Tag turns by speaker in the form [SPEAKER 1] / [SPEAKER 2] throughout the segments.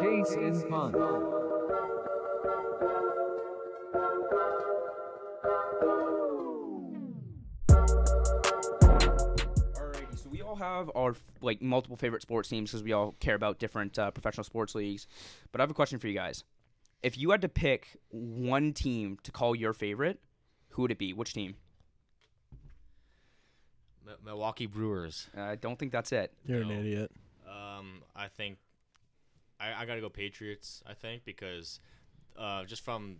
[SPEAKER 1] Case in point.
[SPEAKER 2] Alrighty, so we all have our like multiple favorite sports teams because we all care about different uh, professional sports leagues. But I have a question for you guys: If you had to pick one team to call your favorite, who would it be? Which team?
[SPEAKER 3] Mi- Milwaukee Brewers.
[SPEAKER 2] Uh, I don't think that's it.
[SPEAKER 4] You're an
[SPEAKER 3] No.
[SPEAKER 4] idiot.
[SPEAKER 3] Um, I think I, I gotta go Patriots. I think because uh, just from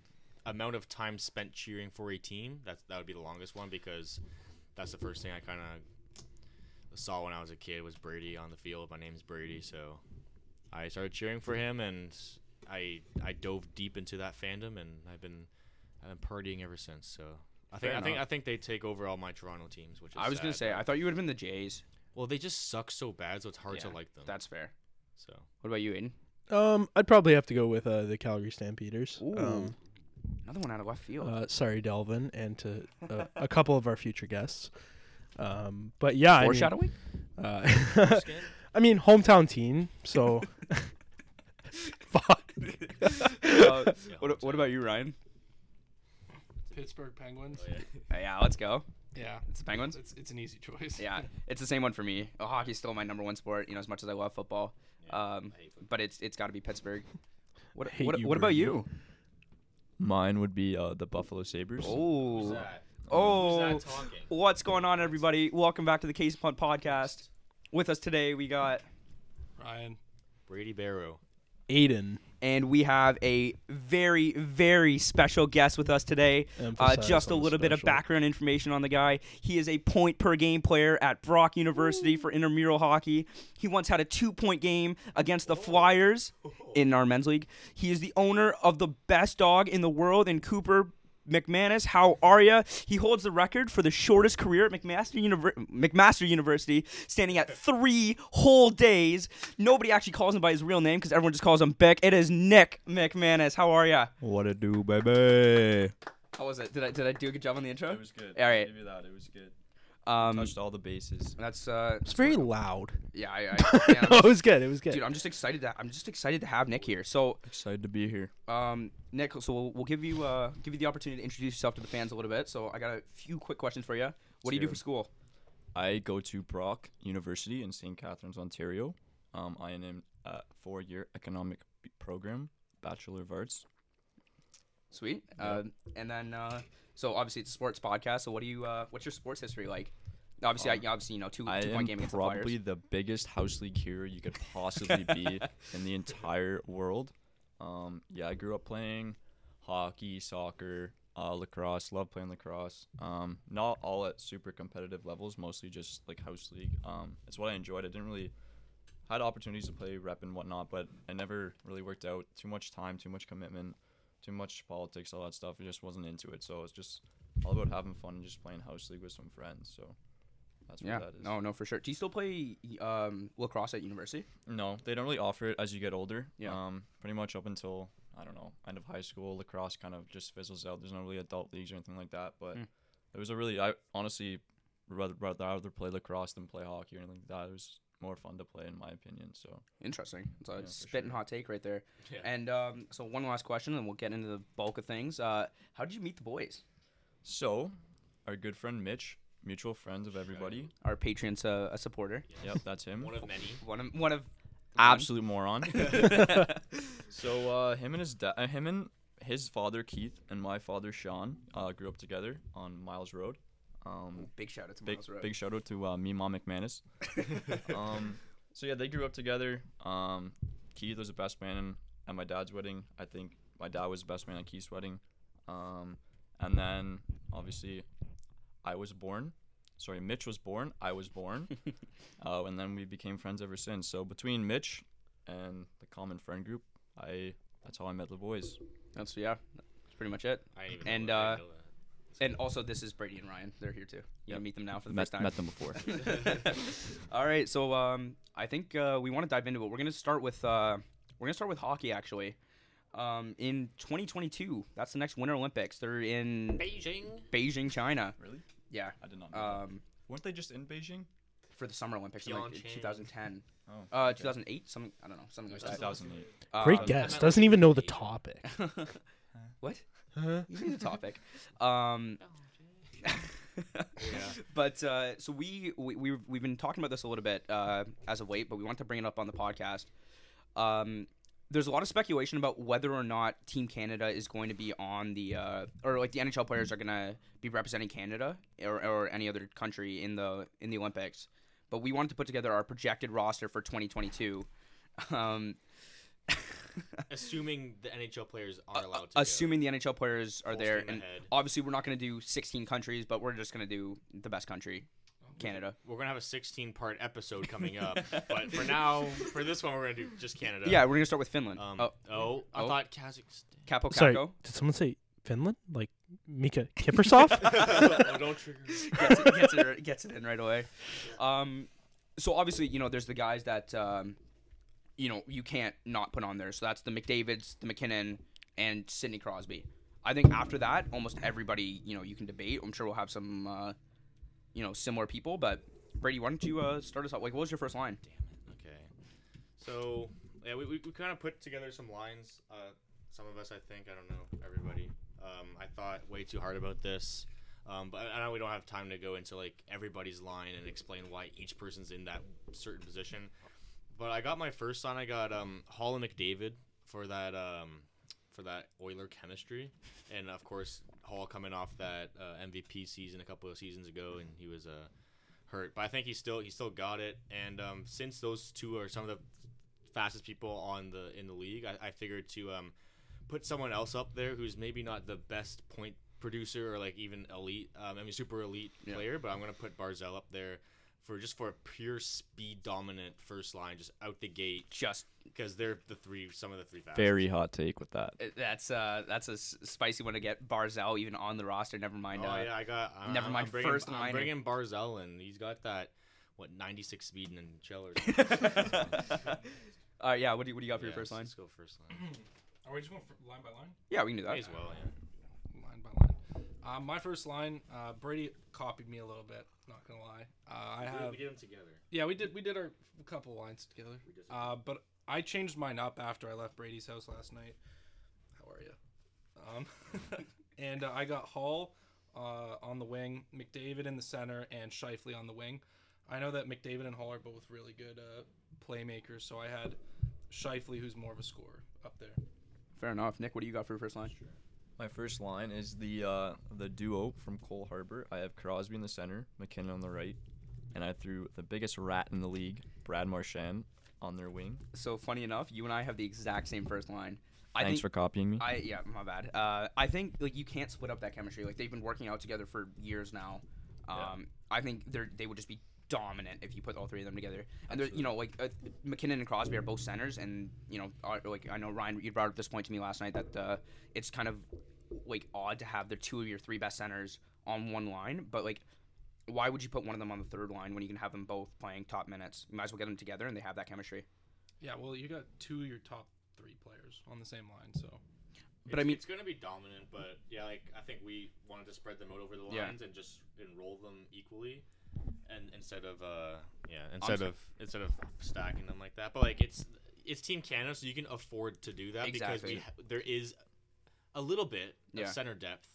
[SPEAKER 3] amount of time spent cheering for a team, that's that would be the longest one because that's the first thing I kind of saw when I was a kid was Brady on the field. My name's Brady, so I started cheering for him, and I I dove deep into that fandom, and I've been I've been partying ever since. So. I think,
[SPEAKER 2] Fair
[SPEAKER 3] I think
[SPEAKER 2] enough.
[SPEAKER 3] I think they take over all my Toronto teams, which is
[SPEAKER 2] I was gonna
[SPEAKER 3] sad,
[SPEAKER 2] say
[SPEAKER 3] but-
[SPEAKER 2] I thought you would have been the Jays.
[SPEAKER 3] well they just suck so bad, so it's hard to
[SPEAKER 2] Yeah,
[SPEAKER 3] like them.
[SPEAKER 2] That's fair.
[SPEAKER 3] so
[SPEAKER 2] What about you, Aiden?
[SPEAKER 4] Um, I'd probably have to go with uh, the Calgary Stampeders. Um,
[SPEAKER 2] Another one out of left field.
[SPEAKER 4] uh, sorry, Delvin, and to uh, a couple of our future guests. Um, but yeah, I mean,
[SPEAKER 2] Foreshadowing.
[SPEAKER 4] Uh, I mean, hometown team. So, fuck.
[SPEAKER 2] Uh, what, what about you, Ryan?
[SPEAKER 5] Pittsburgh Penguins.
[SPEAKER 2] Uh, yeah, let's go.
[SPEAKER 5] yeah.
[SPEAKER 2] It's the Penguins.
[SPEAKER 5] It's it's an easy choice.
[SPEAKER 2] Yeah, it's the same one for me. Uh, hockey's still my number one sport. You know, as much as I love football, um, but it's it's got to be Pittsburgh. What
[SPEAKER 4] hate
[SPEAKER 2] what,
[SPEAKER 4] you,
[SPEAKER 2] what about
[SPEAKER 4] Brady.
[SPEAKER 2] you?
[SPEAKER 6] Mine would be uh, the Buffalo Sabres.
[SPEAKER 2] Oh,
[SPEAKER 3] that?
[SPEAKER 2] oh,
[SPEAKER 3] Who's that talking?
[SPEAKER 2] what's going on, everybody? Welcome back to the Case Punt Podcast. With us today, we got
[SPEAKER 5] Ryan.
[SPEAKER 3] Brady Barrow.
[SPEAKER 4] Aiden.
[SPEAKER 2] and we have a very very special guest with us today uh,
[SPEAKER 4] Emphasize
[SPEAKER 2] just a
[SPEAKER 4] on
[SPEAKER 2] little bit of
[SPEAKER 4] special.
[SPEAKER 2] background information on the guy he is a point per game player at brock university for intramural hockey he once had a two point game against the flyers in our men's league he is the owner of the best dog in the world in cooper McManus, how are ya? He holds the record for the shortest career at McMaster, Univer- McMaster University, standing at three whole days. Nobody actually calls him by his real name because everyone just calls him Bick. It is Nick McManus. How are ya?
[SPEAKER 6] What it do, baby?
[SPEAKER 2] How was it? Did I did I do a good job on the intro?
[SPEAKER 6] It was good.
[SPEAKER 2] All right.
[SPEAKER 6] Give you that. It was good.
[SPEAKER 2] Um,
[SPEAKER 6] Touched all the bases.
[SPEAKER 2] that's uh,
[SPEAKER 4] It's very loud.
[SPEAKER 2] yeah, I, I man,
[SPEAKER 4] No,
[SPEAKER 2] I'm
[SPEAKER 4] it was good. It was good.
[SPEAKER 2] just- dude, I'm just excited to I'm just excited to have Nick here. So,
[SPEAKER 6] Excited to be here.
[SPEAKER 2] um, Nick, so we'll, we'll give you uh give you the opportunity to introduce yourself to the fans a little bit. So, I got a few quick questions for you. What do you do
[SPEAKER 6] Sure.
[SPEAKER 2] for school?
[SPEAKER 6] I go to Brock University in St. Catharines, Ontario. Um, I am in a four-year economic b- program, Bachelor of Arts.
[SPEAKER 2] Sweet. Um, and then uh, so obviously it's a sports podcast. So, what do you uh, what's your sports history like? Obviously, I, obviously you know two
[SPEAKER 6] Um, I
[SPEAKER 2] two point game
[SPEAKER 6] am
[SPEAKER 2] against the
[SPEAKER 6] probably
[SPEAKER 2] Flyers.
[SPEAKER 6] the biggest house league hero you could possibly be in the entire world. Um, yeah, I grew up playing hockey, soccer, uh, lacrosse. Love playing lacrosse. Um, not all at super competitive levels, mostly just like house league. Um, it's what I enjoyed. I didn't really had opportunities to play rep and whatnot, but it never really worked out. Too much time, too much commitment, too much politics, all that stuff. I just wasn't into it. So it's just all about having fun and just playing house league with some friends. So. That's what
[SPEAKER 2] Yeah.
[SPEAKER 6] that is.
[SPEAKER 2] No, no, for sure. Do you still play um, lacrosse at university?
[SPEAKER 6] No, they don't really offer it as you get older.
[SPEAKER 2] Yeah.
[SPEAKER 6] Um, pretty much up until I don't know end of high school, lacrosse kind of just fizzles out. There's no really adult leagues or anything like that. But
[SPEAKER 2] Mm.
[SPEAKER 6] it was a really I honestly rather rather rather play lacrosse than play hockey or anything like that. It was more fun to play in my opinion. So
[SPEAKER 2] Interesting. It's a
[SPEAKER 6] Yeah, for
[SPEAKER 2] spitting
[SPEAKER 6] sure.
[SPEAKER 2] hot take right there.
[SPEAKER 3] Yeah.
[SPEAKER 2] And um, so one last question, and we'll get into the bulk of things. Uh, how did you meet the boys?
[SPEAKER 6] so our good friend Mitch, mutual friends of everybody.
[SPEAKER 2] Our Patreon's uh, a supporter.
[SPEAKER 6] Yep, that's him.
[SPEAKER 3] One of many.
[SPEAKER 2] One of one of
[SPEAKER 6] Absolute moron. so uh, him and his dad, uh, him and his father Keith and my father Sean uh, grew up together on Miles Road. Um,
[SPEAKER 2] big shout out to
[SPEAKER 6] big
[SPEAKER 2] Miles Rowe.
[SPEAKER 6] big shout out to uh, me, mom McManus. um, so yeah, they grew up together. Um, Keith was the best man at my dad's wedding. I think my dad was the best man at Keith's wedding. Um, and then obviously, I was born. Sorry, Mitch was born. I was born, uh, and then we became friends ever since. So between Mitch and the common friend group, I that's how I met the boys.
[SPEAKER 2] That's yeah. That's pretty much it.
[SPEAKER 3] I didn't even
[SPEAKER 2] And,
[SPEAKER 3] know that. I
[SPEAKER 2] uh,
[SPEAKER 3] didn't know that.
[SPEAKER 2] And also, this is Brady and Ryan. They're here too. You
[SPEAKER 6] Yep.
[SPEAKER 2] meet them now for the
[SPEAKER 6] Met,
[SPEAKER 2] first time.
[SPEAKER 6] met them before.
[SPEAKER 2] All right, so um, I think uh, we want to dive into it. We're gonna start with uh, we're gonna start with hockey actually. Um, in 2022, that's the next Winter Olympics. They're in
[SPEAKER 3] Beijing.
[SPEAKER 2] Beijing, China.
[SPEAKER 6] really?
[SPEAKER 2] Yeah.
[SPEAKER 6] I did not. Know that.
[SPEAKER 2] Um,
[SPEAKER 6] Weren't they just in Beijing?
[SPEAKER 2] for the Summer Olympics in like
[SPEAKER 3] Pyeongchang.
[SPEAKER 2] 2010,
[SPEAKER 6] Oh,
[SPEAKER 2] uh, 2008, something I don't know, something like that.
[SPEAKER 6] 2008.
[SPEAKER 4] Great
[SPEAKER 2] Um,
[SPEAKER 4] guess.
[SPEAKER 3] meant,
[SPEAKER 4] Doesn't
[SPEAKER 3] like,
[SPEAKER 4] even know the
[SPEAKER 3] the
[SPEAKER 4] topic.
[SPEAKER 2] What?
[SPEAKER 4] Huh?
[SPEAKER 2] You knew the topic. Um, but uh, so we, we we've, we've been talking about this a little bit uh, as of late, but we want to bring it up on the podcast. Um, there's a lot of speculation about whether or not Team Canada is going to be on the uh, or like the NHL players are going to be representing Canada or, or any other country in the in the Olympics. But we wanted to put together our projected roster for 2022. Um,
[SPEAKER 3] Assuming the NHL players are allowed to. go.
[SPEAKER 2] Uh, assuming the NHL players are
[SPEAKER 3] Full
[SPEAKER 2] there,
[SPEAKER 3] steam
[SPEAKER 2] and
[SPEAKER 3] ahead.
[SPEAKER 2] obviously we're not going to do 16 countries, but we're just going to do the best country, Canada.
[SPEAKER 3] We're gonna have a 16 part episode coming up, but for now, for this one, we're gonna do just Canada.
[SPEAKER 2] Yeah, we're going to start with Finland.
[SPEAKER 3] Um,
[SPEAKER 2] oh,
[SPEAKER 3] oh, I
[SPEAKER 2] Oh.
[SPEAKER 3] thought Kazakhstan.
[SPEAKER 2] Capo
[SPEAKER 4] Sorry,
[SPEAKER 2] Caco
[SPEAKER 4] did someone say Finland? Like Mika Kippersoff?
[SPEAKER 3] oh, don't trigger. me.
[SPEAKER 2] gets it, gets it gets it in right away. Um, so obviously you know there's the guys that um, you know you can't not put on there. So that's the McDavid's, the McKinnon, and Sidney Crosby. I think after that, almost everybody you know you can debate. I'm sure we'll have some uh, you know similar people, but. Brady, why don't you uh, start us off? Like, what was your first line?
[SPEAKER 3] Okay. So yeah, we, we, we kind of put together some lines. Uh, some of us, I think, I don't know everybody. Um, I thought way too hard about this, um, but I know we don't have time to go into like everybody's line and explain why each person's in that certain position. But I got my first line. I got um, Hall and McDavid for that um, for that Euler chemistry, and of course Hall coming off that uh, MVP season a couple of seasons ago, and he was Uh, hurt, but I think he still he still got it. And um, since those two are some of the fastest people on the in the league, I, I figured to um, put someone else up there who's maybe not the best point producer or like even elite, um, I mean super elite
[SPEAKER 2] Yeah.
[SPEAKER 3] player, but I'm gonna put Barzell up there for just for a pure speed dominant first line, just out the gate
[SPEAKER 2] Just
[SPEAKER 3] because they're the three some of the three fastest.
[SPEAKER 6] Very hot take with that.
[SPEAKER 2] that's uh that's a s- spicy one to get Barzell even on the roster. Never mind.
[SPEAKER 3] Oh
[SPEAKER 2] uh,
[SPEAKER 3] yeah, I got. I,
[SPEAKER 2] never
[SPEAKER 3] I'm,
[SPEAKER 2] mind
[SPEAKER 3] I'm bringing,
[SPEAKER 2] first
[SPEAKER 3] I'm
[SPEAKER 2] liner.
[SPEAKER 3] bringing Barzell in. He's got that what 96 speed and chill or something.
[SPEAKER 2] Uh, yeah. What do you what do you got for
[SPEAKER 3] Yeah,
[SPEAKER 2] your first line?
[SPEAKER 3] Let's go first line.
[SPEAKER 5] Are we just going for line by line?
[SPEAKER 2] Yeah, we can do that.
[SPEAKER 3] May as well, yeah.
[SPEAKER 5] line by line. Um, my first line, uh, Brady copied me a little bit. Not gonna lie, uh, I have
[SPEAKER 3] did them together.
[SPEAKER 5] yeah, we did we did our couple lines together. Uh, but I changed mine up after I left Brady's house last night. How are you? Um, and uh, I got Hall uh, on the wing, McDavid in the center, and Shifley on the wing. I know that McDavid and Hall are both really good uh, playmakers, so I had Shifley, who's more of a scorer, up there.
[SPEAKER 2] Fair enough. Nick, what do you got for your first line?
[SPEAKER 6] My first line is the uh, the duo from Cole Harbor. I have Crosby in the center, McKinnon on the right, and I threw the biggest rat in the league, Brad Marchand, on their wing.
[SPEAKER 2] So funny enough, you and I have the exact same first line. I think,
[SPEAKER 6] Thanks for copying me.
[SPEAKER 2] I yeah, my bad. Uh, I think like you can't split up that chemistry. Like they've been working out together for years now. Um, I think they're they would just be dominant if you put all three of them together. And they're you know like uh, McKinnon and Crosby are both centers, and you know are, like I know Ryan, you brought up this point to me last night that uh, it's kind of like odd to have the two of your three best centers on one line, but like. Why would you put one of them on the third line when you can have them both playing top minutes? You might as well get them together and they have that chemistry.
[SPEAKER 5] Yeah, well, you got two of your top three players on the same line, so
[SPEAKER 2] But I mean,
[SPEAKER 3] it's gonna be dominant. But yeah, like I think we wanted to spread them out over the
[SPEAKER 2] Yeah.
[SPEAKER 3] lines and just enroll them equally, and instead of uh, yeah, instead
[SPEAKER 2] sorry.
[SPEAKER 3] of instead of stacking them like that. But like it's it's Team Canada, so you can afford to do that because
[SPEAKER 2] Exactly.
[SPEAKER 3] we ha- there is a little bit
[SPEAKER 2] Yeah.
[SPEAKER 3] of center depth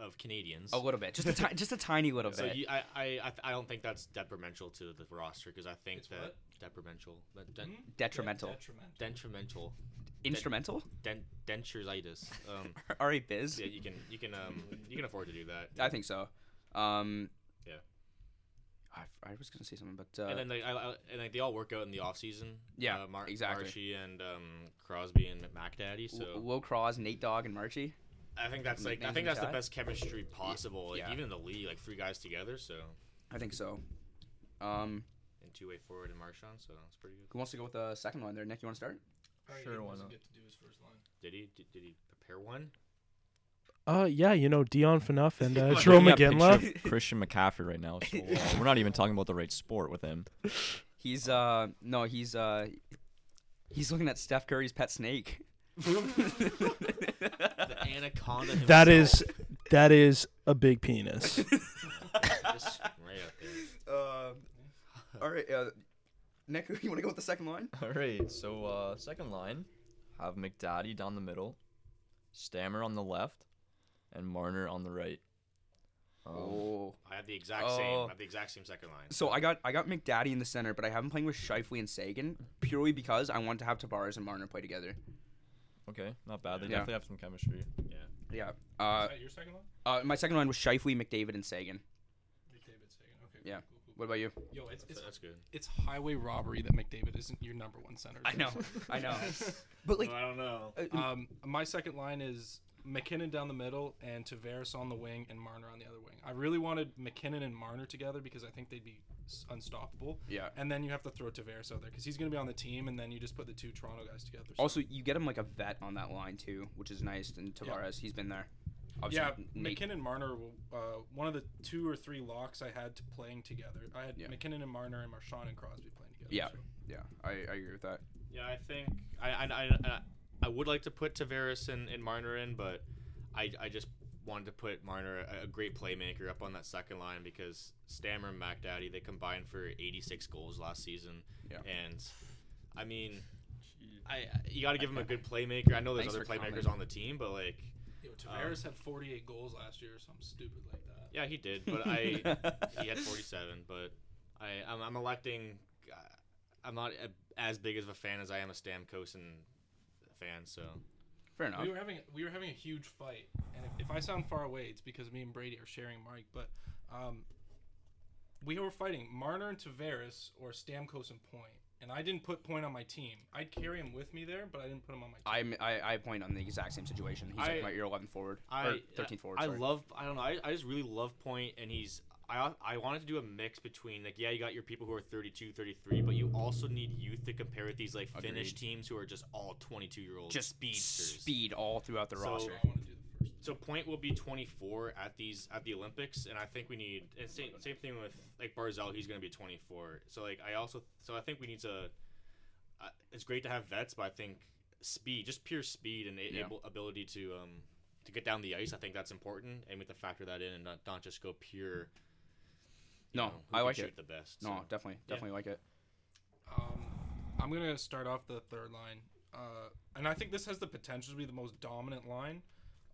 [SPEAKER 3] of Canadians.
[SPEAKER 2] A little bit, just a ti- just a tiny little
[SPEAKER 3] So
[SPEAKER 2] bit.
[SPEAKER 3] you, I, I, I th- I don't think that's detrimental to the roster because I think
[SPEAKER 5] It's
[SPEAKER 3] that
[SPEAKER 5] what?
[SPEAKER 3] detrimental, that de-
[SPEAKER 5] Hmm?
[SPEAKER 2] Detrimental,
[SPEAKER 5] Detrimental.
[SPEAKER 3] detrimental,
[SPEAKER 2] instrumental.
[SPEAKER 3] dent, denturitis. Um,
[SPEAKER 2] All right, biz.
[SPEAKER 3] yeah, you can you can um you can afford to do that.
[SPEAKER 2] I think so. Um,
[SPEAKER 3] Yeah.
[SPEAKER 2] I, I was gonna say something, but uh,
[SPEAKER 3] and then they, I, I, and like they all work out in the off season.
[SPEAKER 2] Yeah,
[SPEAKER 3] uh, Mar-
[SPEAKER 2] exactly.
[SPEAKER 3] Marshy and um, Crosby and McDaddy. So
[SPEAKER 2] L- Will Cross, Nate Dogg, and Marchie.
[SPEAKER 3] I think that's like I
[SPEAKER 2] Nicknames
[SPEAKER 3] think
[SPEAKER 2] in
[SPEAKER 3] that's the
[SPEAKER 2] chat?
[SPEAKER 3] best chemistry possible. Like
[SPEAKER 2] Yeah.
[SPEAKER 3] even in the league, like three guys together. So
[SPEAKER 2] I think so. Um,
[SPEAKER 3] and two way forward and Marshawn. So that's pretty good.
[SPEAKER 2] who wants to go with the second one there? Nick, you want to start?
[SPEAKER 6] Sure, why not?
[SPEAKER 5] Get to do his first line.
[SPEAKER 3] Did he did, did he prepare one?
[SPEAKER 4] uh, yeah, you know Dion Phaneuf and uh,
[SPEAKER 3] Like,
[SPEAKER 4] Jerome
[SPEAKER 6] Looking at a
[SPEAKER 4] McGinley.
[SPEAKER 6] picture of Christian McCaffrey right now. So, uh, we're not even talking about the right sport with him.
[SPEAKER 2] He's uh no, he's uh he's looking at Steph Curry's pet snake.
[SPEAKER 3] The anaconda. Himself.
[SPEAKER 4] That is that is a big penis.
[SPEAKER 3] Just right out there.
[SPEAKER 2] Uh, All right, uh, Nick, you want to go with the second line?
[SPEAKER 6] All right. So uh, second line, have McDaddy down the middle, Stammer on the left, and Marner on the right. Um,
[SPEAKER 2] Oh.
[SPEAKER 3] I have the exact same.
[SPEAKER 6] Oh.
[SPEAKER 3] I have the exact same second line.
[SPEAKER 2] So I got I got McDaddy in the center, but I have him playing with Shifley and Sagan purely because I want to have Tavares and Marner play together.
[SPEAKER 6] okay, not bad. They
[SPEAKER 2] Yeah.
[SPEAKER 6] definitely have some chemistry.
[SPEAKER 2] Yeah. Uh,
[SPEAKER 5] Is that your second one?
[SPEAKER 2] uh, my second line was Shifley, McDavid, and Sagan.
[SPEAKER 5] McDavid's second. Okay.
[SPEAKER 2] Yeah.
[SPEAKER 5] Cool, cool,
[SPEAKER 2] What about you?
[SPEAKER 5] cool. Yo, it's it's,
[SPEAKER 3] So that's good.
[SPEAKER 5] it's highway robbery that McDavid isn't your number one center.
[SPEAKER 2] I know, I know. But like,
[SPEAKER 3] I don't know.
[SPEAKER 2] uh,
[SPEAKER 5] um, my second line is McKinnon down the middle and Tavares on the wing and Marner on the other wing. I really wanted McKinnon and Marner together because I think they'd be s- unstoppable.
[SPEAKER 2] yeah.
[SPEAKER 5] And then you have to throw Tavares out there because he's going to be on the team, and then you just put the two Toronto guys together. So-
[SPEAKER 2] Also, you get him like a vet on that line too, which is nice. And Tavares, he's been there.
[SPEAKER 5] yeah,
[SPEAKER 2] Nate-
[SPEAKER 5] McKinnon and Marner, will- uh, one of the two or three locks I had to playing together. I had
[SPEAKER 2] Yeah.
[SPEAKER 5] McKinnon and Marner and Marshawn and Crosby playing together.
[SPEAKER 2] Yeah.
[SPEAKER 5] so-
[SPEAKER 2] Yeah, I, I agree with that.
[SPEAKER 3] Yeah, I think I I, I, I- I would like to put Tavares and, and Marner in, but I, I just wanted to put Marner, a, a great playmaker, up on that second line because Stammer and McDaddy they combined for 86 goals last season.
[SPEAKER 2] Yeah.
[SPEAKER 3] And I mean, I you got to give him a good playmaker. I know there's
[SPEAKER 2] Thanks
[SPEAKER 3] other
[SPEAKER 2] for
[SPEAKER 3] playmakers
[SPEAKER 2] coming.
[SPEAKER 3] on the team, but like
[SPEAKER 5] Yo, Tavares had 48 goals last year or something stupid like that.
[SPEAKER 3] yeah, he did, but I he had 47, but I I'm, I'm electing. uh, I'm not a, as big of a fan as I am a Stamkos and fan, so.
[SPEAKER 2] Fair enough.
[SPEAKER 5] We were having we were having a huge fight, and if, if I sound far away, it's because me and Brady are sharing Mike. But um, we were fighting Marner and Tavares or Stamkos and Point, and I didn't put Point on my team. I'd carry him with me there, but I didn't put him on my
[SPEAKER 2] I'm,
[SPEAKER 5] team.
[SPEAKER 2] I I point on the exact same situation. He's
[SPEAKER 3] I-
[SPEAKER 2] like my year 11 forward or
[SPEAKER 3] I uh,
[SPEAKER 2] 13 forward.
[SPEAKER 3] I
[SPEAKER 2] sorry.
[SPEAKER 3] love. I don't know. I, I just really love Point, and he's. I I wanted to do a mix between like yeah, you got your people who are 32, 33, but you also need youth to compare with these like Finnish
[SPEAKER 2] Agreed.
[SPEAKER 3] teams who are just all 22 year olds.
[SPEAKER 2] just
[SPEAKER 3] speedsters.
[SPEAKER 2] speed all throughout the
[SPEAKER 3] So-
[SPEAKER 5] So
[SPEAKER 2] roster.
[SPEAKER 5] I want to do the first.
[SPEAKER 3] So Point will be 24 at these at the Olympics, and I think we need and same same thing with like Barzell. He's going to be 24. So like I also so I think we need to. Uh, it's great to have vets, but I think speed, just pure speed and a-
[SPEAKER 2] Yeah.
[SPEAKER 3] able, ability to um to get down the ice. I think that's important, and we have to factor that in and not, not just go pure. you
[SPEAKER 2] No,
[SPEAKER 3] who
[SPEAKER 2] I
[SPEAKER 3] can
[SPEAKER 2] like
[SPEAKER 3] shoot
[SPEAKER 2] it.
[SPEAKER 3] The best.
[SPEAKER 2] No,
[SPEAKER 3] so.
[SPEAKER 2] definitely,
[SPEAKER 3] Yeah.
[SPEAKER 2] definitely like it.
[SPEAKER 5] Um, I'm gonna start off the third line, uh, and I think this has the potential to be the most dominant line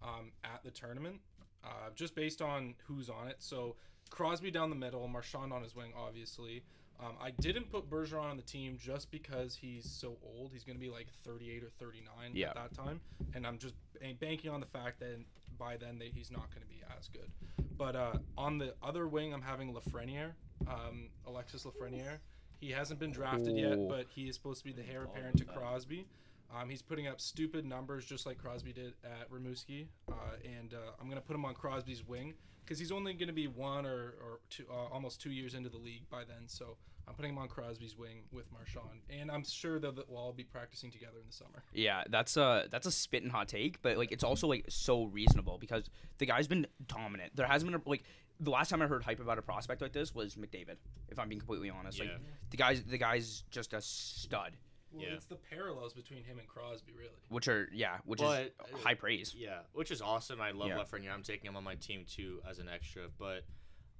[SPEAKER 5] um, at the tournament, uh, just based on who's on it. So Crosby down the middle, Marchand on his wing, obviously. Um, I didn't put Bergeron on the team just because he's so old. He's gonna be like 38 or 39
[SPEAKER 2] Yeah.
[SPEAKER 5] at that time, and I'm just ban- banking on the fact that by then that he's not gonna be as good. But uh, on the other wing, I'm having Lafreniere, um, Alexis Lafreniere. He hasn't been drafted
[SPEAKER 2] Ooh.
[SPEAKER 5] yet, but he is supposed to be the heir apparent to Crosby. Um, he's putting up stupid numbers just like Crosby did at Rimouski, uh, and uh, I'm gonna put him on Crosby's wing because he's only gonna be one or, or two, uh, almost two years into the league by then. So I'm putting him on Crosby's wing with Marchand, and I'm sure that that we'll all be practicing together in the summer.
[SPEAKER 2] Yeah, that's a that's a spit and hot take, but like it's also like so reasonable because the guy's been dominant. There hasn't been a, like the last time I heard hype about a prospect like this was McDavid. If I'm being completely honest, like
[SPEAKER 3] Yeah.
[SPEAKER 2] the guys the guy's just a stud,
[SPEAKER 5] Well,
[SPEAKER 3] Yeah.
[SPEAKER 5] it's the parallels between him and Crosby, really.
[SPEAKER 2] which are yeah, which is
[SPEAKER 3] But, uh,
[SPEAKER 2] high praise.
[SPEAKER 3] Yeah, which is awesome. I love
[SPEAKER 2] Yeah.
[SPEAKER 3] Lafreniere. I'm taking him on my team too as an extra, but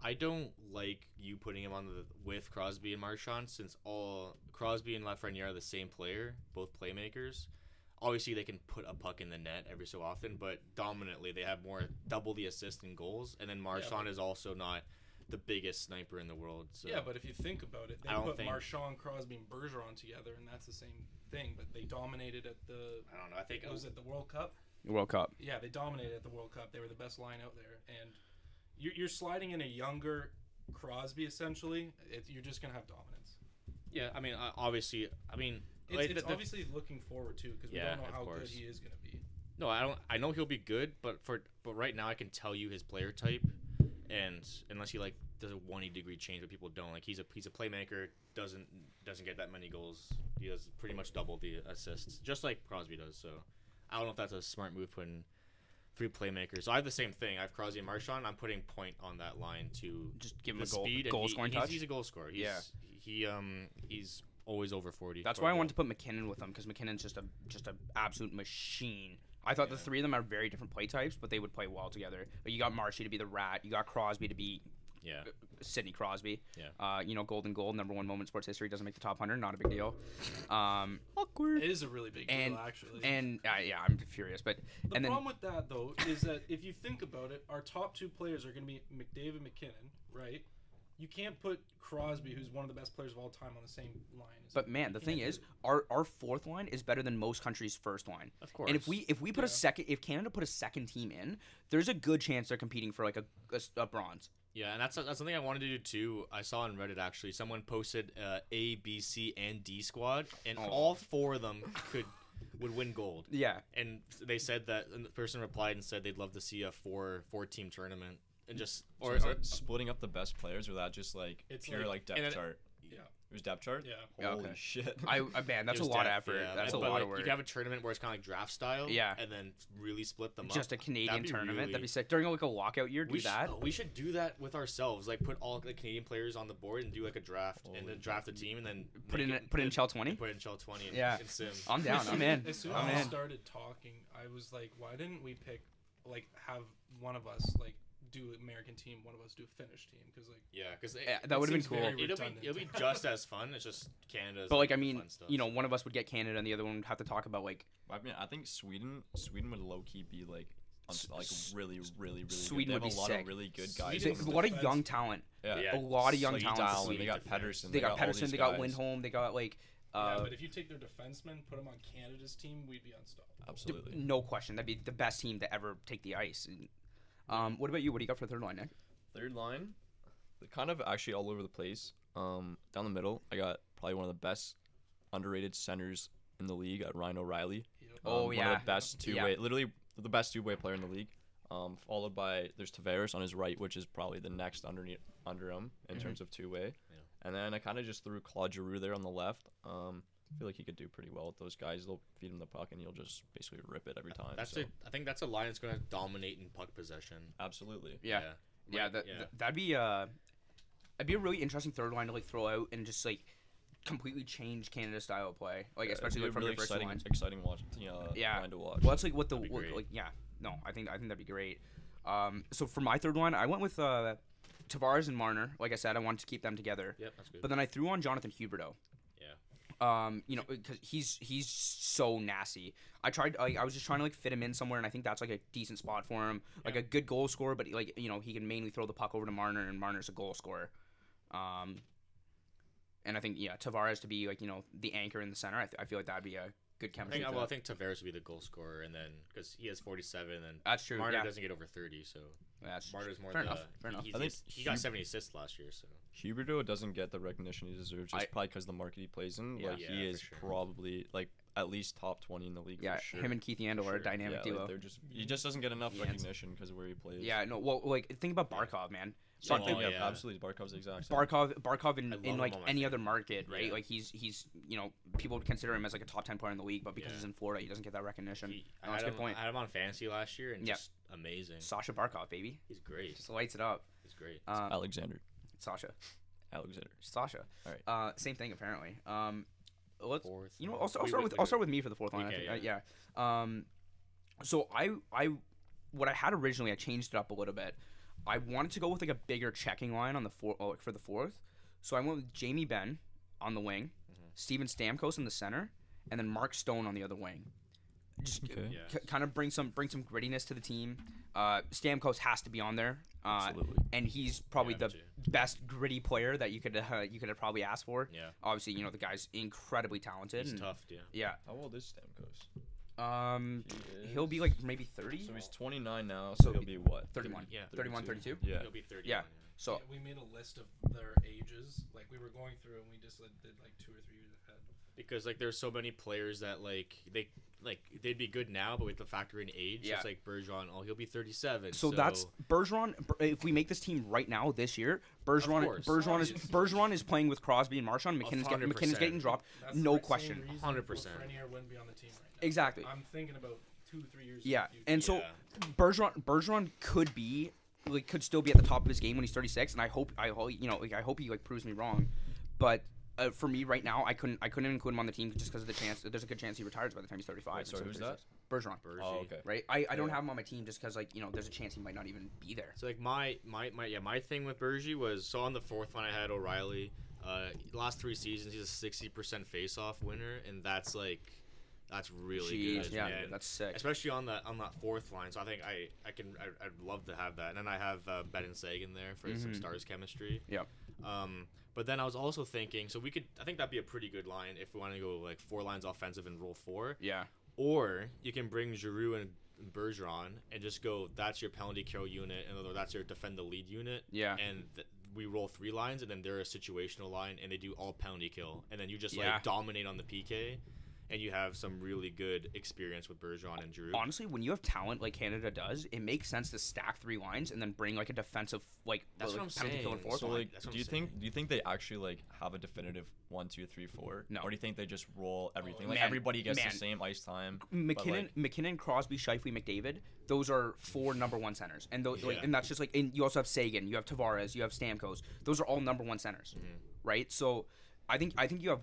[SPEAKER 3] I don't like you putting him on the with Crosby and Marchand since all Crosby and Lafreniere are the same player, both playmakers. Obviously, they can put a puck in the net every so often, but dominantly they have more double the assists and goals. And then Marchand is also not the biggest sniper in the world. So
[SPEAKER 5] Yeah, but if you think about it, they
[SPEAKER 3] I don't
[SPEAKER 5] put
[SPEAKER 3] think-
[SPEAKER 5] Marchand, Crosby, and Bergeron together, and that's the same thing. But they dominated at the
[SPEAKER 3] I don't know. I think
[SPEAKER 5] what was it the World Cup?
[SPEAKER 2] World Cup.
[SPEAKER 5] Yeah, they dominated at the World Cup. They were the best line out there, and you're, you're sliding in a younger Crosby essentially. It, you're just gonna have dominance.
[SPEAKER 3] yeah. I mean, I- obviously, I mean,
[SPEAKER 5] It's,
[SPEAKER 3] like,
[SPEAKER 5] it's
[SPEAKER 3] the- the-
[SPEAKER 5] obviously looking forward too because
[SPEAKER 3] Yeah,
[SPEAKER 5] we don't
[SPEAKER 3] of
[SPEAKER 5] know how
[SPEAKER 3] course.
[SPEAKER 5] good he is gonna be.
[SPEAKER 3] No, I don't. I know he'll be good, but for but right now I can tell you his player type, and unless he like does a one degree change, but people don't like he's a he's a playmaker. Doesn't doesn't get that many goals. He does pretty much double the assists, just like Crosby does. So I don't know if that's a smart move putting three playmakers. So I have the same thing. I have Crosby and Marchand. I'm putting point on that line to
[SPEAKER 2] Just give him
[SPEAKER 3] the
[SPEAKER 2] a goal,
[SPEAKER 3] speed. and
[SPEAKER 2] goal
[SPEAKER 3] he-
[SPEAKER 2] scoring
[SPEAKER 3] he's,
[SPEAKER 2] touch.
[SPEAKER 3] He's a goal scorer. He's, He um he's always over forty.
[SPEAKER 2] That's why I wanted to put McKinnon with them because McKinnon's just a just an absolute machine. I thought the three of them are very different play types, but they would play well together. But you got Marshy to be the rat, you got Crosby to be
[SPEAKER 3] Yeah.
[SPEAKER 2] Sidney Crosby.
[SPEAKER 3] Yeah.
[SPEAKER 2] Uh, you know, golden goal, number one moment in sports history, doesn't make the top hundred, not a big deal. Um,
[SPEAKER 5] It is a really big deal,
[SPEAKER 2] and
[SPEAKER 5] actually.
[SPEAKER 2] and uh, yeah, I'm furious, but
[SPEAKER 5] the
[SPEAKER 2] and then
[SPEAKER 5] problem with that though is that if you think about it, our top two players are going to be McDavid, McKinnon, right? You can't put Crosby, who's one of the best players of all time, on the same line. as
[SPEAKER 2] But
[SPEAKER 5] him.
[SPEAKER 2] man, the
[SPEAKER 5] You
[SPEAKER 2] thing
[SPEAKER 5] can't
[SPEAKER 2] is,
[SPEAKER 5] do
[SPEAKER 2] our, our fourth line is better than most countries' first line.
[SPEAKER 3] Of course.
[SPEAKER 2] And if we if we put a
[SPEAKER 5] Yeah.
[SPEAKER 2] second, if Canada put a second team in, there's a good chance they're competing for like a, a s- a bronze.
[SPEAKER 3] Yeah, and that's that's something I wanted to do too. I saw on Reddit actually someone posted uh, A, B, C, and D squad, and
[SPEAKER 2] Oh.
[SPEAKER 3] all four of them could would win gold.
[SPEAKER 2] Yeah,
[SPEAKER 3] And they said that and the person replied and said they'd love to see a four four team tournament and just
[SPEAKER 6] Or
[SPEAKER 3] or,
[SPEAKER 6] is
[SPEAKER 3] or
[SPEAKER 6] that splitting up the best players, or that just like
[SPEAKER 5] It's
[SPEAKER 6] pure
[SPEAKER 5] like-
[SPEAKER 6] like, depth
[SPEAKER 3] and then-
[SPEAKER 6] chart?
[SPEAKER 5] Yeah.
[SPEAKER 6] It was depth chart.
[SPEAKER 5] Yeah.
[SPEAKER 2] Yeah,
[SPEAKER 6] Holy
[SPEAKER 2] okay.
[SPEAKER 6] shit.
[SPEAKER 2] I, I man, that's a
[SPEAKER 3] It was
[SPEAKER 2] lot of
[SPEAKER 3] depth,
[SPEAKER 2] effort.
[SPEAKER 3] yeah.
[SPEAKER 2] That's a
[SPEAKER 3] But,
[SPEAKER 2] lot
[SPEAKER 3] like,
[SPEAKER 2] of work.
[SPEAKER 3] You could have a tournament where it's kind of like draft style.
[SPEAKER 2] Yeah.
[SPEAKER 3] And then really split them up.
[SPEAKER 2] Just a Canadian
[SPEAKER 3] be
[SPEAKER 2] tournament, that'd
[SPEAKER 3] really-
[SPEAKER 2] be sick. During like a walkout year, do
[SPEAKER 3] We
[SPEAKER 2] that.
[SPEAKER 3] Should, we should do that with ourselves. Like put all the Canadian players on the board and do like a draft, and then draft a team, and then
[SPEAKER 2] Put
[SPEAKER 3] make
[SPEAKER 2] in a- put in
[SPEAKER 3] and-
[SPEAKER 2] Chell 20?
[SPEAKER 3] and Put in Chell twenty. And,
[SPEAKER 2] Yeah.
[SPEAKER 3] and Sim.
[SPEAKER 2] I'm down. I'm in.
[SPEAKER 5] As soon
[SPEAKER 2] I'm
[SPEAKER 5] as we
[SPEAKER 2] in.
[SPEAKER 5] started talking, I was like, why didn't we pick, like, have one of us like do American team, one of us do Finnish team? Because like,
[SPEAKER 3] Yeah, because
[SPEAKER 2] Yeah, that would've been
[SPEAKER 5] seems
[SPEAKER 2] cool.
[SPEAKER 5] very
[SPEAKER 3] It'll be, it'll be
[SPEAKER 5] redundant.
[SPEAKER 3] just as fun. It's just Canada's.
[SPEAKER 2] But like, I
[SPEAKER 3] the
[SPEAKER 2] mean,
[SPEAKER 3] fun stuff.
[SPEAKER 2] you know, one of us would get Canada, and the other one would have to talk about like
[SPEAKER 6] I mean, I think Sweden, Sweden would low key be like, un-
[SPEAKER 2] S-
[SPEAKER 6] like
[SPEAKER 2] s-
[SPEAKER 6] really, really, really.
[SPEAKER 2] Sweden
[SPEAKER 6] good.
[SPEAKER 2] would be
[SPEAKER 6] They have a lot
[SPEAKER 2] sick.
[SPEAKER 6] of really good
[SPEAKER 5] Sweden
[SPEAKER 6] guys.
[SPEAKER 2] they-
[SPEAKER 6] on
[SPEAKER 5] is
[SPEAKER 6] the
[SPEAKER 2] a lot
[SPEAKER 5] best.
[SPEAKER 2] of young talent.
[SPEAKER 6] Yeah.
[SPEAKER 3] Yeah.
[SPEAKER 2] A lot of young
[SPEAKER 6] Slade
[SPEAKER 2] talent.
[SPEAKER 6] Allen,
[SPEAKER 2] Sweden.
[SPEAKER 6] They got Pedersen.
[SPEAKER 2] They got
[SPEAKER 6] all these
[SPEAKER 2] Pedersen. They got
[SPEAKER 6] guys.
[SPEAKER 2] Lindholm. They got like.
[SPEAKER 5] yeah,
[SPEAKER 2] Uh,
[SPEAKER 5] but if you take their defensemen, put them on Canada's team, we'd be unstoppable.
[SPEAKER 2] d-
[SPEAKER 6] Absolutely.
[SPEAKER 2] no question, that'd be the best team to ever take the ice. Um, what about you? What do you got for third line, Nick?
[SPEAKER 6] Third line, they're kind of actually all over the place. Um, down the middle, I got probably one of the best underrated centers in the league at Ryan O'Reilly.
[SPEAKER 5] Yep.
[SPEAKER 6] Um,
[SPEAKER 2] Oh,
[SPEAKER 6] one
[SPEAKER 2] yeah.
[SPEAKER 6] of the best
[SPEAKER 2] Yeah.
[SPEAKER 6] two way, literally the best two way player in the league. Um, followed by there's Tavares on his right, which is probably the next underneath under him in terms
[SPEAKER 2] Mm-hmm.
[SPEAKER 6] of two way. And then I kind of just threw Claude Giroux there on the left. Um, I feel like he could do pretty well with those guys. They'll feed him the puck and he'll just basically rip it every time.
[SPEAKER 3] that's
[SPEAKER 6] so.
[SPEAKER 3] it. I think that's a line that's going to dominate in puck possession.
[SPEAKER 6] Absolutely.
[SPEAKER 2] Yeah,
[SPEAKER 3] Yeah.
[SPEAKER 2] yeah,
[SPEAKER 3] Right,
[SPEAKER 2] that,
[SPEAKER 3] yeah.
[SPEAKER 2] th- that'd be uh, that'd be a really interesting third line to like throw out and just like completely change Canada's style of play, like
[SPEAKER 6] Yeah, it'd
[SPEAKER 2] especially
[SPEAKER 6] be
[SPEAKER 2] like
[SPEAKER 6] a
[SPEAKER 2] from
[SPEAKER 6] really
[SPEAKER 2] your first
[SPEAKER 6] exciting,
[SPEAKER 2] lines.
[SPEAKER 6] exciting watch. You know,
[SPEAKER 2] Yeah.
[SPEAKER 6] line to watch.
[SPEAKER 2] Well, that's like what the
[SPEAKER 3] That'd be
[SPEAKER 2] what-
[SPEAKER 3] great.
[SPEAKER 2] like yeah. No, I think I think that'd be great. Um, so for my third line, I went with uh, Tavares and Marner. Like I said, I wanted to keep them together,
[SPEAKER 3] Yep, that's good.
[SPEAKER 2] but then I threw on Jonathan Huberto.
[SPEAKER 3] yeah.
[SPEAKER 2] um you know because he's he's so nasty i tried like i was just trying to like fit him in somewhere and i think that's like a decent spot for him like a good goal scorer but like you know he can mainly throw the puck over to marner and marner's a goal scorer um and i think yeah tavares to be like you know the anchor in the center i, th- I feel like that'd be a good
[SPEAKER 3] I
[SPEAKER 2] chemistry
[SPEAKER 3] think,
[SPEAKER 2] fit.
[SPEAKER 3] well, I think Tavares would be the goal scorer, and then because he has 47, and
[SPEAKER 2] that's true
[SPEAKER 3] Marner
[SPEAKER 2] yeah.
[SPEAKER 3] doesn't get over 30, so
[SPEAKER 2] that's
[SPEAKER 3] Marner's more
[SPEAKER 2] fair
[SPEAKER 3] the.
[SPEAKER 2] enough fair enough
[SPEAKER 3] He's,
[SPEAKER 6] I think
[SPEAKER 3] he's- he got
[SPEAKER 6] Hub-
[SPEAKER 3] 70 assists last year, so
[SPEAKER 6] Huberto doesn't get the recognition he deserves just
[SPEAKER 2] I-
[SPEAKER 6] probably because the market he plays in.
[SPEAKER 2] Yeah.
[SPEAKER 6] like
[SPEAKER 3] Yeah,
[SPEAKER 6] he
[SPEAKER 3] for
[SPEAKER 6] is
[SPEAKER 3] sure.
[SPEAKER 6] probably like at least top twenty in the league.
[SPEAKER 2] yeah
[SPEAKER 6] for sure.
[SPEAKER 2] him and keith yandel are
[SPEAKER 3] Sure.
[SPEAKER 2] a dynamic
[SPEAKER 6] yeah,
[SPEAKER 2] duo
[SPEAKER 6] like, they're just he just doesn't get enough
[SPEAKER 2] Yeah, it's-
[SPEAKER 6] recognition because of where he plays.
[SPEAKER 2] yeah no well like think about barkov man
[SPEAKER 6] Oh,
[SPEAKER 2] Barkov-
[SPEAKER 3] Something-
[SPEAKER 6] yeah,
[SPEAKER 3] yeah.
[SPEAKER 6] absolutely. Barkov's the exact same.
[SPEAKER 2] Barkov, Barkov in,
[SPEAKER 3] I love
[SPEAKER 2] in
[SPEAKER 3] him
[SPEAKER 2] like
[SPEAKER 3] on my
[SPEAKER 2] any other market, right?
[SPEAKER 3] Yeah.
[SPEAKER 2] Like he's he's you know people would consider him as like a top ten player in the league, but because
[SPEAKER 3] Yeah.
[SPEAKER 2] he's in Florida, he doesn't get that recognition.
[SPEAKER 3] he,
[SPEAKER 2] No,
[SPEAKER 3] I,
[SPEAKER 2] that's
[SPEAKER 3] had
[SPEAKER 2] a good
[SPEAKER 3] him,
[SPEAKER 2] point.
[SPEAKER 3] I had him on fantasy last year, and
[SPEAKER 2] Yeah.
[SPEAKER 3] just amazing.
[SPEAKER 2] Sasha Barkov, baby,
[SPEAKER 3] He's great.
[SPEAKER 2] just lights it up.
[SPEAKER 3] He's great.
[SPEAKER 2] Uh,
[SPEAKER 6] Alexander.
[SPEAKER 2] Sasha,
[SPEAKER 6] Alexander.
[SPEAKER 2] Sasha.
[SPEAKER 6] Alright.
[SPEAKER 2] Uh, same thing apparently. Um, let's
[SPEAKER 3] Fourth.
[SPEAKER 2] you know
[SPEAKER 3] line.
[SPEAKER 2] I'll, st- I'll
[SPEAKER 3] Wait,
[SPEAKER 2] start
[SPEAKER 3] wait,
[SPEAKER 2] with
[SPEAKER 3] wait,
[SPEAKER 2] I'll
[SPEAKER 3] wait.
[SPEAKER 2] start with me for the fourth line. I
[SPEAKER 3] Okay,
[SPEAKER 2] think, yeah. Uh, yeah. Um, so I I what I had originally I changed it up a little bit. I wanted to go with like a bigger checking line on the four oh, for the fourth. So I went with Jamie Ben on the wing,
[SPEAKER 3] Mm-hmm.
[SPEAKER 2] Steven Stamkos in the center, and then Mark Stone on the other wing. Just
[SPEAKER 6] Okay.
[SPEAKER 3] Yeah.
[SPEAKER 2] kind of bring some bring some grittiness to the team. Uh, Stamkos has to be on there. Uh,
[SPEAKER 6] Absolutely.
[SPEAKER 2] and he's probably
[SPEAKER 3] Yeah,
[SPEAKER 2] the
[SPEAKER 3] me
[SPEAKER 2] best gritty player that you could uh, you could have probably asked for.
[SPEAKER 3] Yeah.
[SPEAKER 2] Obviously, you know the guy's incredibly talented.
[SPEAKER 3] He's
[SPEAKER 2] and-
[SPEAKER 3] tough, yeah.
[SPEAKER 2] Yeah.
[SPEAKER 6] How old is Stamkos?
[SPEAKER 2] Um,
[SPEAKER 6] He
[SPEAKER 2] he'll be
[SPEAKER 6] is-
[SPEAKER 2] like maybe 30,
[SPEAKER 6] So he's 29 now. So
[SPEAKER 2] So
[SPEAKER 6] he'll
[SPEAKER 2] he-
[SPEAKER 6] be what?
[SPEAKER 2] 31.
[SPEAKER 3] Yeah,
[SPEAKER 2] 31, 32.
[SPEAKER 6] Yeah.
[SPEAKER 3] He'll be 30.
[SPEAKER 2] Yeah. So
[SPEAKER 5] Yeah, we made a list of their ages. Like we were going through, and we just like, did like two or three years ahead.
[SPEAKER 3] because like there's so many players that like they like they'd be good now, but with the factor in age,
[SPEAKER 2] Yeah.
[SPEAKER 3] it's like Bergeron. Oh, he'll be 37.
[SPEAKER 2] so that's Bergeron. Ber- If we make this team right now this year, Bergeron
[SPEAKER 3] course.
[SPEAKER 2] Bergeron is
[SPEAKER 5] Obvious.
[SPEAKER 2] Bergeron is playing with Crosby and Marshawn. McKinnon's, get,
[SPEAKER 3] 100%.
[SPEAKER 2] McKinnon's getting dropped.
[SPEAKER 5] That's
[SPEAKER 2] no
[SPEAKER 5] the same
[SPEAKER 2] question.
[SPEAKER 5] reason
[SPEAKER 3] 100%.
[SPEAKER 5] Lafreniere wouldn't be on the team right now.
[SPEAKER 2] Exactly.
[SPEAKER 5] I'm thinking about two, three years. in the
[SPEAKER 2] Yeah,
[SPEAKER 5] future.
[SPEAKER 2] and so
[SPEAKER 3] Yeah.
[SPEAKER 2] Bergeron Bergeron could be like could still be at the top of his game when he's 36, and I hope I hope you know like I hope he like proves me wrong, but uh, for me right now, I couldn't I couldn't include him on the team just because of the chance. There's a good chance he retires by the time he's 35.
[SPEAKER 6] Wait,
[SPEAKER 2] instead
[SPEAKER 6] sorry,
[SPEAKER 2] of
[SPEAKER 6] who's that?
[SPEAKER 2] 36. Bergeron.
[SPEAKER 3] Bergy.
[SPEAKER 6] Oh, okay.
[SPEAKER 2] Right. I, I don't have him on my team just because like you know there's a chance he might not even be there.
[SPEAKER 3] So like my my, my yeah my thing with Bergie was so on the fourth line I had O'Reilly. Uh, last three seasons he's a sixty percent face-off winner, and that's like that's really
[SPEAKER 2] Jeez,
[SPEAKER 3] good.
[SPEAKER 2] yeah,
[SPEAKER 3] man.
[SPEAKER 2] that's sick.
[SPEAKER 3] Especially on that on that fourth line, so I think I I can I, I'd love to have that, and then I have uh, Ben and Sagan there for some stars chemistry.
[SPEAKER 2] Mm-hmm. Yep.
[SPEAKER 3] Um, but then I was also thinking, so we could I think that'd be a pretty good line if we want to go like four lines offensive and roll four.
[SPEAKER 2] Yeah.
[SPEAKER 3] Or you can bring Giroux and Bergeron and just go, that's your penalty kill unit, and then that's your defend the lead unit.
[SPEAKER 2] Yeah.
[SPEAKER 3] And th- we roll three lines, and then they're a situational line, and they do all penalty kill. And then you just
[SPEAKER 2] Yeah.
[SPEAKER 3] like dominate on the PK, and you have some really good experience with Bergeron and Giroux.
[SPEAKER 2] Honestly, when you have talent like Canada does, it makes sense to stack three lines and then bring like a defensive like
[SPEAKER 3] That's
[SPEAKER 2] like,
[SPEAKER 3] what I'm
[SPEAKER 2] penalty kill and
[SPEAKER 3] saying.
[SPEAKER 2] fourth
[SPEAKER 6] So
[SPEAKER 2] line.
[SPEAKER 6] like,
[SPEAKER 3] That's what
[SPEAKER 6] do
[SPEAKER 3] I'm
[SPEAKER 6] you
[SPEAKER 3] saying.
[SPEAKER 6] think do you think they actually like have a definitive one, two, three, four?
[SPEAKER 2] No.
[SPEAKER 6] Or do you think they just roll everything? like
[SPEAKER 2] Man,
[SPEAKER 6] everybody gets
[SPEAKER 2] man.
[SPEAKER 6] the same ice time. but,
[SPEAKER 2] McKinnon,
[SPEAKER 6] like,
[SPEAKER 2] McKinnon, Crosby, Shifley, McDavid. Those are four number one centers, and those, like,
[SPEAKER 3] Yeah.
[SPEAKER 2] and that's just like. And you also have Sagan, you have Tavares, you have Stamkos. Those are all number one centers, right? So, I think I think you have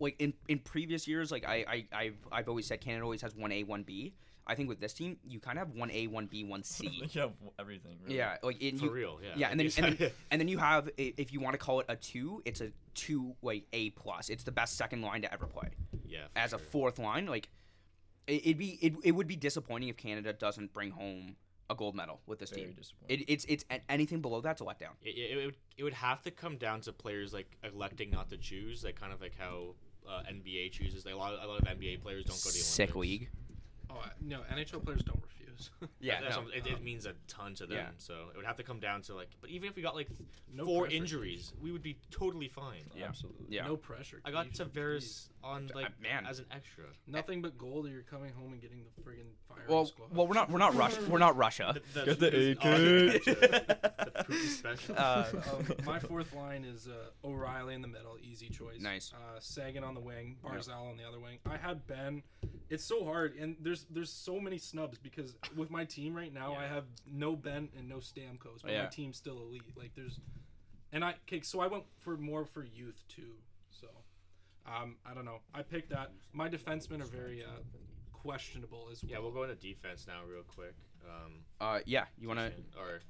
[SPEAKER 2] like in, in previous years, like I, I I've I've always said Canada always has one A, one B. I think with this team, you kind of have one A, one B, one C.
[SPEAKER 6] you have everything. Really.
[SPEAKER 2] Yeah, like in
[SPEAKER 3] For
[SPEAKER 2] you,
[SPEAKER 3] real, yeah.
[SPEAKER 2] yeah, and then,
[SPEAKER 3] Like you
[SPEAKER 2] and then
[SPEAKER 3] said.
[SPEAKER 2] and then you have i- if you want to call it a two, it's a two like A plus. It's the best second line to ever play
[SPEAKER 3] yeah. for
[SPEAKER 2] as a
[SPEAKER 3] sure.
[SPEAKER 2] fourth line, like it, it'd be it, it would be disappointing if Canada doesn't bring home a gold medal with this
[SPEAKER 6] Very
[SPEAKER 2] team.
[SPEAKER 6] disappointing.
[SPEAKER 2] It, it's it's a- anything below that's a letdown.
[SPEAKER 3] It, it, it would it would have to come down to players like electing not to choose, like kind of like how uh, NBA chooses. Like, a lot of, a lot of NBA players don't go to the
[SPEAKER 2] Sick
[SPEAKER 3] Olympics.
[SPEAKER 2] league.
[SPEAKER 5] Oh I- no, NHL players don't refuse.
[SPEAKER 2] Yeah,
[SPEAKER 3] That's
[SPEAKER 2] no.
[SPEAKER 3] what I'm-
[SPEAKER 5] Oh.
[SPEAKER 3] it, it means a ton to them.
[SPEAKER 2] Yeah.
[SPEAKER 3] So it would have to come down to like, but even if we got like th-
[SPEAKER 5] No
[SPEAKER 3] four
[SPEAKER 5] pressure.
[SPEAKER 3] injuries, we would be totally fine.
[SPEAKER 6] Yeah. Absolutely.
[SPEAKER 2] yeah. uh,
[SPEAKER 5] No pressure.
[SPEAKER 3] I got
[SPEAKER 5] Canadian, please.
[SPEAKER 3] Tavares on like
[SPEAKER 2] man.
[SPEAKER 3] as an extra.
[SPEAKER 5] Nothing but gold, or you're coming home and getting the friggin' firing
[SPEAKER 2] Well,
[SPEAKER 5] squad.
[SPEAKER 2] well, we're not we're not Russia. We're not Russia.
[SPEAKER 6] Get the
[SPEAKER 3] the poopy special.
[SPEAKER 2] Uh,
[SPEAKER 5] um, my fourth line is uh, O'Reilly in the middle, easy choice.
[SPEAKER 2] Nice.
[SPEAKER 5] Uh, Sagan on the wing, Barzal on the other wing. I had Ben. It's so hard, and there's there's so many snubs because with my team right now, I have no Ben and no Stamkos, but
[SPEAKER 2] Yeah.
[SPEAKER 5] my team's still elite. Like there's, and I okay, so I went for more for youth too. So, um, I don't know. I picked that. My defensemen are very uh, questionable as well.
[SPEAKER 3] yeah, we'll go into defense now real quick. Um,
[SPEAKER 2] Uh, yeah, you wanna?
[SPEAKER 3] or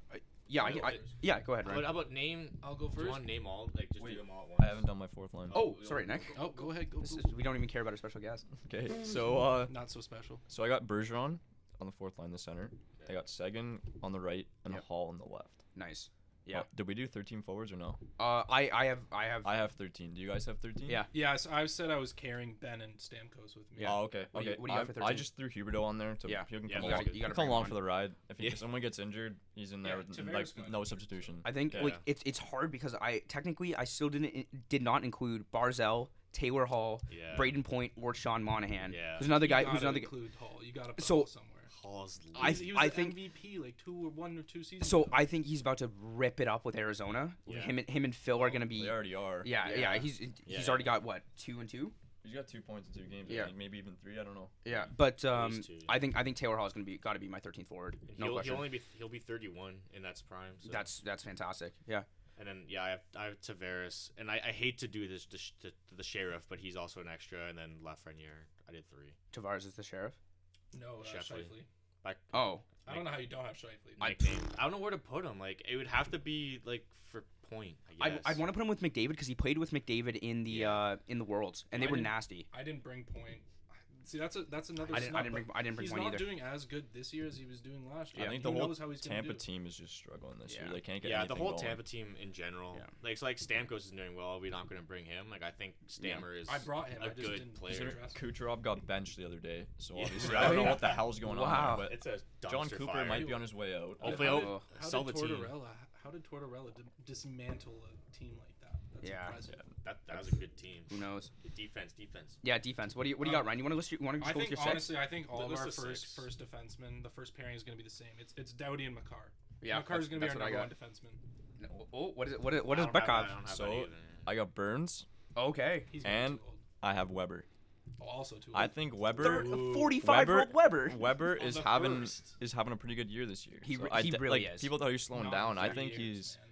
[SPEAKER 2] Yeah, I, I, yeah. Go ahead,
[SPEAKER 3] how about,
[SPEAKER 2] Ryan.
[SPEAKER 3] how about name? um,
[SPEAKER 5] I'll go
[SPEAKER 3] Do you
[SPEAKER 5] first.
[SPEAKER 3] want to name all? Like just do them all at once.
[SPEAKER 6] I haven't done my fourth line.
[SPEAKER 2] Oh, sorry, Nick.
[SPEAKER 5] Oh, go ahead. Go.
[SPEAKER 2] This
[SPEAKER 5] go.
[SPEAKER 2] is, we don't even care about a special guest.
[SPEAKER 6] Okay. So uh,
[SPEAKER 5] Not so special.
[SPEAKER 6] so I got Bergeron on the fourth line, the center. I got Sagan on the right and
[SPEAKER 2] Yep.
[SPEAKER 6] Hall on the left.
[SPEAKER 2] Nice. Yeah.
[SPEAKER 6] Oh, did we do 13 forwards or no?
[SPEAKER 2] Uh, I I have I have.
[SPEAKER 6] I have 13. Do you guys have 13?
[SPEAKER 2] Yeah.
[SPEAKER 5] Yeah, so I said I was carrying Ben and Stamkos with me.
[SPEAKER 2] Yeah.
[SPEAKER 6] Oh, okay.
[SPEAKER 2] What do
[SPEAKER 6] okay.
[SPEAKER 2] you- what do you
[SPEAKER 6] I,
[SPEAKER 2] have for
[SPEAKER 6] I
[SPEAKER 2] 13?
[SPEAKER 6] just threw Huberto on there. To,
[SPEAKER 2] Yeah.
[SPEAKER 6] He can
[SPEAKER 3] Yeah,
[SPEAKER 6] come
[SPEAKER 3] you
[SPEAKER 6] along,
[SPEAKER 3] gotta- you
[SPEAKER 6] he
[SPEAKER 2] gotta
[SPEAKER 6] can come
[SPEAKER 2] bring
[SPEAKER 6] along
[SPEAKER 2] him
[SPEAKER 6] for the ride. If, he,
[SPEAKER 3] Yeah.
[SPEAKER 6] if someone gets injured, he's in there
[SPEAKER 5] Yeah,
[SPEAKER 6] with
[SPEAKER 5] Tavares
[SPEAKER 6] like,
[SPEAKER 5] got
[SPEAKER 6] no
[SPEAKER 5] injured, so-
[SPEAKER 6] substitution.
[SPEAKER 2] I think
[SPEAKER 6] Yeah.
[SPEAKER 2] like it's it's hard because I technically I still didn't in- did not include Barzell, Taylor Hall,
[SPEAKER 3] Yeah.
[SPEAKER 2] Braden Point, or Sean Monahan.
[SPEAKER 3] Yeah.
[SPEAKER 2] Who's another
[SPEAKER 5] You
[SPEAKER 2] guy?
[SPEAKER 5] gotta
[SPEAKER 2] Who's another guy?
[SPEAKER 5] include Hall. You gotta put
[SPEAKER 2] So-
[SPEAKER 5] Hall somewhere.
[SPEAKER 3] Hall's
[SPEAKER 2] I-
[SPEAKER 5] He was- he was
[SPEAKER 2] I
[SPEAKER 5] the
[SPEAKER 2] think-
[SPEAKER 5] MVP like two or one or two seasons.
[SPEAKER 2] So
[SPEAKER 5] ago.
[SPEAKER 2] I think he's about to rip it up with Arizona.
[SPEAKER 3] Yeah.
[SPEAKER 2] Him and him and Phil Oh, are gonna be.
[SPEAKER 6] They already are.
[SPEAKER 2] yeah, yeah,
[SPEAKER 3] Yeah.
[SPEAKER 2] He's he's
[SPEAKER 3] Yeah.
[SPEAKER 2] already got what two and two.
[SPEAKER 6] He's got two points in two games.
[SPEAKER 2] Yeah.
[SPEAKER 6] Yeah. Maybe even three. I don't know.
[SPEAKER 2] Yeah, but
[SPEAKER 3] At
[SPEAKER 2] um,
[SPEAKER 3] least two, yeah.
[SPEAKER 2] I think I think Taylor Hall is gonna be got to be my 13th forward.
[SPEAKER 3] And
[SPEAKER 2] No
[SPEAKER 3] he'll,
[SPEAKER 2] question.
[SPEAKER 3] he'll only be he'll be 31 in that's prime. So.
[SPEAKER 2] That's that's fantastic. Yeah.
[SPEAKER 3] and then yeah I have I have Tavares and I, I hate to do this to, sh- to, to the sheriff but he's also an extra and then Lafreniere I did three.
[SPEAKER 2] Tavares is the sheriff.
[SPEAKER 5] no, uh,
[SPEAKER 3] Shifley.
[SPEAKER 5] Shifley.
[SPEAKER 3] Back
[SPEAKER 2] Oh,
[SPEAKER 5] I don't know how you don't have Shifley.
[SPEAKER 2] I-
[SPEAKER 3] nickname. I, don't know where to put him. Like it would have to be like for point. I
[SPEAKER 2] I
[SPEAKER 3] guess.
[SPEAKER 2] I want to put him with McDavid because he played with McDavid in the
[SPEAKER 3] Yeah.
[SPEAKER 2] uh in the Worlds and they
[SPEAKER 5] I
[SPEAKER 2] were
[SPEAKER 5] didn't-
[SPEAKER 2] nasty.
[SPEAKER 5] I didn't bring point. See, that's a that's another.
[SPEAKER 2] I didn't- I
[SPEAKER 5] snub,
[SPEAKER 2] didn't bring-
[SPEAKER 5] but
[SPEAKER 2] I didn't bring
[SPEAKER 5] He's
[SPEAKER 2] point
[SPEAKER 5] not
[SPEAKER 2] either.
[SPEAKER 5] doing as good this year as he was doing last year.
[SPEAKER 6] I think
[SPEAKER 5] Who
[SPEAKER 6] the whole
[SPEAKER 5] knows how he's gonna
[SPEAKER 6] Tampa
[SPEAKER 5] do.
[SPEAKER 6] team is just struggling this
[SPEAKER 2] Yeah.
[SPEAKER 6] year. They can't get
[SPEAKER 3] yeah, the
[SPEAKER 6] anything
[SPEAKER 3] whole
[SPEAKER 6] going.
[SPEAKER 3] Tampa team in general.
[SPEAKER 2] Yeah.
[SPEAKER 3] Like, so like Stamkos is doing well. We're not going to bring him. Like I think Stammer is.
[SPEAKER 5] I brought him,
[SPEAKER 3] a
[SPEAKER 5] I just
[SPEAKER 3] good
[SPEAKER 5] didn't
[SPEAKER 3] player.
[SPEAKER 6] Consider
[SPEAKER 5] Consider-
[SPEAKER 6] Kucherov got benched the other day, so
[SPEAKER 3] Yeah.
[SPEAKER 6] obviously I don't know
[SPEAKER 2] Really?
[SPEAKER 6] what the hell's going
[SPEAKER 2] Wow.
[SPEAKER 6] on. There,
[SPEAKER 3] It's a
[SPEAKER 6] but John
[SPEAKER 3] dumpster
[SPEAKER 6] Cooper
[SPEAKER 3] fire.
[SPEAKER 6] might be on his way out.
[SPEAKER 3] Hopefully,
[SPEAKER 5] How
[SPEAKER 3] I'll
[SPEAKER 5] did- How
[SPEAKER 3] sell the
[SPEAKER 5] did
[SPEAKER 3] team.
[SPEAKER 5] Tortorella? How did Tortorella d- dismantle a team like that? That's
[SPEAKER 2] Yeah.
[SPEAKER 5] impressive.
[SPEAKER 3] That, that was a good team.
[SPEAKER 2] Who knows?
[SPEAKER 3] Defense, defense.
[SPEAKER 2] Yeah, defense. What do you what do you
[SPEAKER 3] Um,
[SPEAKER 2] got, Ryan? You want to list? Your, you want to
[SPEAKER 5] I
[SPEAKER 2] go with
[SPEAKER 5] think
[SPEAKER 2] your six?
[SPEAKER 5] honestly, I think all of
[SPEAKER 3] List
[SPEAKER 5] our
[SPEAKER 3] of
[SPEAKER 5] first
[SPEAKER 3] six.
[SPEAKER 5] first defensemen, the first pairing is going to be the same. It's it's Doughty and Makar.
[SPEAKER 2] Yeah, that's-
[SPEAKER 5] Makar's going to be
[SPEAKER 2] that's
[SPEAKER 5] our
[SPEAKER 2] what I
[SPEAKER 5] number one
[SPEAKER 2] got.
[SPEAKER 5] defenseman.
[SPEAKER 2] No, Oh, what is it? What is, what
[SPEAKER 3] I
[SPEAKER 2] is
[SPEAKER 3] don't have that-
[SPEAKER 2] Bekov?
[SPEAKER 3] I don't have that
[SPEAKER 6] So
[SPEAKER 3] either.
[SPEAKER 6] I got Burns.
[SPEAKER 2] Okay.
[SPEAKER 5] He's
[SPEAKER 6] And-
[SPEAKER 5] too old.
[SPEAKER 6] I have Weber.
[SPEAKER 5] Oh, also too old.
[SPEAKER 6] I think Weber.
[SPEAKER 2] Third-
[SPEAKER 3] Ooh.
[SPEAKER 2] 45 year old Weber.
[SPEAKER 6] uh, Weber
[SPEAKER 3] On
[SPEAKER 6] is
[SPEAKER 3] the
[SPEAKER 6] having
[SPEAKER 3] first.
[SPEAKER 6] is having a pretty good year this year.
[SPEAKER 2] He
[SPEAKER 6] So
[SPEAKER 2] re-
[SPEAKER 6] I
[SPEAKER 2] he
[SPEAKER 6] d-
[SPEAKER 2] really
[SPEAKER 6] like,
[SPEAKER 2] is.
[SPEAKER 6] People thought he was slowing
[SPEAKER 5] Not
[SPEAKER 6] down. I
[SPEAKER 5] three
[SPEAKER 6] think
[SPEAKER 5] years,
[SPEAKER 6] he's
[SPEAKER 5] man.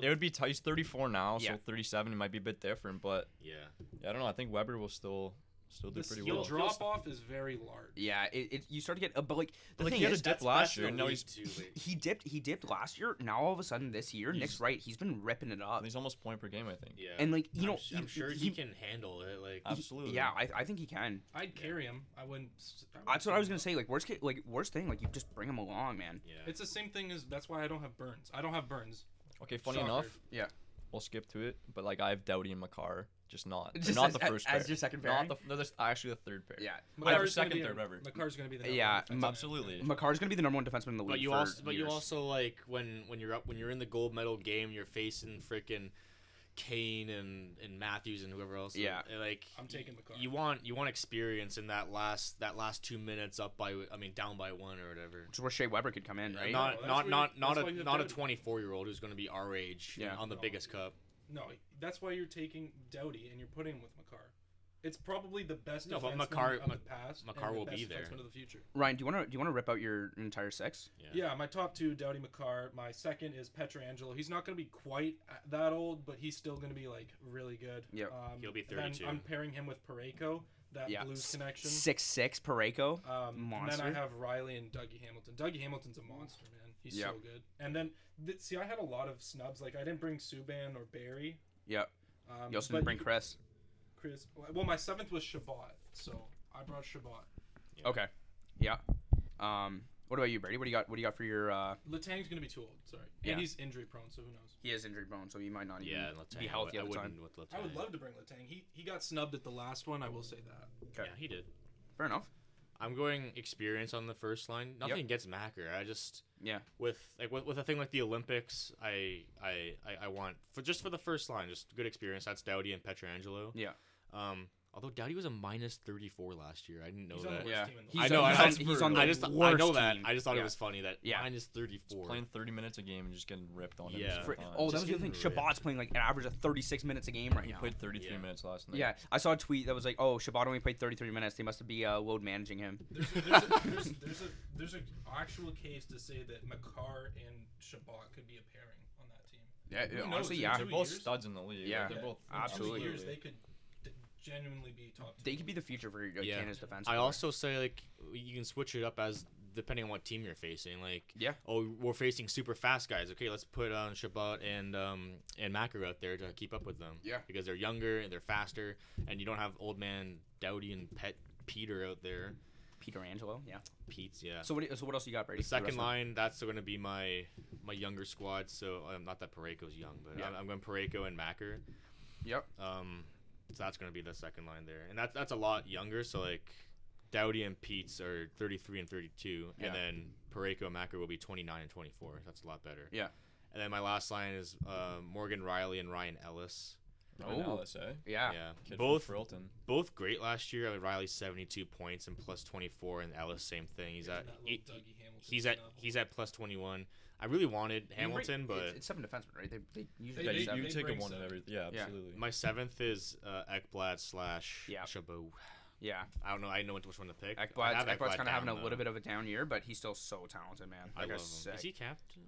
[SPEAKER 6] They would be Tice 34 now,
[SPEAKER 2] Yeah.
[SPEAKER 6] so 37 it might be a bit different, but
[SPEAKER 3] Yeah.
[SPEAKER 6] yeah, I don't know. I think Weber will still still do
[SPEAKER 5] The
[SPEAKER 6] pretty
[SPEAKER 5] skill
[SPEAKER 6] well.
[SPEAKER 5] drop off is very large.
[SPEAKER 2] Yeah, it, it, you start to get a but like the
[SPEAKER 6] like,
[SPEAKER 2] thing
[SPEAKER 6] he had a
[SPEAKER 2] is,
[SPEAKER 6] dip last year, now he's-
[SPEAKER 3] too
[SPEAKER 2] he, he dipped he dipped last year. Now all of a sudden this year, Nick's
[SPEAKER 6] He's-
[SPEAKER 2] right. He's been ripping it up,
[SPEAKER 6] He's almost point per game, I think.
[SPEAKER 3] Yeah.
[SPEAKER 2] and like you
[SPEAKER 3] I'm
[SPEAKER 2] know,
[SPEAKER 3] s- I'm, sure he, can handle it. Like
[SPEAKER 2] he-
[SPEAKER 6] Absolutely.
[SPEAKER 2] Yeah, I, I think he can.
[SPEAKER 5] I'd carry him. I wouldn't. s- wouldn't
[SPEAKER 2] That's what I
[SPEAKER 5] carry
[SPEAKER 2] was
[SPEAKER 5] him.
[SPEAKER 2] gonna say. Like worst ca- like worst thing, like you just bring him along, man.
[SPEAKER 3] yeah.
[SPEAKER 5] It's the same thing as that's why I don't have Burns. I don't have Burns.
[SPEAKER 6] Okay, funny
[SPEAKER 5] Shocker.
[SPEAKER 6] enough,
[SPEAKER 2] Yeah,
[SPEAKER 6] we'll skip to it, but like I have Doughty and Makar, just not.
[SPEAKER 2] Just
[SPEAKER 6] not
[SPEAKER 2] as-
[SPEAKER 6] the
[SPEAKER 2] a-
[SPEAKER 6] first pair.
[SPEAKER 2] as your second pairing?
[SPEAKER 6] Not the, no, that's actually the third pair.
[SPEAKER 2] yeah.
[SPEAKER 6] I have
[SPEAKER 5] Makar's gonna
[SPEAKER 6] second,
[SPEAKER 5] be
[SPEAKER 6] third,
[SPEAKER 5] the-
[SPEAKER 6] whatever.
[SPEAKER 5] Makar's gonna be the number
[SPEAKER 2] Yeah,
[SPEAKER 5] one defenseman.
[SPEAKER 2] Ma-
[SPEAKER 6] Absolutely.
[SPEAKER 2] Makar's gonna be the number one defenseman in the league.
[SPEAKER 3] But you
[SPEAKER 2] for
[SPEAKER 3] also, but you
[SPEAKER 2] years.
[SPEAKER 3] also like when when you're up when you're in the gold medal game, you're facing freaking Kane and and Matthews and whoever else.
[SPEAKER 2] Yeah.
[SPEAKER 3] and, like
[SPEAKER 5] I'm
[SPEAKER 3] y-
[SPEAKER 5] taking Makar.
[SPEAKER 3] You want you want experience in that last that last two minutes up by I mean down by one or whatever.
[SPEAKER 2] which is where Shea Weber could come in, right?
[SPEAKER 5] No,
[SPEAKER 3] Not
[SPEAKER 5] that's
[SPEAKER 3] not
[SPEAKER 5] why
[SPEAKER 3] not
[SPEAKER 5] you-
[SPEAKER 3] not
[SPEAKER 5] that's why you
[SPEAKER 3] a
[SPEAKER 5] have
[SPEAKER 3] not a
[SPEAKER 5] Doughty.
[SPEAKER 3] 24 year old who's going to be our age
[SPEAKER 2] Yeah.
[SPEAKER 3] on the biggest cup.
[SPEAKER 5] No, that's why you're taking Doughty and you're putting him with Makar. It's probably the best
[SPEAKER 3] No,
[SPEAKER 5] no,
[SPEAKER 3] but
[SPEAKER 5] defenseman
[SPEAKER 3] Makar-
[SPEAKER 5] of
[SPEAKER 3] Ma-
[SPEAKER 5] the past. and
[SPEAKER 3] Makar
[SPEAKER 5] the
[SPEAKER 3] will
[SPEAKER 5] best
[SPEAKER 3] be there.
[SPEAKER 5] defenseman of the future.
[SPEAKER 2] Ryan, do you want to do you want to rip out your entire six?
[SPEAKER 5] Yeah, my top two, Doughty Makar. My second is Petrangelo. He's not going to be quite that old, but he's still going to be like really good.
[SPEAKER 2] Yep.
[SPEAKER 5] Um,
[SPEAKER 3] He'll be
[SPEAKER 5] and then
[SPEAKER 3] 32.
[SPEAKER 5] I'm pairing him with Pareko, that
[SPEAKER 2] Yeah.
[SPEAKER 5] Blues connection.
[SPEAKER 2] Six six Pareko.
[SPEAKER 5] Um, and then
[SPEAKER 2] Monster.
[SPEAKER 5] I have Riley and Dougie Hamilton. Dougie Hamilton's a monster, man. He's so
[SPEAKER 2] Yep.
[SPEAKER 5] good. And then, th- see, I had a lot of snubs. Like I didn't bring Subban or Barry.
[SPEAKER 2] Yeah.
[SPEAKER 5] Um,
[SPEAKER 2] You also
[SPEAKER 5] but
[SPEAKER 2] didn't bring Chris.
[SPEAKER 5] Chris. Well, my seventh was Shabbat, so I brought Shabbat.
[SPEAKER 2] Okay. Yeah. Um. What about you, Brady? What do you got? What do you got for your? uh
[SPEAKER 5] Latang's gonna be too old. Sorry,
[SPEAKER 2] Yeah.
[SPEAKER 5] and he's injury prone, so who knows?
[SPEAKER 2] He has injured bone, so he might not even
[SPEAKER 3] Yeah, and Letang,
[SPEAKER 2] be healthy
[SPEAKER 3] I,
[SPEAKER 2] at the
[SPEAKER 3] wouldn't
[SPEAKER 2] time.
[SPEAKER 3] with Letang.
[SPEAKER 5] I would love to bring Latang. He he got snubbed at the last one. I will say that.
[SPEAKER 3] Yeah,
[SPEAKER 2] Okay.
[SPEAKER 3] he did.
[SPEAKER 2] Fair enough.
[SPEAKER 3] I'm going experience on the first line. Nothing against Macker. I just
[SPEAKER 2] Yeah.
[SPEAKER 3] with like with, with a thing like the Olympics, I I I, I want for just for the first line, just good experience. That's Dowdy and Petrangelo.
[SPEAKER 2] Yeah.
[SPEAKER 3] Um, although Dowdy was a minus thirty four last year, I didn't know
[SPEAKER 5] He's on
[SPEAKER 3] that.
[SPEAKER 5] the
[SPEAKER 2] Yeah.
[SPEAKER 5] worst team in the
[SPEAKER 2] He's
[SPEAKER 3] I know.
[SPEAKER 2] on-
[SPEAKER 3] I,
[SPEAKER 2] he's on-
[SPEAKER 3] just-
[SPEAKER 2] he's on the
[SPEAKER 3] I just I
[SPEAKER 2] worst
[SPEAKER 3] know that.
[SPEAKER 2] team.
[SPEAKER 3] I just thought
[SPEAKER 2] Yeah.
[SPEAKER 3] it was funny that
[SPEAKER 2] Yeah.
[SPEAKER 3] minus thirty four.
[SPEAKER 6] Playing 30 minutes a game and just getting ripped on him.
[SPEAKER 3] Yeah.
[SPEAKER 2] For-
[SPEAKER 6] every time.
[SPEAKER 2] oh, that was
[SPEAKER 3] Just
[SPEAKER 2] the other thing.
[SPEAKER 3] getting
[SPEAKER 2] Shabbat's
[SPEAKER 3] ripped.
[SPEAKER 2] playing like an average of 36 minutes a game right
[SPEAKER 6] he
[SPEAKER 2] now.
[SPEAKER 6] played 33
[SPEAKER 3] Yeah.
[SPEAKER 6] minutes last night.
[SPEAKER 2] yeah, I saw a tweet that was like, "Oh, Shabbat only played 33 minutes. They must be uh, load managing him."
[SPEAKER 5] There's a, there's, a, there's, there's a there's an actual case to say that Makar and Shabbat could be a pairing on that team.
[SPEAKER 2] Yeah,
[SPEAKER 5] Who knows?
[SPEAKER 2] honestly,
[SPEAKER 5] It's
[SPEAKER 2] yeah.
[SPEAKER 6] They're
[SPEAKER 5] Two
[SPEAKER 6] both
[SPEAKER 5] years?
[SPEAKER 6] studs in the league.
[SPEAKER 2] Yeah.
[SPEAKER 6] Like, they're both
[SPEAKER 5] In two
[SPEAKER 2] Absolutely.
[SPEAKER 5] years, they could d- genuinely be top. two.
[SPEAKER 2] They could be the future for uh,
[SPEAKER 3] Yeah.
[SPEAKER 2] Canada's defense.
[SPEAKER 3] I
[SPEAKER 2] player.
[SPEAKER 3] also say like you can switch it up as depending on what team you're facing. Like
[SPEAKER 2] Yeah.
[SPEAKER 3] oh we're facing super fast guys. Okay, let's put on Shabbat and um and Macker out there to keep up with them.
[SPEAKER 2] Yeah.
[SPEAKER 3] because they're younger and they're faster, and you don't have old man Dowdy and Pet Peter out there.
[SPEAKER 2] Peter Angelo. Yeah.
[SPEAKER 3] Pete's yeah.
[SPEAKER 2] So what? do you- So what else you got, Brady?
[SPEAKER 3] The
[SPEAKER 2] for rest
[SPEAKER 3] second
[SPEAKER 2] of-
[SPEAKER 3] line, that's going to be my my younger squad. So um, not that Pareko's young, but
[SPEAKER 2] Yeah.
[SPEAKER 3] I'm, I'm going Pareko and Macker.
[SPEAKER 2] Yep.
[SPEAKER 3] Um, so that's going to be the second line there, and that's that's a lot younger. So like, Dowdy and Pete's are 33 and 32,
[SPEAKER 2] Yeah.
[SPEAKER 3] and then Pareko and Macker will be 29 and 24. That's a lot better.
[SPEAKER 2] Yeah.
[SPEAKER 3] And then my last line is uh, Morgan Riley and Ryan Ellis.
[SPEAKER 6] Ryan
[SPEAKER 2] Oh.
[SPEAKER 6] Ellis, eh?
[SPEAKER 2] Yeah.
[SPEAKER 3] yeah,
[SPEAKER 6] Kid from
[SPEAKER 3] both
[SPEAKER 6] Frilton.
[SPEAKER 3] both great last year. I mean, Riley 72 points and plus 24, and Ellis same thing. He's at
[SPEAKER 2] uh,
[SPEAKER 5] That little
[SPEAKER 3] he-
[SPEAKER 5] Dougie Hamilton
[SPEAKER 3] he's at
[SPEAKER 5] snub.
[SPEAKER 3] he's at plus 21. I really wanted
[SPEAKER 2] I mean,
[SPEAKER 3] Hamilton,
[SPEAKER 2] Brady-
[SPEAKER 3] but
[SPEAKER 2] it's, it's seven defensemen, right? They, they usually
[SPEAKER 5] They-
[SPEAKER 6] Yeah,
[SPEAKER 2] play
[SPEAKER 5] they-
[SPEAKER 6] you,
[SPEAKER 2] seven.
[SPEAKER 6] you
[SPEAKER 5] they
[SPEAKER 6] take a
[SPEAKER 5] bring
[SPEAKER 6] one
[SPEAKER 5] some-
[SPEAKER 6] at every. Yeah,
[SPEAKER 2] Yeah.
[SPEAKER 6] absolutely.
[SPEAKER 3] my seventh is uh, Ekblad slash
[SPEAKER 2] Yeah.
[SPEAKER 3] Chabot.
[SPEAKER 2] yeah.
[SPEAKER 3] I don't know. I didn't know which one to pick. I
[SPEAKER 2] Ekblad's,
[SPEAKER 3] have
[SPEAKER 2] Ekblad's kind of having
[SPEAKER 3] down,
[SPEAKER 2] a little
[SPEAKER 3] though.
[SPEAKER 2] bit of a down year, but he's still so talented, man.
[SPEAKER 3] I
[SPEAKER 2] Like I
[SPEAKER 3] love
[SPEAKER 2] said,
[SPEAKER 3] him. Is he captain?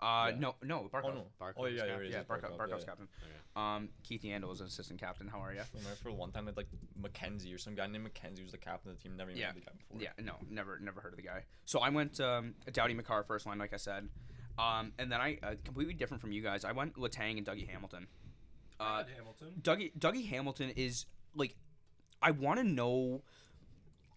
[SPEAKER 2] uh,
[SPEAKER 6] Yeah.
[SPEAKER 2] no, no, Barkov.
[SPEAKER 6] Oh, no.
[SPEAKER 3] Barkov's
[SPEAKER 6] Oh, yeah, yeah,
[SPEAKER 3] captain.
[SPEAKER 2] Yeah, Barkov, Barkov's captain.
[SPEAKER 3] Okay.
[SPEAKER 2] Um, Keith Yandel is an assistant captain. How are you?
[SPEAKER 6] Remember for one time, they had, like Mackenzie or some guy named Mackenzie was the captain of the team. Never even
[SPEAKER 2] Yeah.
[SPEAKER 6] heard the guy before.
[SPEAKER 2] Yeah, no, never, never heard of the guy. So I went um, Dowdy McCarr first line, like I said, um, and then I uh, completely different from you guys. I went Latang and Dougie Hamilton.
[SPEAKER 5] I
[SPEAKER 2] Uh,
[SPEAKER 5] had Hamilton.
[SPEAKER 2] Dougie Dougie Hamilton is like, I want to know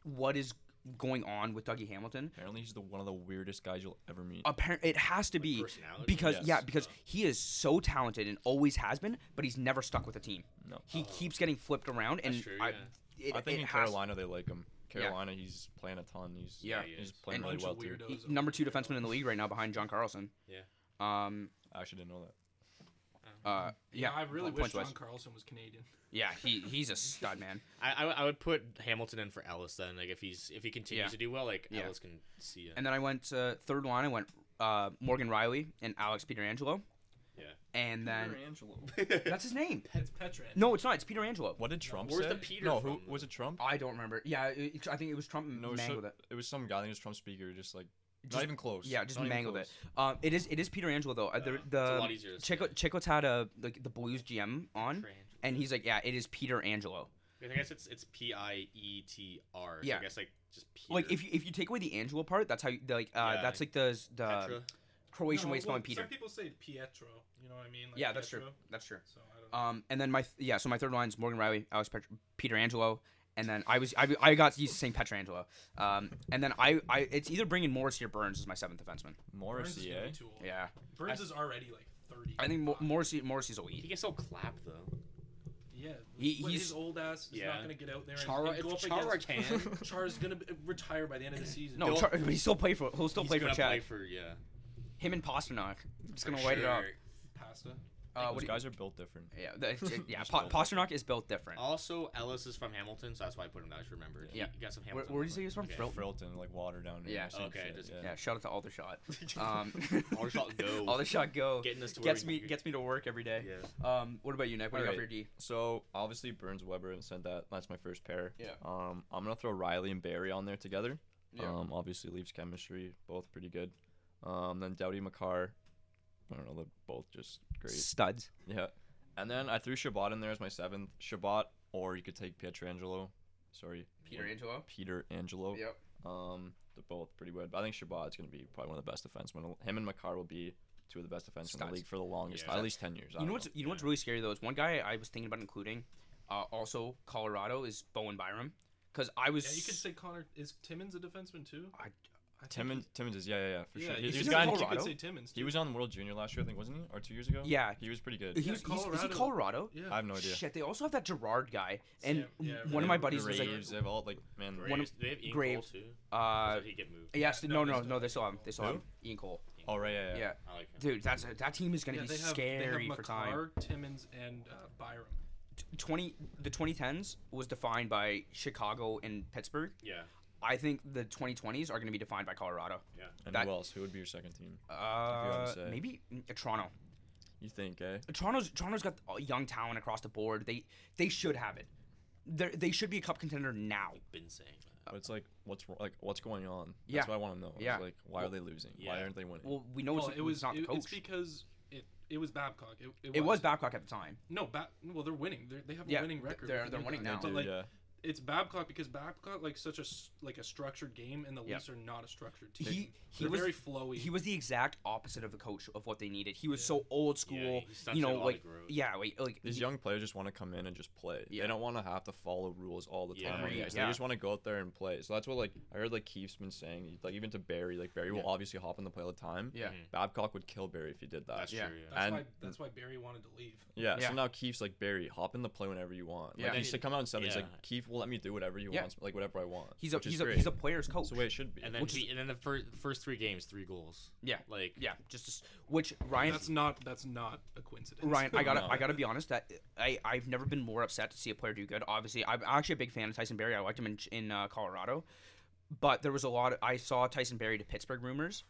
[SPEAKER 2] what is going on with Dougie Hamilton.
[SPEAKER 6] Apparently, he's the one of the weirdest guys you'll ever meet.
[SPEAKER 2] Apparent, it has to be
[SPEAKER 3] personality?
[SPEAKER 2] because yeah,
[SPEAKER 6] Yes.
[SPEAKER 2] because he is so talented and always has been, but he's never stuck with a team.
[SPEAKER 6] No.
[SPEAKER 2] He keeps getting flipped around, and
[SPEAKER 3] That's true,
[SPEAKER 2] I,
[SPEAKER 3] yeah.
[SPEAKER 2] it,
[SPEAKER 6] I think
[SPEAKER 2] it
[SPEAKER 6] in
[SPEAKER 2] has-
[SPEAKER 6] Carolina they like him. Carolina, he's playing a ton. He's
[SPEAKER 2] Yeah.
[SPEAKER 3] Yeah, he
[SPEAKER 6] he's
[SPEAKER 3] is.
[SPEAKER 6] playing
[SPEAKER 2] And
[SPEAKER 6] really
[SPEAKER 5] Bunch
[SPEAKER 6] well
[SPEAKER 5] of
[SPEAKER 6] too.
[SPEAKER 5] weirdos
[SPEAKER 2] he-
[SPEAKER 5] over
[SPEAKER 2] number
[SPEAKER 5] there.
[SPEAKER 2] two defenseman in the league right now behind John Carlson.
[SPEAKER 3] Yeah.
[SPEAKER 2] Um.
[SPEAKER 6] I actually didn't know that.
[SPEAKER 2] Uh.
[SPEAKER 5] Yeah,
[SPEAKER 2] Yeah.
[SPEAKER 5] I really
[SPEAKER 2] point-
[SPEAKER 5] wish John
[SPEAKER 2] points-wise.
[SPEAKER 5] Carlson was Canadian.
[SPEAKER 2] Yeah. He he's a stud man.
[SPEAKER 3] I, I I would put Hamilton in for Ellis then. Like if he's if he continues
[SPEAKER 2] Yeah.
[SPEAKER 3] to do well, like
[SPEAKER 2] Yeah.
[SPEAKER 3] Ellis can see it.
[SPEAKER 2] And then I went uh, third line. I went uh, Morgan Riley and Alex Peterangelo.
[SPEAKER 3] Yeah.
[SPEAKER 2] And then
[SPEAKER 6] Angelo.
[SPEAKER 2] that's his name.
[SPEAKER 5] It's Petran.
[SPEAKER 2] No, it's not. It's Peterangelo.
[SPEAKER 6] What did Trump
[SPEAKER 3] where's
[SPEAKER 6] say?
[SPEAKER 3] the Peter
[SPEAKER 6] No,
[SPEAKER 3] from,
[SPEAKER 6] who was it? Trump?
[SPEAKER 2] I don't remember. Yeah. It, it- I think it was Trump
[SPEAKER 6] No, it was,
[SPEAKER 2] mangled
[SPEAKER 6] some-
[SPEAKER 2] it.
[SPEAKER 6] it was some guy. I think it was Trump's speaker. Just like
[SPEAKER 2] Just-
[SPEAKER 6] Not even close.
[SPEAKER 2] Yeah, just
[SPEAKER 6] Not even
[SPEAKER 2] mangled it.
[SPEAKER 6] close.
[SPEAKER 2] Um, it is it is Peter Angelo though. Uh, the the
[SPEAKER 3] lot easier to
[SPEAKER 2] Chico,
[SPEAKER 3] say.
[SPEAKER 2] Chico's had a like the Blues GM on,
[SPEAKER 3] Peter Angelo.
[SPEAKER 2] and he's like, yeah, it is Peter Angelo.
[SPEAKER 3] I guess it's it's P I E T R.
[SPEAKER 2] Yeah.
[SPEAKER 3] I guess like just Peter.
[SPEAKER 2] Like if you if you take away the Angelo part, that's how you, the, like uh,
[SPEAKER 3] Yeah,
[SPEAKER 2] that's like
[SPEAKER 3] like
[SPEAKER 2] the the
[SPEAKER 3] Petra.
[SPEAKER 2] Croatian way of
[SPEAKER 5] well,
[SPEAKER 2] spelling Peter.
[SPEAKER 5] Some people say Pietro. You know what I mean? Like
[SPEAKER 2] yeah, that's true.
[SPEAKER 5] Pietro.
[SPEAKER 2] That's true.
[SPEAKER 5] So I don't know.
[SPEAKER 2] Um, and then my th- yeah, so my third line's Morgan Riley, Alex Pet- Peter Angelo, and then I was I, I got used to saying Petrangelo. Um, and then I, I it's either bringing Morris or Burns as my seventh defenseman.
[SPEAKER 5] Burns is
[SPEAKER 6] Morrissey,
[SPEAKER 5] gonna
[SPEAKER 6] eh?
[SPEAKER 5] be too old.
[SPEAKER 2] Yeah,
[SPEAKER 5] Burns
[SPEAKER 2] I-
[SPEAKER 5] is already like thirty.
[SPEAKER 2] I think Mo- Morrissey Morrissey's
[SPEAKER 3] he
[SPEAKER 2] elite.
[SPEAKER 3] gets so clap though.
[SPEAKER 5] Yeah,
[SPEAKER 2] He-
[SPEAKER 5] with
[SPEAKER 2] he's-
[SPEAKER 5] his old ass is
[SPEAKER 3] Yeah.
[SPEAKER 5] not gonna get out there.
[SPEAKER 3] Chara-
[SPEAKER 5] and, and go
[SPEAKER 3] if
[SPEAKER 5] up
[SPEAKER 3] Chara
[SPEAKER 5] against,
[SPEAKER 3] can-
[SPEAKER 5] Chara's gonna be, retire by the end of the season.
[SPEAKER 2] No,
[SPEAKER 3] Bill-
[SPEAKER 2] Char- but he still play for he'll still
[SPEAKER 3] He's
[SPEAKER 2] play for
[SPEAKER 3] gonna
[SPEAKER 2] Chad.
[SPEAKER 3] play for yeah.
[SPEAKER 2] Him and Pasternak. Just gonna
[SPEAKER 3] for
[SPEAKER 2] wait it up.
[SPEAKER 3] sure.
[SPEAKER 5] pasta.
[SPEAKER 2] Uh, what
[SPEAKER 6] Those
[SPEAKER 2] do you-
[SPEAKER 6] guys are built different.
[SPEAKER 2] yeah, the, yeah.
[SPEAKER 6] Just
[SPEAKER 2] Pa-
[SPEAKER 6] built
[SPEAKER 2] Pasternak is built different.
[SPEAKER 3] Also, Ellis is from Hamilton, so that's why I put him. down. I just remembered. He-
[SPEAKER 2] Yeah.
[SPEAKER 3] He got some
[SPEAKER 2] Where,
[SPEAKER 3] Hamilton.
[SPEAKER 2] where did you say he was from?
[SPEAKER 3] Okay.
[SPEAKER 2] Fril-
[SPEAKER 6] Frilton, like water down. there or
[SPEAKER 2] Yeah.
[SPEAKER 6] some
[SPEAKER 3] Okay,
[SPEAKER 6] shit,
[SPEAKER 3] just-
[SPEAKER 6] yeah.
[SPEAKER 2] Yeah, shout out to Aldershot. Um,
[SPEAKER 3] Aldershot, go.
[SPEAKER 2] Aldershot go.
[SPEAKER 3] Getting us to where
[SPEAKER 2] gets
[SPEAKER 3] we-
[SPEAKER 2] me gets me to work every day.
[SPEAKER 3] Yeah.
[SPEAKER 2] Um, what about you, Nick? What do you got for your D?
[SPEAKER 6] Alright. So obviously Burns, Weber, and said that that's my first pair.
[SPEAKER 2] Yeah.
[SPEAKER 6] Um, I'm gonna throw Riley and Barry on there together.
[SPEAKER 2] Yeah.
[SPEAKER 6] Um, obviously Leafs chemistry, both pretty good. Um, then Doughty, McCarr. I don't know, they're both just great.
[SPEAKER 2] Studs.
[SPEAKER 6] Yeah. And then I threw Shabbat in there as my seventh. Shabbat, or you could take Pietrangelo. Sorry.
[SPEAKER 2] Peter Angelo.
[SPEAKER 6] Peter Angelo.
[SPEAKER 2] Yep.
[SPEAKER 6] Um, they're both pretty good. But I think Shabbat's gonna be probably one of the best defensemen. Him and McCarr will be two of the best defensemen in
[SPEAKER 2] Studs.
[SPEAKER 6] the league for the longest,
[SPEAKER 3] Yeah.
[SPEAKER 6] at least ten years.
[SPEAKER 2] You
[SPEAKER 6] I don't
[SPEAKER 2] know what's you know what's really scary though is one guy I was thinking about including, uh, also Colorado is Bowen Byram, because I was
[SPEAKER 5] Yeah, you could say Connor is Timmins a defenseman too.
[SPEAKER 2] I-
[SPEAKER 5] I think
[SPEAKER 6] Timmins,
[SPEAKER 5] he-
[SPEAKER 6] Timmins is yeah, yeah, yeah, for
[SPEAKER 5] Yeah,
[SPEAKER 6] sure.
[SPEAKER 5] you
[SPEAKER 6] He's, he's
[SPEAKER 5] could
[SPEAKER 6] a guy
[SPEAKER 5] say-
[SPEAKER 6] in
[SPEAKER 5] you
[SPEAKER 2] Colorado.
[SPEAKER 5] could say Timmins.
[SPEAKER 6] He
[SPEAKER 5] too.
[SPEAKER 6] was on World Junior last year, I think, wasn't he? Or two years ago?
[SPEAKER 2] Yeah.
[SPEAKER 6] He was pretty good.
[SPEAKER 2] he
[SPEAKER 5] Yeah,
[SPEAKER 2] was, he's, is he
[SPEAKER 5] Colorado.
[SPEAKER 2] Colorado?
[SPEAKER 5] Yeah.
[SPEAKER 6] I have no idea.
[SPEAKER 2] Shit, they also have that Gerard guy, and
[SPEAKER 5] Sam- yeah,
[SPEAKER 2] one of my
[SPEAKER 5] Raves-
[SPEAKER 2] buddies was like,
[SPEAKER 6] Graves, they've all like man.
[SPEAKER 3] Graves.
[SPEAKER 2] One of-
[SPEAKER 3] they have Ian
[SPEAKER 2] Graves.
[SPEAKER 3] Cole too. Or
[SPEAKER 2] uh,
[SPEAKER 3] did he get moved?
[SPEAKER 2] yes,
[SPEAKER 5] Yeah,
[SPEAKER 2] no,
[SPEAKER 5] no,
[SPEAKER 2] no,
[SPEAKER 5] he's
[SPEAKER 2] no,
[SPEAKER 5] not
[SPEAKER 2] they still have him. They still have
[SPEAKER 6] Who?
[SPEAKER 2] him. Ian Cole.
[SPEAKER 6] Oh right, yeah, yeah.
[SPEAKER 2] Yeah.
[SPEAKER 6] yeah.
[SPEAKER 3] I like him.
[SPEAKER 2] dude, that's that team is gonna
[SPEAKER 5] Yeah,
[SPEAKER 2] be
[SPEAKER 5] they have,
[SPEAKER 2] scary
[SPEAKER 5] they have
[SPEAKER 2] for time.
[SPEAKER 5] McCarr, Timmins, and uh, Byram.
[SPEAKER 2] T- Twenty the 2010s was defined by Chicago and Pittsburgh.
[SPEAKER 3] Yeah.
[SPEAKER 2] I think the 2020s are gonna be defined by Colorado.
[SPEAKER 3] Yeah.
[SPEAKER 6] And
[SPEAKER 2] That-
[SPEAKER 6] who else? Who would be your second team?
[SPEAKER 2] Uh,
[SPEAKER 6] say.
[SPEAKER 2] maybe mm, Toronto.
[SPEAKER 6] You think, eh?
[SPEAKER 2] Toronto's Toronto's got uh, young talent across the board. They they should have it. They they should be a cup contender now.
[SPEAKER 3] Been saying that.
[SPEAKER 6] But it's like what's wro- like what's going on?
[SPEAKER 2] Uh, Yeah.
[SPEAKER 6] That's what I want to know. It's
[SPEAKER 2] Yeah.
[SPEAKER 6] like why are they losing? Why
[SPEAKER 3] yeah.
[SPEAKER 6] aren't they winning?
[SPEAKER 2] Well, we know
[SPEAKER 5] Well,
[SPEAKER 2] it's,
[SPEAKER 5] it was
[SPEAKER 2] it's not
[SPEAKER 5] it,
[SPEAKER 2] the coach.
[SPEAKER 5] It's because it it was Babcock. It, it,
[SPEAKER 2] it was Babcock at the time.
[SPEAKER 5] No, ba- well they're winning. They're, they have
[SPEAKER 2] Yeah,
[SPEAKER 5] a winning
[SPEAKER 2] th-
[SPEAKER 5] record.
[SPEAKER 2] they're-
[SPEAKER 5] with the
[SPEAKER 2] they're
[SPEAKER 5] new
[SPEAKER 2] winning
[SPEAKER 5] guy,
[SPEAKER 2] now.
[SPEAKER 5] But
[SPEAKER 6] Dude,
[SPEAKER 5] like
[SPEAKER 6] yeah.
[SPEAKER 5] it's Babcock because Babcock like such a s- like a structured game, and the
[SPEAKER 2] Yeah.
[SPEAKER 5] Leafs are not a structured team.
[SPEAKER 2] He he
[SPEAKER 5] they're
[SPEAKER 2] was
[SPEAKER 5] very flowy.
[SPEAKER 2] he was the exact opposite of the coach of what they needed. He was so old school.
[SPEAKER 3] he stuck
[SPEAKER 2] you
[SPEAKER 3] to a
[SPEAKER 2] know,
[SPEAKER 3] lot of
[SPEAKER 2] like
[SPEAKER 3] growth.
[SPEAKER 2] yeah, like like
[SPEAKER 6] These
[SPEAKER 2] he-
[SPEAKER 6] young players just want to come in and just play.
[SPEAKER 2] Yeah.
[SPEAKER 6] They don't want to have to follow rules all the
[SPEAKER 3] Yeah.
[SPEAKER 6] time. on the
[SPEAKER 2] Agreed,
[SPEAKER 6] ice.
[SPEAKER 2] yeah.
[SPEAKER 6] They just want to go out there and play. So that's what like I heard like Keith's been saying. Like even to Barry, like Barry will obviously hop on the play all the time.
[SPEAKER 2] yeah.
[SPEAKER 6] Babcock would kill Barry if he did that.
[SPEAKER 3] Mm-hmm. That's
[SPEAKER 2] Yeah.
[SPEAKER 3] true. Yeah.
[SPEAKER 5] that's why
[SPEAKER 6] and-
[SPEAKER 5] that's why Barry wanted to leave.
[SPEAKER 6] Yeah,
[SPEAKER 2] Yeah.
[SPEAKER 6] so now Keith's like Barry, hop in the play whenever you want. Like
[SPEAKER 2] Yeah.
[SPEAKER 6] he used to come out and said that, he's
[SPEAKER 3] Yeah.
[SPEAKER 6] like Keith will let me do whatever he
[SPEAKER 2] Yeah.
[SPEAKER 6] wants, like whatever I want.
[SPEAKER 2] He's a
[SPEAKER 6] which is
[SPEAKER 2] he's a
[SPEAKER 6] great.
[SPEAKER 2] he's a player's coach.
[SPEAKER 6] That's the way it should be.
[SPEAKER 3] And then he, and then the first first three games, three goals.
[SPEAKER 2] Yeah.
[SPEAKER 3] Like
[SPEAKER 2] yeah, just just- which Ryan
[SPEAKER 5] That's not that's not a coincidence.
[SPEAKER 2] Ryan, I gotta,
[SPEAKER 6] No.
[SPEAKER 2] I gotta be honest. That I, I've never been more upset to see a player do good. Obviously, I'm actually a big fan of Tyson Berry. I liked him in in uh, Colorado, but there was a lot. Of, I saw Tyson Berry to Pittsburgh rumors,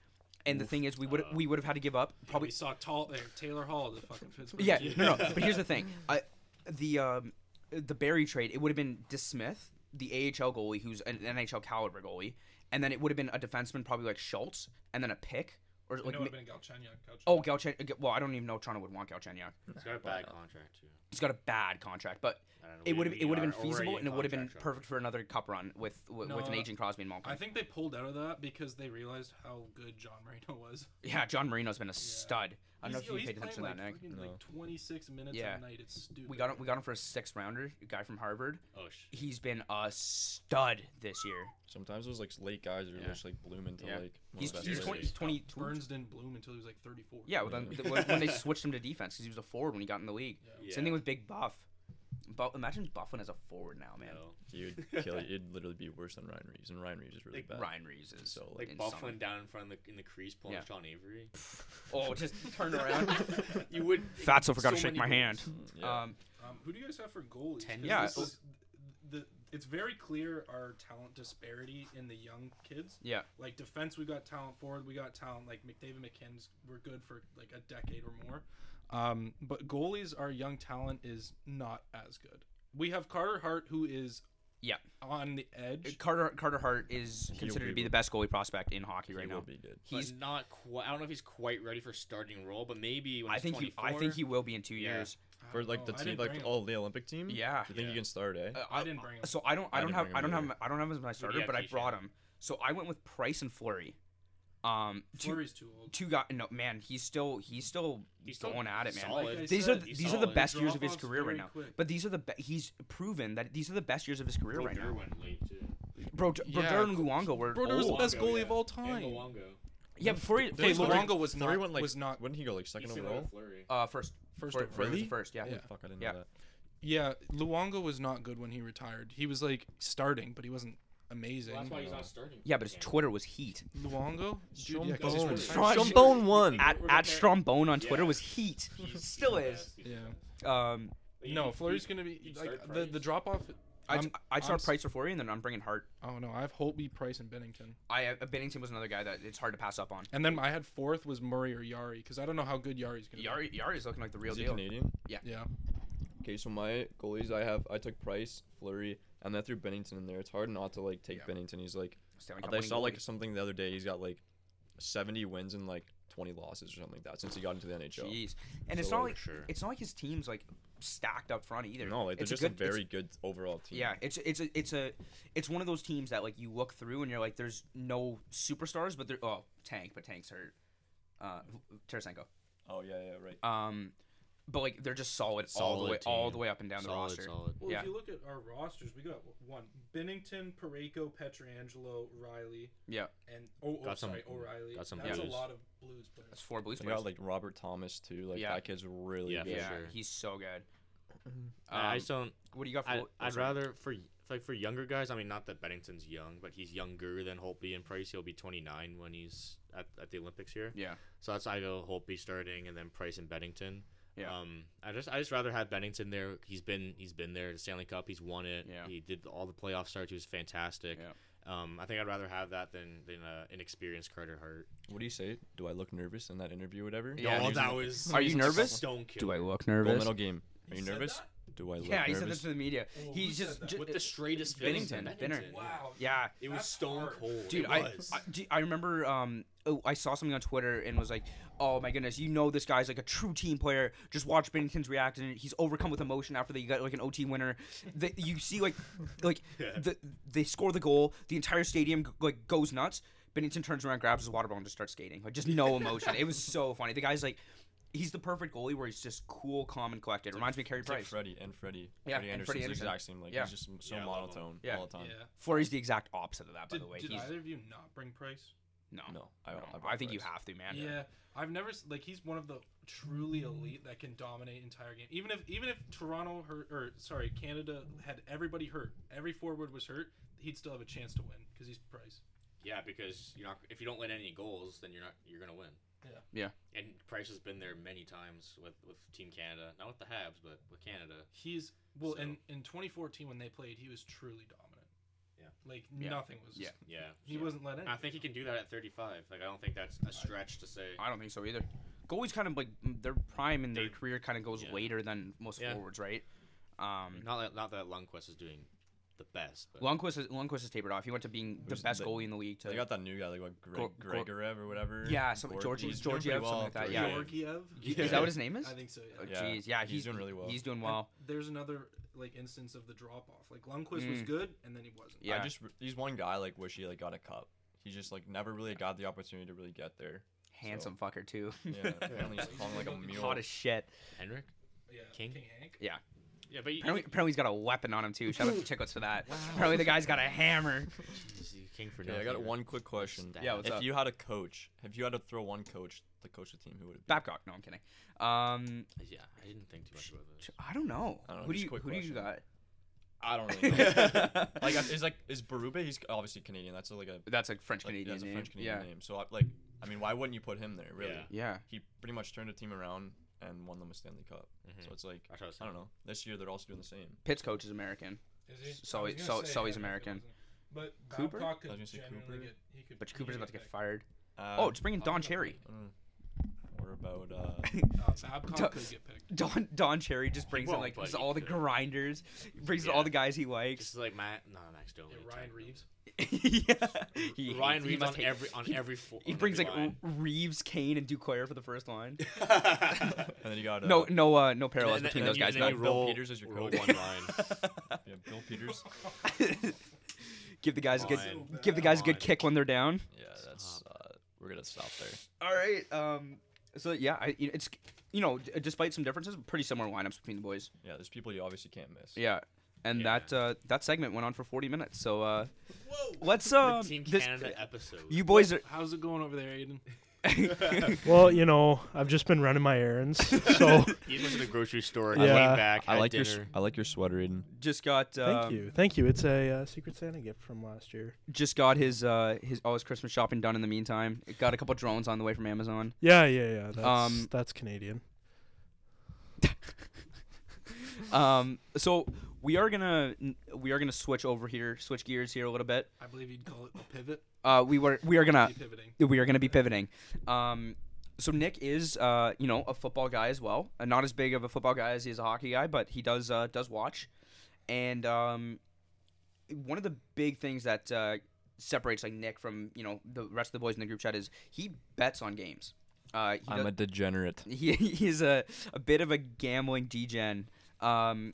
[SPEAKER 2] and the thing is, we would
[SPEAKER 6] uh,
[SPEAKER 2] we would have had to give up
[SPEAKER 5] Probably
[SPEAKER 2] probably.
[SPEAKER 5] saw tall there Taylor Hall the fucking Pittsburgh.
[SPEAKER 2] Yeah,
[SPEAKER 5] team.
[SPEAKER 2] no, no. But here's the thing, I, the um, the Berry trade, it would have been DeSmith, the AHL goalie, who's an NHL caliber goalie, and then it would have been a defenseman, probably like Schultz, and then a pick or
[SPEAKER 5] I
[SPEAKER 2] like.
[SPEAKER 5] know
[SPEAKER 2] mi-
[SPEAKER 5] it would have been Galchenyuk. coach.
[SPEAKER 2] Oh, Galchenyuk. Well, I don't even know if Toronto would want Galchenyuk.
[SPEAKER 3] he's got a bad contract too.
[SPEAKER 2] He's got a bad contract, but
[SPEAKER 3] I don't know, we-
[SPEAKER 2] it would have
[SPEAKER 3] we
[SPEAKER 2] it would have
[SPEAKER 3] are
[SPEAKER 2] been feasible
[SPEAKER 3] already
[SPEAKER 2] and it would have been
[SPEAKER 3] contract shopping.
[SPEAKER 2] perfect for another cup run with with, with an
[SPEAKER 5] No,
[SPEAKER 2] aging Crosby and Malkin.
[SPEAKER 5] I think they pulled out of that because they realized how good John Marino was.
[SPEAKER 2] yeah, John Marino's been a stud. I don't
[SPEAKER 5] He's,
[SPEAKER 2] know if you
[SPEAKER 5] yo, he's
[SPEAKER 2] paid attention to
[SPEAKER 5] playing
[SPEAKER 2] that, Nick.
[SPEAKER 5] like, fucking, like 26 minutes
[SPEAKER 2] Yeah.
[SPEAKER 5] a night. It's stupid.
[SPEAKER 2] We got him. We got him for a sixth rounder, a guy from Harvard.
[SPEAKER 3] Oh shit.
[SPEAKER 2] He's been a stud this year.
[SPEAKER 6] Sometimes those like late guys are
[SPEAKER 2] Yeah.
[SPEAKER 6] just like bloom into
[SPEAKER 2] Yeah.
[SPEAKER 6] like. one
[SPEAKER 2] He's
[SPEAKER 6] of the
[SPEAKER 2] he's
[SPEAKER 6] best
[SPEAKER 2] twenty.
[SPEAKER 3] twen-
[SPEAKER 6] players.
[SPEAKER 2] He's twenty two.
[SPEAKER 5] Burns didn't bloom until he was like 34.
[SPEAKER 2] Yeah, well, then, when, when they switched him to defense because he was a forward when he got in the league. Same
[SPEAKER 3] Yeah.
[SPEAKER 2] thing with Big Buff. But imagine Buffon as a forward now, man.
[SPEAKER 3] No.
[SPEAKER 6] He would kill you. It'd literally be worse than Ryan Reeves, and Ryan Reeves is really
[SPEAKER 3] Like,
[SPEAKER 6] bad.
[SPEAKER 2] Ryan Reeves is
[SPEAKER 6] So, like,
[SPEAKER 3] Like
[SPEAKER 2] insane.
[SPEAKER 3] Bufflin down in front of the in the crease pulling
[SPEAKER 2] Yeah.
[SPEAKER 3] Sean Avery.
[SPEAKER 2] Oh, just turn around.
[SPEAKER 3] you would
[SPEAKER 2] Fatso forgot to
[SPEAKER 3] so
[SPEAKER 2] shake
[SPEAKER 3] many
[SPEAKER 2] my hand.
[SPEAKER 3] goals.
[SPEAKER 6] Yeah.
[SPEAKER 2] Um,
[SPEAKER 5] Um, who do you guys have for goalies? 'Cause
[SPEAKER 2] Yeah,
[SPEAKER 5] this
[SPEAKER 2] it's-
[SPEAKER 5] is- the, it's very clear our talent disparity in the young kids.
[SPEAKER 2] yeah.
[SPEAKER 5] Like defense, we got talent. Forward, we got talent. Like McDavid, McKinnon's, we're good for like a decade or more. Um, but goalies, our young talent is not as good. We have Carter Hart, who is
[SPEAKER 2] Yeah.
[SPEAKER 5] on the edge.
[SPEAKER 2] Carter Carter Hart is considered
[SPEAKER 6] be
[SPEAKER 2] to be the best goalie prospect in hockey right
[SPEAKER 6] he
[SPEAKER 2] now.
[SPEAKER 6] will be good.
[SPEAKER 3] He's
[SPEAKER 2] He's
[SPEAKER 3] not quite. I don't know if he's quite ready for starting role, but maybe when
[SPEAKER 2] I
[SPEAKER 3] he's
[SPEAKER 2] think he
[SPEAKER 3] 24,
[SPEAKER 2] I think he will be in 2
[SPEAKER 3] Yeah.
[SPEAKER 2] years.
[SPEAKER 5] I
[SPEAKER 6] For
[SPEAKER 5] don't
[SPEAKER 2] Oh,
[SPEAKER 6] like the
[SPEAKER 5] know. Oh, I
[SPEAKER 6] team,
[SPEAKER 5] didn't
[SPEAKER 6] like
[SPEAKER 5] bring him.
[SPEAKER 6] all the Olympic team.
[SPEAKER 2] Yeah.
[SPEAKER 6] You think
[SPEAKER 3] Yeah.
[SPEAKER 6] you can start, eh?
[SPEAKER 5] I didn't bring him.
[SPEAKER 2] So I don't I,
[SPEAKER 6] I
[SPEAKER 2] don't
[SPEAKER 6] didn't
[SPEAKER 2] have
[SPEAKER 6] bring him
[SPEAKER 2] I don't
[SPEAKER 6] either.
[SPEAKER 2] have I don't have him as my starter,
[SPEAKER 3] yeah,
[SPEAKER 2] but I
[SPEAKER 3] Keishan.
[SPEAKER 2] brought him. So I went with Price and Flurry. Um two
[SPEAKER 5] Fleury's too old.
[SPEAKER 2] two guy no man, he's still he's still
[SPEAKER 3] He's still
[SPEAKER 2] going at it, man.
[SPEAKER 3] solid.
[SPEAKER 5] Like I
[SPEAKER 2] these are
[SPEAKER 5] said,
[SPEAKER 2] the,
[SPEAKER 3] he's
[SPEAKER 2] these are the
[SPEAKER 3] solid.
[SPEAKER 2] best years of his
[SPEAKER 5] Drop-off's
[SPEAKER 2] career right
[SPEAKER 5] very
[SPEAKER 2] now.
[SPEAKER 5] quick.
[SPEAKER 2] But these are the be- he's proven that these are the best years of his career right
[SPEAKER 3] Brodeur
[SPEAKER 2] now.
[SPEAKER 3] went late too.
[SPEAKER 2] Bro, Bro
[SPEAKER 7] Yeah,
[SPEAKER 2] Brodeur and Luongo were
[SPEAKER 7] Brodeur was the
[SPEAKER 2] old.
[SPEAKER 7] best
[SPEAKER 3] Luongo,
[SPEAKER 7] goalie
[SPEAKER 3] yeah.
[SPEAKER 7] of all
[SPEAKER 3] And
[SPEAKER 7] time.
[SPEAKER 3] Luongo.
[SPEAKER 2] yeah before he,
[SPEAKER 7] There's
[SPEAKER 2] before he-
[SPEAKER 7] Luongo was
[SPEAKER 6] Fleury
[SPEAKER 7] not-
[SPEAKER 6] went like
[SPEAKER 7] was not-
[SPEAKER 6] Wouldn't he go like second
[SPEAKER 3] He's similar to
[SPEAKER 6] overall?
[SPEAKER 3] Fleury.
[SPEAKER 2] uh first
[SPEAKER 4] First
[SPEAKER 2] Fleur-
[SPEAKER 4] overall.
[SPEAKER 2] Fleur was
[SPEAKER 6] Really?
[SPEAKER 2] the first, yeah.
[SPEAKER 4] Yeah.
[SPEAKER 6] Fuck, I didn't
[SPEAKER 2] Yeah.
[SPEAKER 6] know that.
[SPEAKER 7] Yeah, Luongo was not good when he retired. He was like starting, but he wasn't amazing.
[SPEAKER 3] Well, that's why he's not starting.
[SPEAKER 2] Yeah, but his
[SPEAKER 3] Yeah.
[SPEAKER 2] Twitter was heat.
[SPEAKER 7] Luongo, Dude, yeah, 'cause he's
[SPEAKER 6] Strombone.
[SPEAKER 7] retired.
[SPEAKER 2] Strombone.
[SPEAKER 6] Strombone won.
[SPEAKER 2] At,
[SPEAKER 3] we're
[SPEAKER 2] at
[SPEAKER 3] comparing-
[SPEAKER 2] Strombone on Twitter
[SPEAKER 3] Yeah.
[SPEAKER 2] was heat.
[SPEAKER 3] He's-
[SPEAKER 2] Still
[SPEAKER 3] he's the
[SPEAKER 2] is.
[SPEAKER 3] best, he's the
[SPEAKER 7] Yeah,
[SPEAKER 3] best.
[SPEAKER 2] Um,
[SPEAKER 3] But you-
[SPEAKER 7] no,
[SPEAKER 3] you-
[SPEAKER 7] Fleury's
[SPEAKER 3] you-
[SPEAKER 7] gonna be
[SPEAKER 3] you'd
[SPEAKER 7] like
[SPEAKER 3] start
[SPEAKER 7] the
[SPEAKER 3] Price.
[SPEAKER 7] the drop off.
[SPEAKER 2] I,
[SPEAKER 7] I'm-
[SPEAKER 2] I start
[SPEAKER 7] I'm s-
[SPEAKER 2] Price or Fleury, and then I'm bringing Hart.
[SPEAKER 7] Oh no, I have Holtby, Price, and Bennington,
[SPEAKER 2] I uh, Bennington was another guy that it's hard to pass up on.
[SPEAKER 7] and then I had fourth was Murray or Yari because I don't know how good Yari's gonna
[SPEAKER 2] Yari Yari's looking like the real
[SPEAKER 6] Is he
[SPEAKER 2] deal.
[SPEAKER 6] Canadian?
[SPEAKER 7] be. Yeah,
[SPEAKER 6] Okay, so my goalies, I have I took Price, Flurry, and then I threw Bennington in there. It's hard not to like take
[SPEAKER 2] Yeah.
[SPEAKER 6] Bennington. He's like
[SPEAKER 2] Stanley
[SPEAKER 6] I
[SPEAKER 2] Cup
[SPEAKER 6] I
[SPEAKER 2] winning
[SPEAKER 6] saw like
[SPEAKER 2] goalie.
[SPEAKER 6] something the other day. He's got like seventy wins and like twenty losses or something like that since he got into the NHL.
[SPEAKER 2] Jeez, and it's
[SPEAKER 6] So,
[SPEAKER 2] not like
[SPEAKER 3] sure.
[SPEAKER 2] it's not like his team's like stacked up front either.
[SPEAKER 6] No, like, they're
[SPEAKER 2] it's
[SPEAKER 6] just a,
[SPEAKER 2] good, it's-
[SPEAKER 6] very good overall team.
[SPEAKER 2] yeah. It's it's a it's a it's one of those teams that like you look through and you're like, there's no superstars, but they're oh Tank, but Tank's hurt. Uh, Tarasenko.
[SPEAKER 6] Oh yeah, yeah, right.
[SPEAKER 2] Um, but like they're just solid, all the
[SPEAKER 3] Solid
[SPEAKER 2] way all the
[SPEAKER 3] team.
[SPEAKER 2] way up and down the roster.
[SPEAKER 5] Well,
[SPEAKER 2] Yeah.
[SPEAKER 5] if you look at our rosters, we got one Bennington, Pareko, Petrangelo, Riley,
[SPEAKER 2] Yeah,
[SPEAKER 5] and oh, oh
[SPEAKER 3] Got some-
[SPEAKER 5] sorry, O'Reilly.
[SPEAKER 3] got some
[SPEAKER 5] That's
[SPEAKER 3] blues.
[SPEAKER 5] a lot of blues
[SPEAKER 2] that's
[SPEAKER 5] players.
[SPEAKER 2] four Blues
[SPEAKER 6] They got
[SPEAKER 2] players.
[SPEAKER 6] like Robert Thomas too. Like
[SPEAKER 2] Yeah.
[SPEAKER 6] that kid's really
[SPEAKER 3] Yeah, for
[SPEAKER 6] good.
[SPEAKER 2] yeah,
[SPEAKER 3] sure.
[SPEAKER 2] he's so good.
[SPEAKER 3] I, I
[SPEAKER 2] Um,
[SPEAKER 3] just don't.
[SPEAKER 2] what do you got for?
[SPEAKER 3] I,
[SPEAKER 2] oh,
[SPEAKER 3] I'd
[SPEAKER 2] sorry.
[SPEAKER 3] rather for like for younger guys. I mean, not that Bennington's young, but he's younger than Holtby and Price. He'll be 29 when he's at, at the Olympics here.
[SPEAKER 2] Yeah.
[SPEAKER 3] So that's I go Holtby starting, and then Price and Bennington.
[SPEAKER 2] Yeah.
[SPEAKER 3] Um, I just I just rather have Bennington there. He's been he's been there the Stanley Cup. He's won it.
[SPEAKER 2] Yeah.
[SPEAKER 3] He did all the playoff starts. He was fantastic.
[SPEAKER 2] Yeah.
[SPEAKER 3] Um, I think I'd rather have that than than uh, inexperienced Carter Hart.
[SPEAKER 6] What do you say? Do I look nervous in that interview? Whatever.
[SPEAKER 2] Yeah,
[SPEAKER 3] oh,
[SPEAKER 2] he's-
[SPEAKER 3] that was.
[SPEAKER 2] Are you nervous?
[SPEAKER 3] Don't kill.
[SPEAKER 2] Do I look
[SPEAKER 6] Gold
[SPEAKER 2] nervous?
[SPEAKER 6] medal game. Are you nervous? Do I look
[SPEAKER 2] Yeah, he said that
[SPEAKER 6] nervous?
[SPEAKER 2] to the media.
[SPEAKER 5] Oh, who
[SPEAKER 2] he's
[SPEAKER 5] said
[SPEAKER 2] just
[SPEAKER 5] that?
[SPEAKER 2] ju-
[SPEAKER 3] With the straightest face.
[SPEAKER 2] Bennington, Benner.
[SPEAKER 5] Wow.
[SPEAKER 2] yeah.
[SPEAKER 3] It was
[SPEAKER 5] That's
[SPEAKER 3] stone
[SPEAKER 5] hard.
[SPEAKER 3] cold.
[SPEAKER 2] Dude,
[SPEAKER 3] it
[SPEAKER 2] I,
[SPEAKER 3] was.
[SPEAKER 2] I, do- I remember um, oh, I saw something on Twitter and was like, oh my goodness, you know this guy's like a true team player. Just watch Bennington's reaction. He's overcome with emotion after they got like an OT winner. The, you see like, like
[SPEAKER 3] Yeah.
[SPEAKER 2] the, they score the goal. The entire stadium g- like goes nuts. Bennington turns around, grabs his water bottle, and just starts skating. Like just no emotion. it was so funny. The guy's like, he's the perfect goalie where he's just cool, calm, and collected. Reminds me of Carey
[SPEAKER 6] It's like
[SPEAKER 2] Price.
[SPEAKER 6] Freddie and Freddie.
[SPEAKER 2] Yeah,
[SPEAKER 6] Freddie
[SPEAKER 2] and
[SPEAKER 6] Anderson's
[SPEAKER 2] Freddie
[SPEAKER 6] the
[SPEAKER 2] Anderson.
[SPEAKER 6] exact same. Like
[SPEAKER 2] Yeah.
[SPEAKER 6] he's just m- so
[SPEAKER 3] Yeah, I love him.
[SPEAKER 6] monotone
[SPEAKER 2] Yeah.
[SPEAKER 6] all the time.
[SPEAKER 5] Yeah.
[SPEAKER 2] Flurry's the exact opposite of that, by
[SPEAKER 5] Did,
[SPEAKER 2] the way.
[SPEAKER 5] did
[SPEAKER 2] he's
[SPEAKER 5] either of you not bring Price?
[SPEAKER 2] no, no.
[SPEAKER 6] No, I,
[SPEAKER 2] I,
[SPEAKER 6] brought
[SPEAKER 2] think you
[SPEAKER 6] Price.
[SPEAKER 2] have to, man.
[SPEAKER 5] Yeah, I've never s- like he's one of the truly elite that can dominate entire game. Even if even if Toronto hurt or sorry Canada had everybody hurt, every forward was hurt, he'd still have a chance to win because he's Price.
[SPEAKER 3] Yeah, because you're not if you don't let any goals, then you're not you're gonna win.
[SPEAKER 5] Yeah.
[SPEAKER 2] Yeah.
[SPEAKER 3] And Price has been there many times with with Team Canada, not with the Habs, but with Canada.
[SPEAKER 5] He's well
[SPEAKER 3] So-
[SPEAKER 5] in in 2014 when they played, he was truly dominant.
[SPEAKER 3] Yeah.
[SPEAKER 5] like
[SPEAKER 2] Yeah.
[SPEAKER 5] nothing was.
[SPEAKER 2] Yeah.
[SPEAKER 3] Yeah.
[SPEAKER 5] he
[SPEAKER 3] so-
[SPEAKER 5] wasn't let in.
[SPEAKER 3] I think he can do that at 35. Like I don't think that's a stretch to say.
[SPEAKER 2] I don't think so either. Goalies kind of like m- their prime in their
[SPEAKER 3] They-
[SPEAKER 2] career kind of goes
[SPEAKER 3] yeah.
[SPEAKER 2] later than most
[SPEAKER 3] Yeah.
[SPEAKER 2] forwards, right? Um,
[SPEAKER 3] Not that not that Lundqvist is doing the best, but
[SPEAKER 2] Lundqvist has, Lundqvist has tapered off. He went to being the
[SPEAKER 6] Who's-
[SPEAKER 2] best
[SPEAKER 6] they-
[SPEAKER 2] goalie in the league. To,
[SPEAKER 6] They got that new guy like what Greg,
[SPEAKER 2] Gor- Gor-
[SPEAKER 6] Gregorev or whatever.
[SPEAKER 2] Yeah, some- Georgie-
[SPEAKER 6] he's doing
[SPEAKER 2] Georgie
[SPEAKER 6] pretty
[SPEAKER 2] or something
[SPEAKER 6] well.
[SPEAKER 2] like that,
[SPEAKER 6] Georgie.
[SPEAKER 2] yeah.
[SPEAKER 5] Georgiev.
[SPEAKER 2] is that what his name is?
[SPEAKER 5] I think so. Yeah.
[SPEAKER 2] Oh,
[SPEAKER 6] Yeah.
[SPEAKER 2] Jeez, yeah,
[SPEAKER 6] He's doing really well.
[SPEAKER 2] He's doing
[SPEAKER 5] And
[SPEAKER 2] well.
[SPEAKER 5] There's another like instance of the drop off. Like Lundqvist was
[SPEAKER 2] Mm.
[SPEAKER 5] good, and then he wasn't.
[SPEAKER 2] Yeah.
[SPEAKER 6] I just re- he's one guy like wish he like got a cup. He just like never really got the opportunity to really get there.
[SPEAKER 2] Handsome fucker too.
[SPEAKER 6] Yeah, apparently he's hung like a mule.
[SPEAKER 2] Hot as shit.
[SPEAKER 3] Henrik.
[SPEAKER 5] Yeah,
[SPEAKER 3] King?
[SPEAKER 5] Hank.
[SPEAKER 3] Yeah, but you,
[SPEAKER 2] Apparently, apparently he's got a weapon on him too. Shout out to Chicklets for that. Apparently the guy's got a hammer.
[SPEAKER 3] Jeez, King for
[SPEAKER 6] Okay, I got one quick question.
[SPEAKER 3] Yeah,
[SPEAKER 2] what's
[SPEAKER 6] if
[SPEAKER 2] up?
[SPEAKER 6] you had a coach, if you had to throw one coach to coach the team, who would it be?
[SPEAKER 2] Babcock. No, I'm kidding. Um,
[SPEAKER 3] Yeah, I didn't think too much about this.
[SPEAKER 2] I don't know.
[SPEAKER 6] I don't know,
[SPEAKER 2] who do
[SPEAKER 6] just
[SPEAKER 2] you
[SPEAKER 6] quick
[SPEAKER 2] who do you got?
[SPEAKER 6] I don't really know. like is like is Barube? He's obviously Canadian. That's like a
[SPEAKER 2] That's like French
[SPEAKER 6] like,
[SPEAKER 2] Canadian
[SPEAKER 6] that's a
[SPEAKER 2] name.
[SPEAKER 6] French Canadian
[SPEAKER 2] yeah.
[SPEAKER 6] name. So I, like I mean, why wouldn't you put him there? Really?
[SPEAKER 3] Yeah.
[SPEAKER 2] Yeah.
[SPEAKER 6] He pretty much turned a team around and won them a Stanley Cup.
[SPEAKER 3] Mhm.
[SPEAKER 2] Mm-hmm.
[SPEAKER 6] So it's like
[SPEAKER 3] That's what I was
[SPEAKER 6] I don't know. This year they're also doing the same.
[SPEAKER 2] Pitt's coach is American.
[SPEAKER 5] Is he?
[SPEAKER 2] So
[SPEAKER 5] I was
[SPEAKER 2] he-
[SPEAKER 5] gonna
[SPEAKER 2] so-
[SPEAKER 5] say
[SPEAKER 2] so he's
[SPEAKER 5] him if it
[SPEAKER 2] American.
[SPEAKER 5] wasn't. But
[SPEAKER 2] Cooper?
[SPEAKER 5] Babcock
[SPEAKER 6] I was
[SPEAKER 5] could
[SPEAKER 6] gonna say
[SPEAKER 5] genuinely
[SPEAKER 6] Cooper.
[SPEAKER 5] get. He could.
[SPEAKER 2] But
[SPEAKER 5] he
[SPEAKER 2] Cooper's
[SPEAKER 5] could
[SPEAKER 2] about to
[SPEAKER 5] get
[SPEAKER 2] get
[SPEAKER 5] picked.
[SPEAKER 2] fired.
[SPEAKER 6] Uh,
[SPEAKER 2] Oh, just bring in
[SPEAKER 5] I
[SPEAKER 2] Don
[SPEAKER 5] was gonna
[SPEAKER 2] Cherry.
[SPEAKER 5] pick-
[SPEAKER 6] I don't know. Or about uh,
[SPEAKER 5] Uh, Babcock could get picked.
[SPEAKER 2] Don Don Cherry just brings in
[SPEAKER 3] won't,
[SPEAKER 2] like
[SPEAKER 3] but
[SPEAKER 2] just
[SPEAKER 3] he
[SPEAKER 2] all the
[SPEAKER 3] could.
[SPEAKER 2] grinders, brings in all
[SPEAKER 3] Yeah.
[SPEAKER 2] the guys he likes.
[SPEAKER 3] Just like Matt, no, Max Domi.
[SPEAKER 5] Yeah,
[SPEAKER 3] type
[SPEAKER 5] Ryan
[SPEAKER 3] of-
[SPEAKER 5] Reeves.
[SPEAKER 2] yeah. He hates-
[SPEAKER 3] Ryan
[SPEAKER 2] he
[SPEAKER 3] Reeves
[SPEAKER 2] must
[SPEAKER 3] on
[SPEAKER 2] hate-
[SPEAKER 3] every on
[SPEAKER 2] he-
[SPEAKER 3] every four.
[SPEAKER 2] He
[SPEAKER 3] on
[SPEAKER 2] brings
[SPEAKER 3] every
[SPEAKER 2] like
[SPEAKER 3] line.
[SPEAKER 2] Reeves, Kane, and Duclair for the first line.
[SPEAKER 6] and then you got uh,
[SPEAKER 2] No, no, uh, no parallels
[SPEAKER 3] And then-
[SPEAKER 2] between
[SPEAKER 3] and
[SPEAKER 2] those
[SPEAKER 3] then you-
[SPEAKER 2] guys.
[SPEAKER 3] then you
[SPEAKER 2] but-
[SPEAKER 6] Bill
[SPEAKER 3] roll-
[SPEAKER 6] Peters as your
[SPEAKER 3] roll
[SPEAKER 6] coach.
[SPEAKER 3] one line.
[SPEAKER 6] you have Bill Peters.
[SPEAKER 2] give the guys a good,
[SPEAKER 3] Fine.
[SPEAKER 2] give the guys a
[SPEAKER 3] Come
[SPEAKER 2] good
[SPEAKER 3] on.
[SPEAKER 2] kick when they're down.
[SPEAKER 6] Yeah, that's uh, we're gonna stop there.
[SPEAKER 2] All right. Um. So yeah, I, it's you know, d- despite some differences, pretty similar lineups between the boys.
[SPEAKER 6] Yeah, there's people you obviously can't miss.
[SPEAKER 2] Yeah. And
[SPEAKER 3] Yeah.
[SPEAKER 2] that uh, that segment went on for 40 minutes. So uh, let's um
[SPEAKER 3] Team
[SPEAKER 2] this-
[SPEAKER 3] Canada episode.
[SPEAKER 2] you boys are
[SPEAKER 5] How's it going over there, Aiden?
[SPEAKER 4] Well, you know, I've just been running my errands, so
[SPEAKER 3] He went to the grocery store.
[SPEAKER 4] I like-
[SPEAKER 3] Yeah. Came back.
[SPEAKER 6] I
[SPEAKER 3] had
[SPEAKER 6] like your s-
[SPEAKER 3] dinner.
[SPEAKER 6] I like your sweater, Aiden.
[SPEAKER 2] just got uh,
[SPEAKER 4] thank you, thank you. It's a uh, Secret Santa gift from last year.
[SPEAKER 2] just got his uh his all his Christmas shopping done in the meantime. Got a couple drones on the way from Amazon.
[SPEAKER 4] Yeah, yeah, yeah. That's
[SPEAKER 2] Um,
[SPEAKER 4] that's Canadian.
[SPEAKER 2] Um so we are going to we are going to switch over here, switch gears here a little bit.
[SPEAKER 5] I believe you'd call it a pivot.
[SPEAKER 2] Uh we were we are going to
[SPEAKER 5] Be pivoting.
[SPEAKER 2] we are going to be pivoting. Um, so Nick is, uh, you know, a football guy as well. Uh, not as big of a football guy as he is a hockey guy, but he does uh, does watch. And um, one of the big things that uh, separates like Nick from you know the rest of the boys in the group chat is he bets on games. Uh, he
[SPEAKER 6] I'm
[SPEAKER 2] does-
[SPEAKER 6] a degenerate.
[SPEAKER 2] he, he is a, a bit of a gambling degen. Um,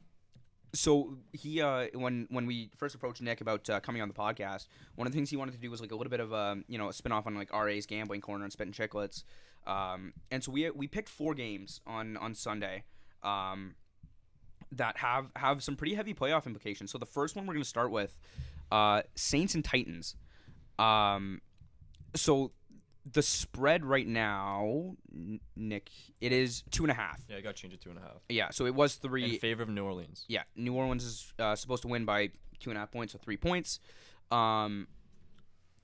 [SPEAKER 2] so he uh, when when we first approached Nick about uh, coming on the podcast, one of the things he wanted to do was like a little bit of a you know a spin off on like RA's gambling corner and spitting chicklets. Um, and so we we picked four games on on Sunday. Um, that have have some pretty heavy playoff implications. So the first one we're going to start with uh, Saints and Titans. Um, so the spread right now, N- Nick, it is two and a half.
[SPEAKER 6] Yeah, I got changed to two and a half
[SPEAKER 2] Yeah, so it was
[SPEAKER 6] in
[SPEAKER 2] three.
[SPEAKER 6] favor of New Orleans.
[SPEAKER 2] Yeah, New Orleans is uh, supposed to win by two and a half points or three points. Um,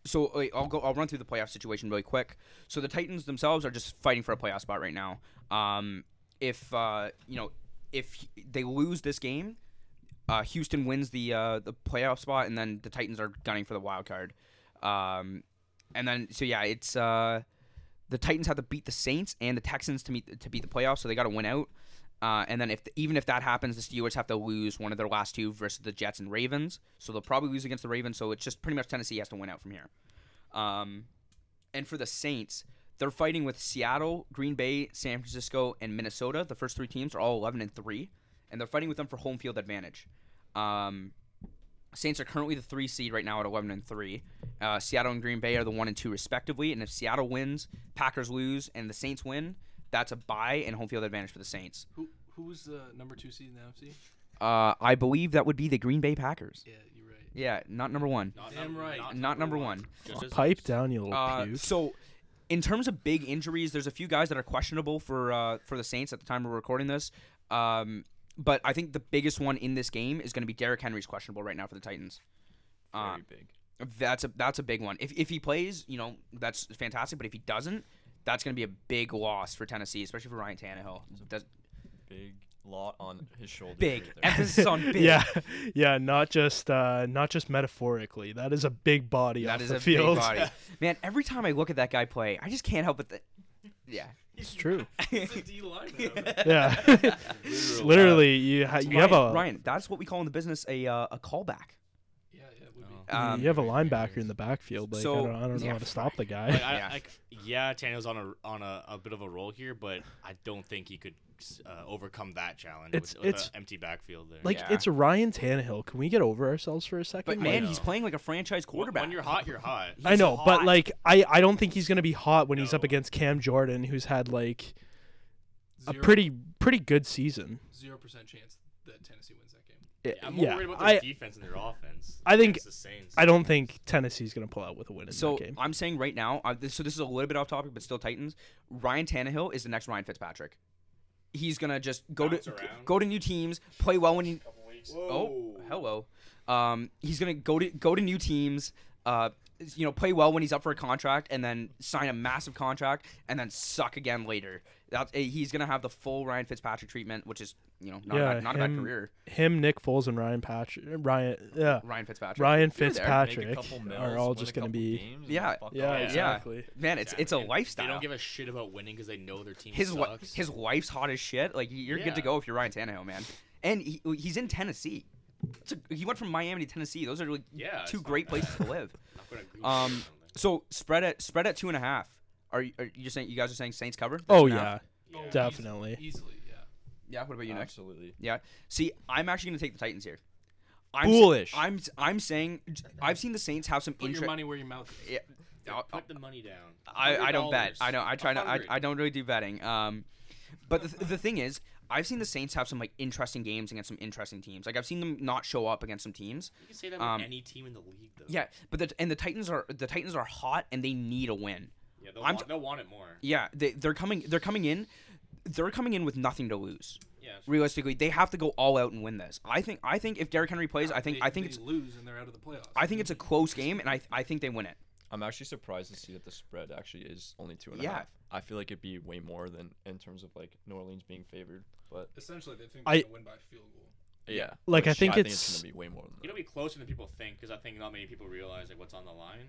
[SPEAKER 2] so wait, I'll go. I'll run through the playoff situation really quick. So the Titans themselves are just fighting for a playoff spot right now. Um, if uh, you know, if he- they lose this game, uh, Houston wins the uh, the playoff spot, and then the Titans are gunning for the wild card. Um, and then so yeah, it's uh, the Titans have to beat the Saints and the Texans to meet to beat the playoffs, so they got to win out. Uh, and then if even if that happens, the Steelers have to lose one of their last two versus the Jets and Ravens, so they'll probably lose against the Ravens. So it's just pretty much Tennessee has to win out from here. Um, and for the Saints, they're fighting with Seattle, Green Bay, San Francisco, and Minnesota. The first three teams are all 11 and 3, and they're fighting with them for home field advantage. Um, Saints are currently the three seed right now at 11 and 3. Uh, Seattle and Green Bay are the 1 and 2, respectively. And if Seattle wins, Packers lose, and the Saints win, that's a bye and home field advantage for the Saints.
[SPEAKER 5] Who who was the number two seed in the NFC?
[SPEAKER 2] Uh, I believe that would be the Green Bay Packers.
[SPEAKER 5] Yeah, you're right.
[SPEAKER 2] Yeah, not number one.
[SPEAKER 3] Not
[SPEAKER 5] Damn
[SPEAKER 3] num-
[SPEAKER 5] right.
[SPEAKER 3] Not,
[SPEAKER 2] Not number one.
[SPEAKER 3] Just as-
[SPEAKER 4] Pipe down, you little
[SPEAKER 2] Uh,
[SPEAKER 4] puke.
[SPEAKER 2] so, in terms of big injuries, there's a few guys that are questionable for uh, for the Saints at the time we're recording this. Um, but I think the biggest one in this game is going to be Derrick Henry's questionable right now for the Titans. Uh,
[SPEAKER 6] Very big.
[SPEAKER 2] that's a that's a big one. If if he plays, you know, that's fantastic. But if he doesn't, that's going to be a big loss for Tennessee, especially for Ryan Tannehill. That's
[SPEAKER 6] Big lot on his shoulders.
[SPEAKER 2] big
[SPEAKER 6] right there.
[SPEAKER 2] emphasis on big.
[SPEAKER 4] Yeah, yeah. Not just uh, not just metaphorically. That is a big body
[SPEAKER 2] that
[SPEAKER 4] off
[SPEAKER 2] is
[SPEAKER 4] the
[SPEAKER 2] a
[SPEAKER 4] field.
[SPEAKER 2] big body. Man, every time I look at that guy play, I just can't help but. Th- yeah.
[SPEAKER 4] It's true.
[SPEAKER 5] He's a D lineman.
[SPEAKER 4] Yeah,
[SPEAKER 2] uh,
[SPEAKER 3] Literal.
[SPEAKER 4] literally. You ha- you have
[SPEAKER 2] Ryan-
[SPEAKER 4] a
[SPEAKER 2] Ryan. That's what we call in the business a uh, a callback.
[SPEAKER 5] Yeah, yeah, it would be.
[SPEAKER 4] Mm-hmm.
[SPEAKER 3] Oh.
[SPEAKER 2] Um,
[SPEAKER 4] you have a linebacker in the backfield. Like
[SPEAKER 2] so-
[SPEAKER 4] I don't, I don't know
[SPEAKER 2] yeah,
[SPEAKER 4] how to stop the
[SPEAKER 3] Like,
[SPEAKER 4] guy.
[SPEAKER 3] I,
[SPEAKER 2] Yeah.
[SPEAKER 3] yeah. Like, yeah, Tanne's on a on a, a bit of a roll here, but I don't think he could uh, overcome that challenge
[SPEAKER 4] It's-
[SPEAKER 3] with, with
[SPEAKER 4] it's-
[SPEAKER 3] an empty backfield there.
[SPEAKER 4] Like
[SPEAKER 2] Yeah.
[SPEAKER 4] it's Ryan Tannehill. Can we get over ourselves for a second?
[SPEAKER 2] But
[SPEAKER 4] Like,
[SPEAKER 2] man,
[SPEAKER 3] know.
[SPEAKER 2] he's playing like a franchise
[SPEAKER 3] When-
[SPEAKER 2] quarterback.
[SPEAKER 3] When you're hot, you're hot.
[SPEAKER 4] I know, but
[SPEAKER 2] hot.
[SPEAKER 4] like I, I don't think he's gonna be hot when he's up
[SPEAKER 3] No.
[SPEAKER 4] against Cam Jordan, who's had like a
[SPEAKER 5] Zero-
[SPEAKER 4] pretty pretty good season.
[SPEAKER 5] zero percent chance that Tennessee wins that game.
[SPEAKER 3] I'm more
[SPEAKER 4] yeah,
[SPEAKER 3] worried about their
[SPEAKER 4] I
[SPEAKER 3] defense and their offense.
[SPEAKER 4] I think-
[SPEAKER 3] against the Saints.
[SPEAKER 4] I don't think Tennessee's gonna pull out with a win in
[SPEAKER 2] so
[SPEAKER 4] that game.
[SPEAKER 2] I'm saying right now, uh, this, so this is a little bit off topic, but still Titans. Ryan Tannehill is the next Ryan Fitzpatrick. He's gonna just go
[SPEAKER 3] Bounce
[SPEAKER 2] to
[SPEAKER 3] around.
[SPEAKER 2] go to new teams, play well when you.
[SPEAKER 3] Whoa.
[SPEAKER 2] Oh, hello. Um, he's gonna go to go to new teams, uh, you know play well when he's up for a contract and then sign a massive contract and then suck again later. That's eh, he's gonna have the full Ryan Fitzpatrick treatment, which is you know not a
[SPEAKER 4] Yeah,
[SPEAKER 2] bad, not a bad
[SPEAKER 4] him-
[SPEAKER 2] career.
[SPEAKER 4] Him, Nick Foles, and Ryan Patrick. Ryan. Yeah.
[SPEAKER 2] Ryan Fitzpatrick.
[SPEAKER 4] Ryan
[SPEAKER 2] You were there.
[SPEAKER 6] Make a
[SPEAKER 4] Fitzpatrick
[SPEAKER 6] couple
[SPEAKER 4] are
[SPEAKER 6] mils,
[SPEAKER 4] all
[SPEAKER 6] win
[SPEAKER 4] just
[SPEAKER 6] a
[SPEAKER 4] going to
[SPEAKER 6] couple
[SPEAKER 4] be.
[SPEAKER 6] games, and
[SPEAKER 2] Yeah,
[SPEAKER 6] fuck
[SPEAKER 4] Yeah,
[SPEAKER 6] off.
[SPEAKER 4] exactly.
[SPEAKER 2] Man, it's it's a
[SPEAKER 3] Exactly.
[SPEAKER 2] lifestyle.
[SPEAKER 3] They don't give a shit about winning because they know their team
[SPEAKER 2] his wi-
[SPEAKER 3] sucks.
[SPEAKER 2] his wife's hot as shit. Like you're good to
[SPEAKER 3] Yeah.
[SPEAKER 2] go if you're Ryan Tannehill, man. And he, he's in Tennessee. It's a, he went from Miami to Tennessee. Those are like
[SPEAKER 3] Yeah, it's
[SPEAKER 2] two
[SPEAKER 3] not
[SPEAKER 2] great
[SPEAKER 3] bad.
[SPEAKER 2] places to live.
[SPEAKER 3] Not gonna agree with you
[SPEAKER 2] Um,
[SPEAKER 3] on that.
[SPEAKER 2] so spread at spread at two and a half. Are you, are you saying you guys are saying Saints cover? That's
[SPEAKER 4] Oh
[SPEAKER 2] enough?
[SPEAKER 4] yeah,
[SPEAKER 5] Oh,
[SPEAKER 4] definitely.
[SPEAKER 5] Easily, yeah.
[SPEAKER 2] yeah. What about you next?
[SPEAKER 6] Absolutely.
[SPEAKER 2] Yeah. See, I'm actually gonna take the Titans here. I'm s-
[SPEAKER 6] Foolish.
[SPEAKER 2] I'm I'm saying I've seen the Saints have some
[SPEAKER 5] Put your
[SPEAKER 2] interest.
[SPEAKER 5] money where your mouth is.
[SPEAKER 2] Yeah, I'll- I'll-
[SPEAKER 3] Put the money down.
[SPEAKER 2] I, I don't bet.
[SPEAKER 3] $100.
[SPEAKER 2] I don't. I try not. I,
[SPEAKER 3] 100.
[SPEAKER 2] I don't really do betting. Um, but the, the thing is, I've seen the Saints have some like interesting games against some interesting teams. Like I've seen them not show up against some teams.
[SPEAKER 3] You can say that
[SPEAKER 2] um,
[SPEAKER 3] with any team in the league, though.
[SPEAKER 2] Yeah, but the, and the Titans are the Titans are hot and they need a win.
[SPEAKER 3] yeah they'll,
[SPEAKER 2] I'm
[SPEAKER 3] want,
[SPEAKER 2] t-
[SPEAKER 3] they'll want it more.
[SPEAKER 2] Yeah, they, they're coming. They're coming in. They're coming in with nothing to lose.
[SPEAKER 3] Yeah, that's
[SPEAKER 2] Realistically, they have to go all out and win this. I think. I think if Derrick Henry plays, I think.
[SPEAKER 5] They-
[SPEAKER 2] I think
[SPEAKER 5] they
[SPEAKER 2] it's.
[SPEAKER 5] lose and they're out of the playoffs.
[SPEAKER 2] I think it's a close game, and I. I think they win it.
[SPEAKER 6] I'm actually surprised to see that the spread actually is only two and a half.
[SPEAKER 2] Yeah.
[SPEAKER 6] I feel like it'd be way more than in terms of like New Orleans being favored, but
[SPEAKER 5] essentially they think they're
[SPEAKER 4] I-
[SPEAKER 5] gonna win by field goal.
[SPEAKER 6] yeah.
[SPEAKER 4] Like, I
[SPEAKER 6] which
[SPEAKER 4] think
[SPEAKER 6] it's
[SPEAKER 4] it's-
[SPEAKER 6] gonna be way more than that.
[SPEAKER 3] It'll be closer than people think because I think not many people realize like what's on the line.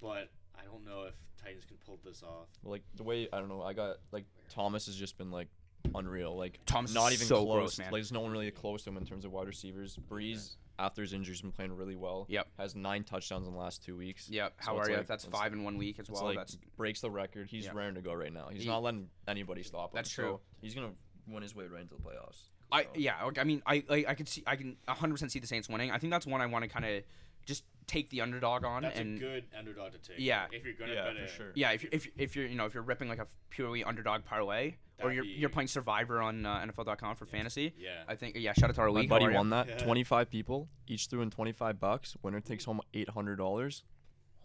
[SPEAKER 3] But I don't know if Titans can pull this off.
[SPEAKER 6] like the way I don't know. I got like Thomas has just been like unreal. Like
[SPEAKER 2] Thomas is
[SPEAKER 6] not even
[SPEAKER 2] so
[SPEAKER 6] close.
[SPEAKER 2] gross, man.
[SPEAKER 6] Like there's no one really close to him in terms of wide receivers. Breeze after his injuries been playing really well.
[SPEAKER 2] Yep.
[SPEAKER 6] Has nine touchdowns in the last two weeks.
[SPEAKER 2] Yeah.
[SPEAKER 6] So
[SPEAKER 2] How
[SPEAKER 6] it's
[SPEAKER 2] are you?
[SPEAKER 6] like-
[SPEAKER 2] that's
[SPEAKER 6] it's-
[SPEAKER 2] five in one week as
[SPEAKER 6] It's
[SPEAKER 2] well.
[SPEAKER 6] like
[SPEAKER 2] that's
[SPEAKER 6] breaks the record. He's
[SPEAKER 2] Yeah.
[SPEAKER 6] raring to go right now. He's
[SPEAKER 2] He-
[SPEAKER 6] not letting anybody stop him.
[SPEAKER 2] That's
[SPEAKER 6] so
[SPEAKER 2] true.
[SPEAKER 6] he's gonna win his way right into the playoffs.
[SPEAKER 2] I e-
[SPEAKER 6] So-
[SPEAKER 2] yeah, like, I mean, I like, I could see, I can 100 percent see the Saints winning. I think that's one I want to kind of just take the underdog on,
[SPEAKER 3] That's
[SPEAKER 2] and
[SPEAKER 3] a good underdog to take.
[SPEAKER 2] Yeah.
[SPEAKER 3] If you're gonna
[SPEAKER 6] Yeah,
[SPEAKER 3] bet
[SPEAKER 6] for
[SPEAKER 3] it,
[SPEAKER 6] sure.
[SPEAKER 2] yeah, if, you- if if you're you know if you're ripping like a purely underdog parlay, or
[SPEAKER 3] That'd
[SPEAKER 2] you're
[SPEAKER 3] be-
[SPEAKER 2] you're playing Survivor on uh, NFL.com for fantasy,
[SPEAKER 3] Yeah.
[SPEAKER 2] I think yeah, shout out to our
[SPEAKER 6] My
[SPEAKER 2] league.
[SPEAKER 6] buddy
[SPEAKER 2] how are ya?
[SPEAKER 6] won that.
[SPEAKER 3] Yeah.
[SPEAKER 6] 25 people each threw in 25 bucks. Winner takes home $800.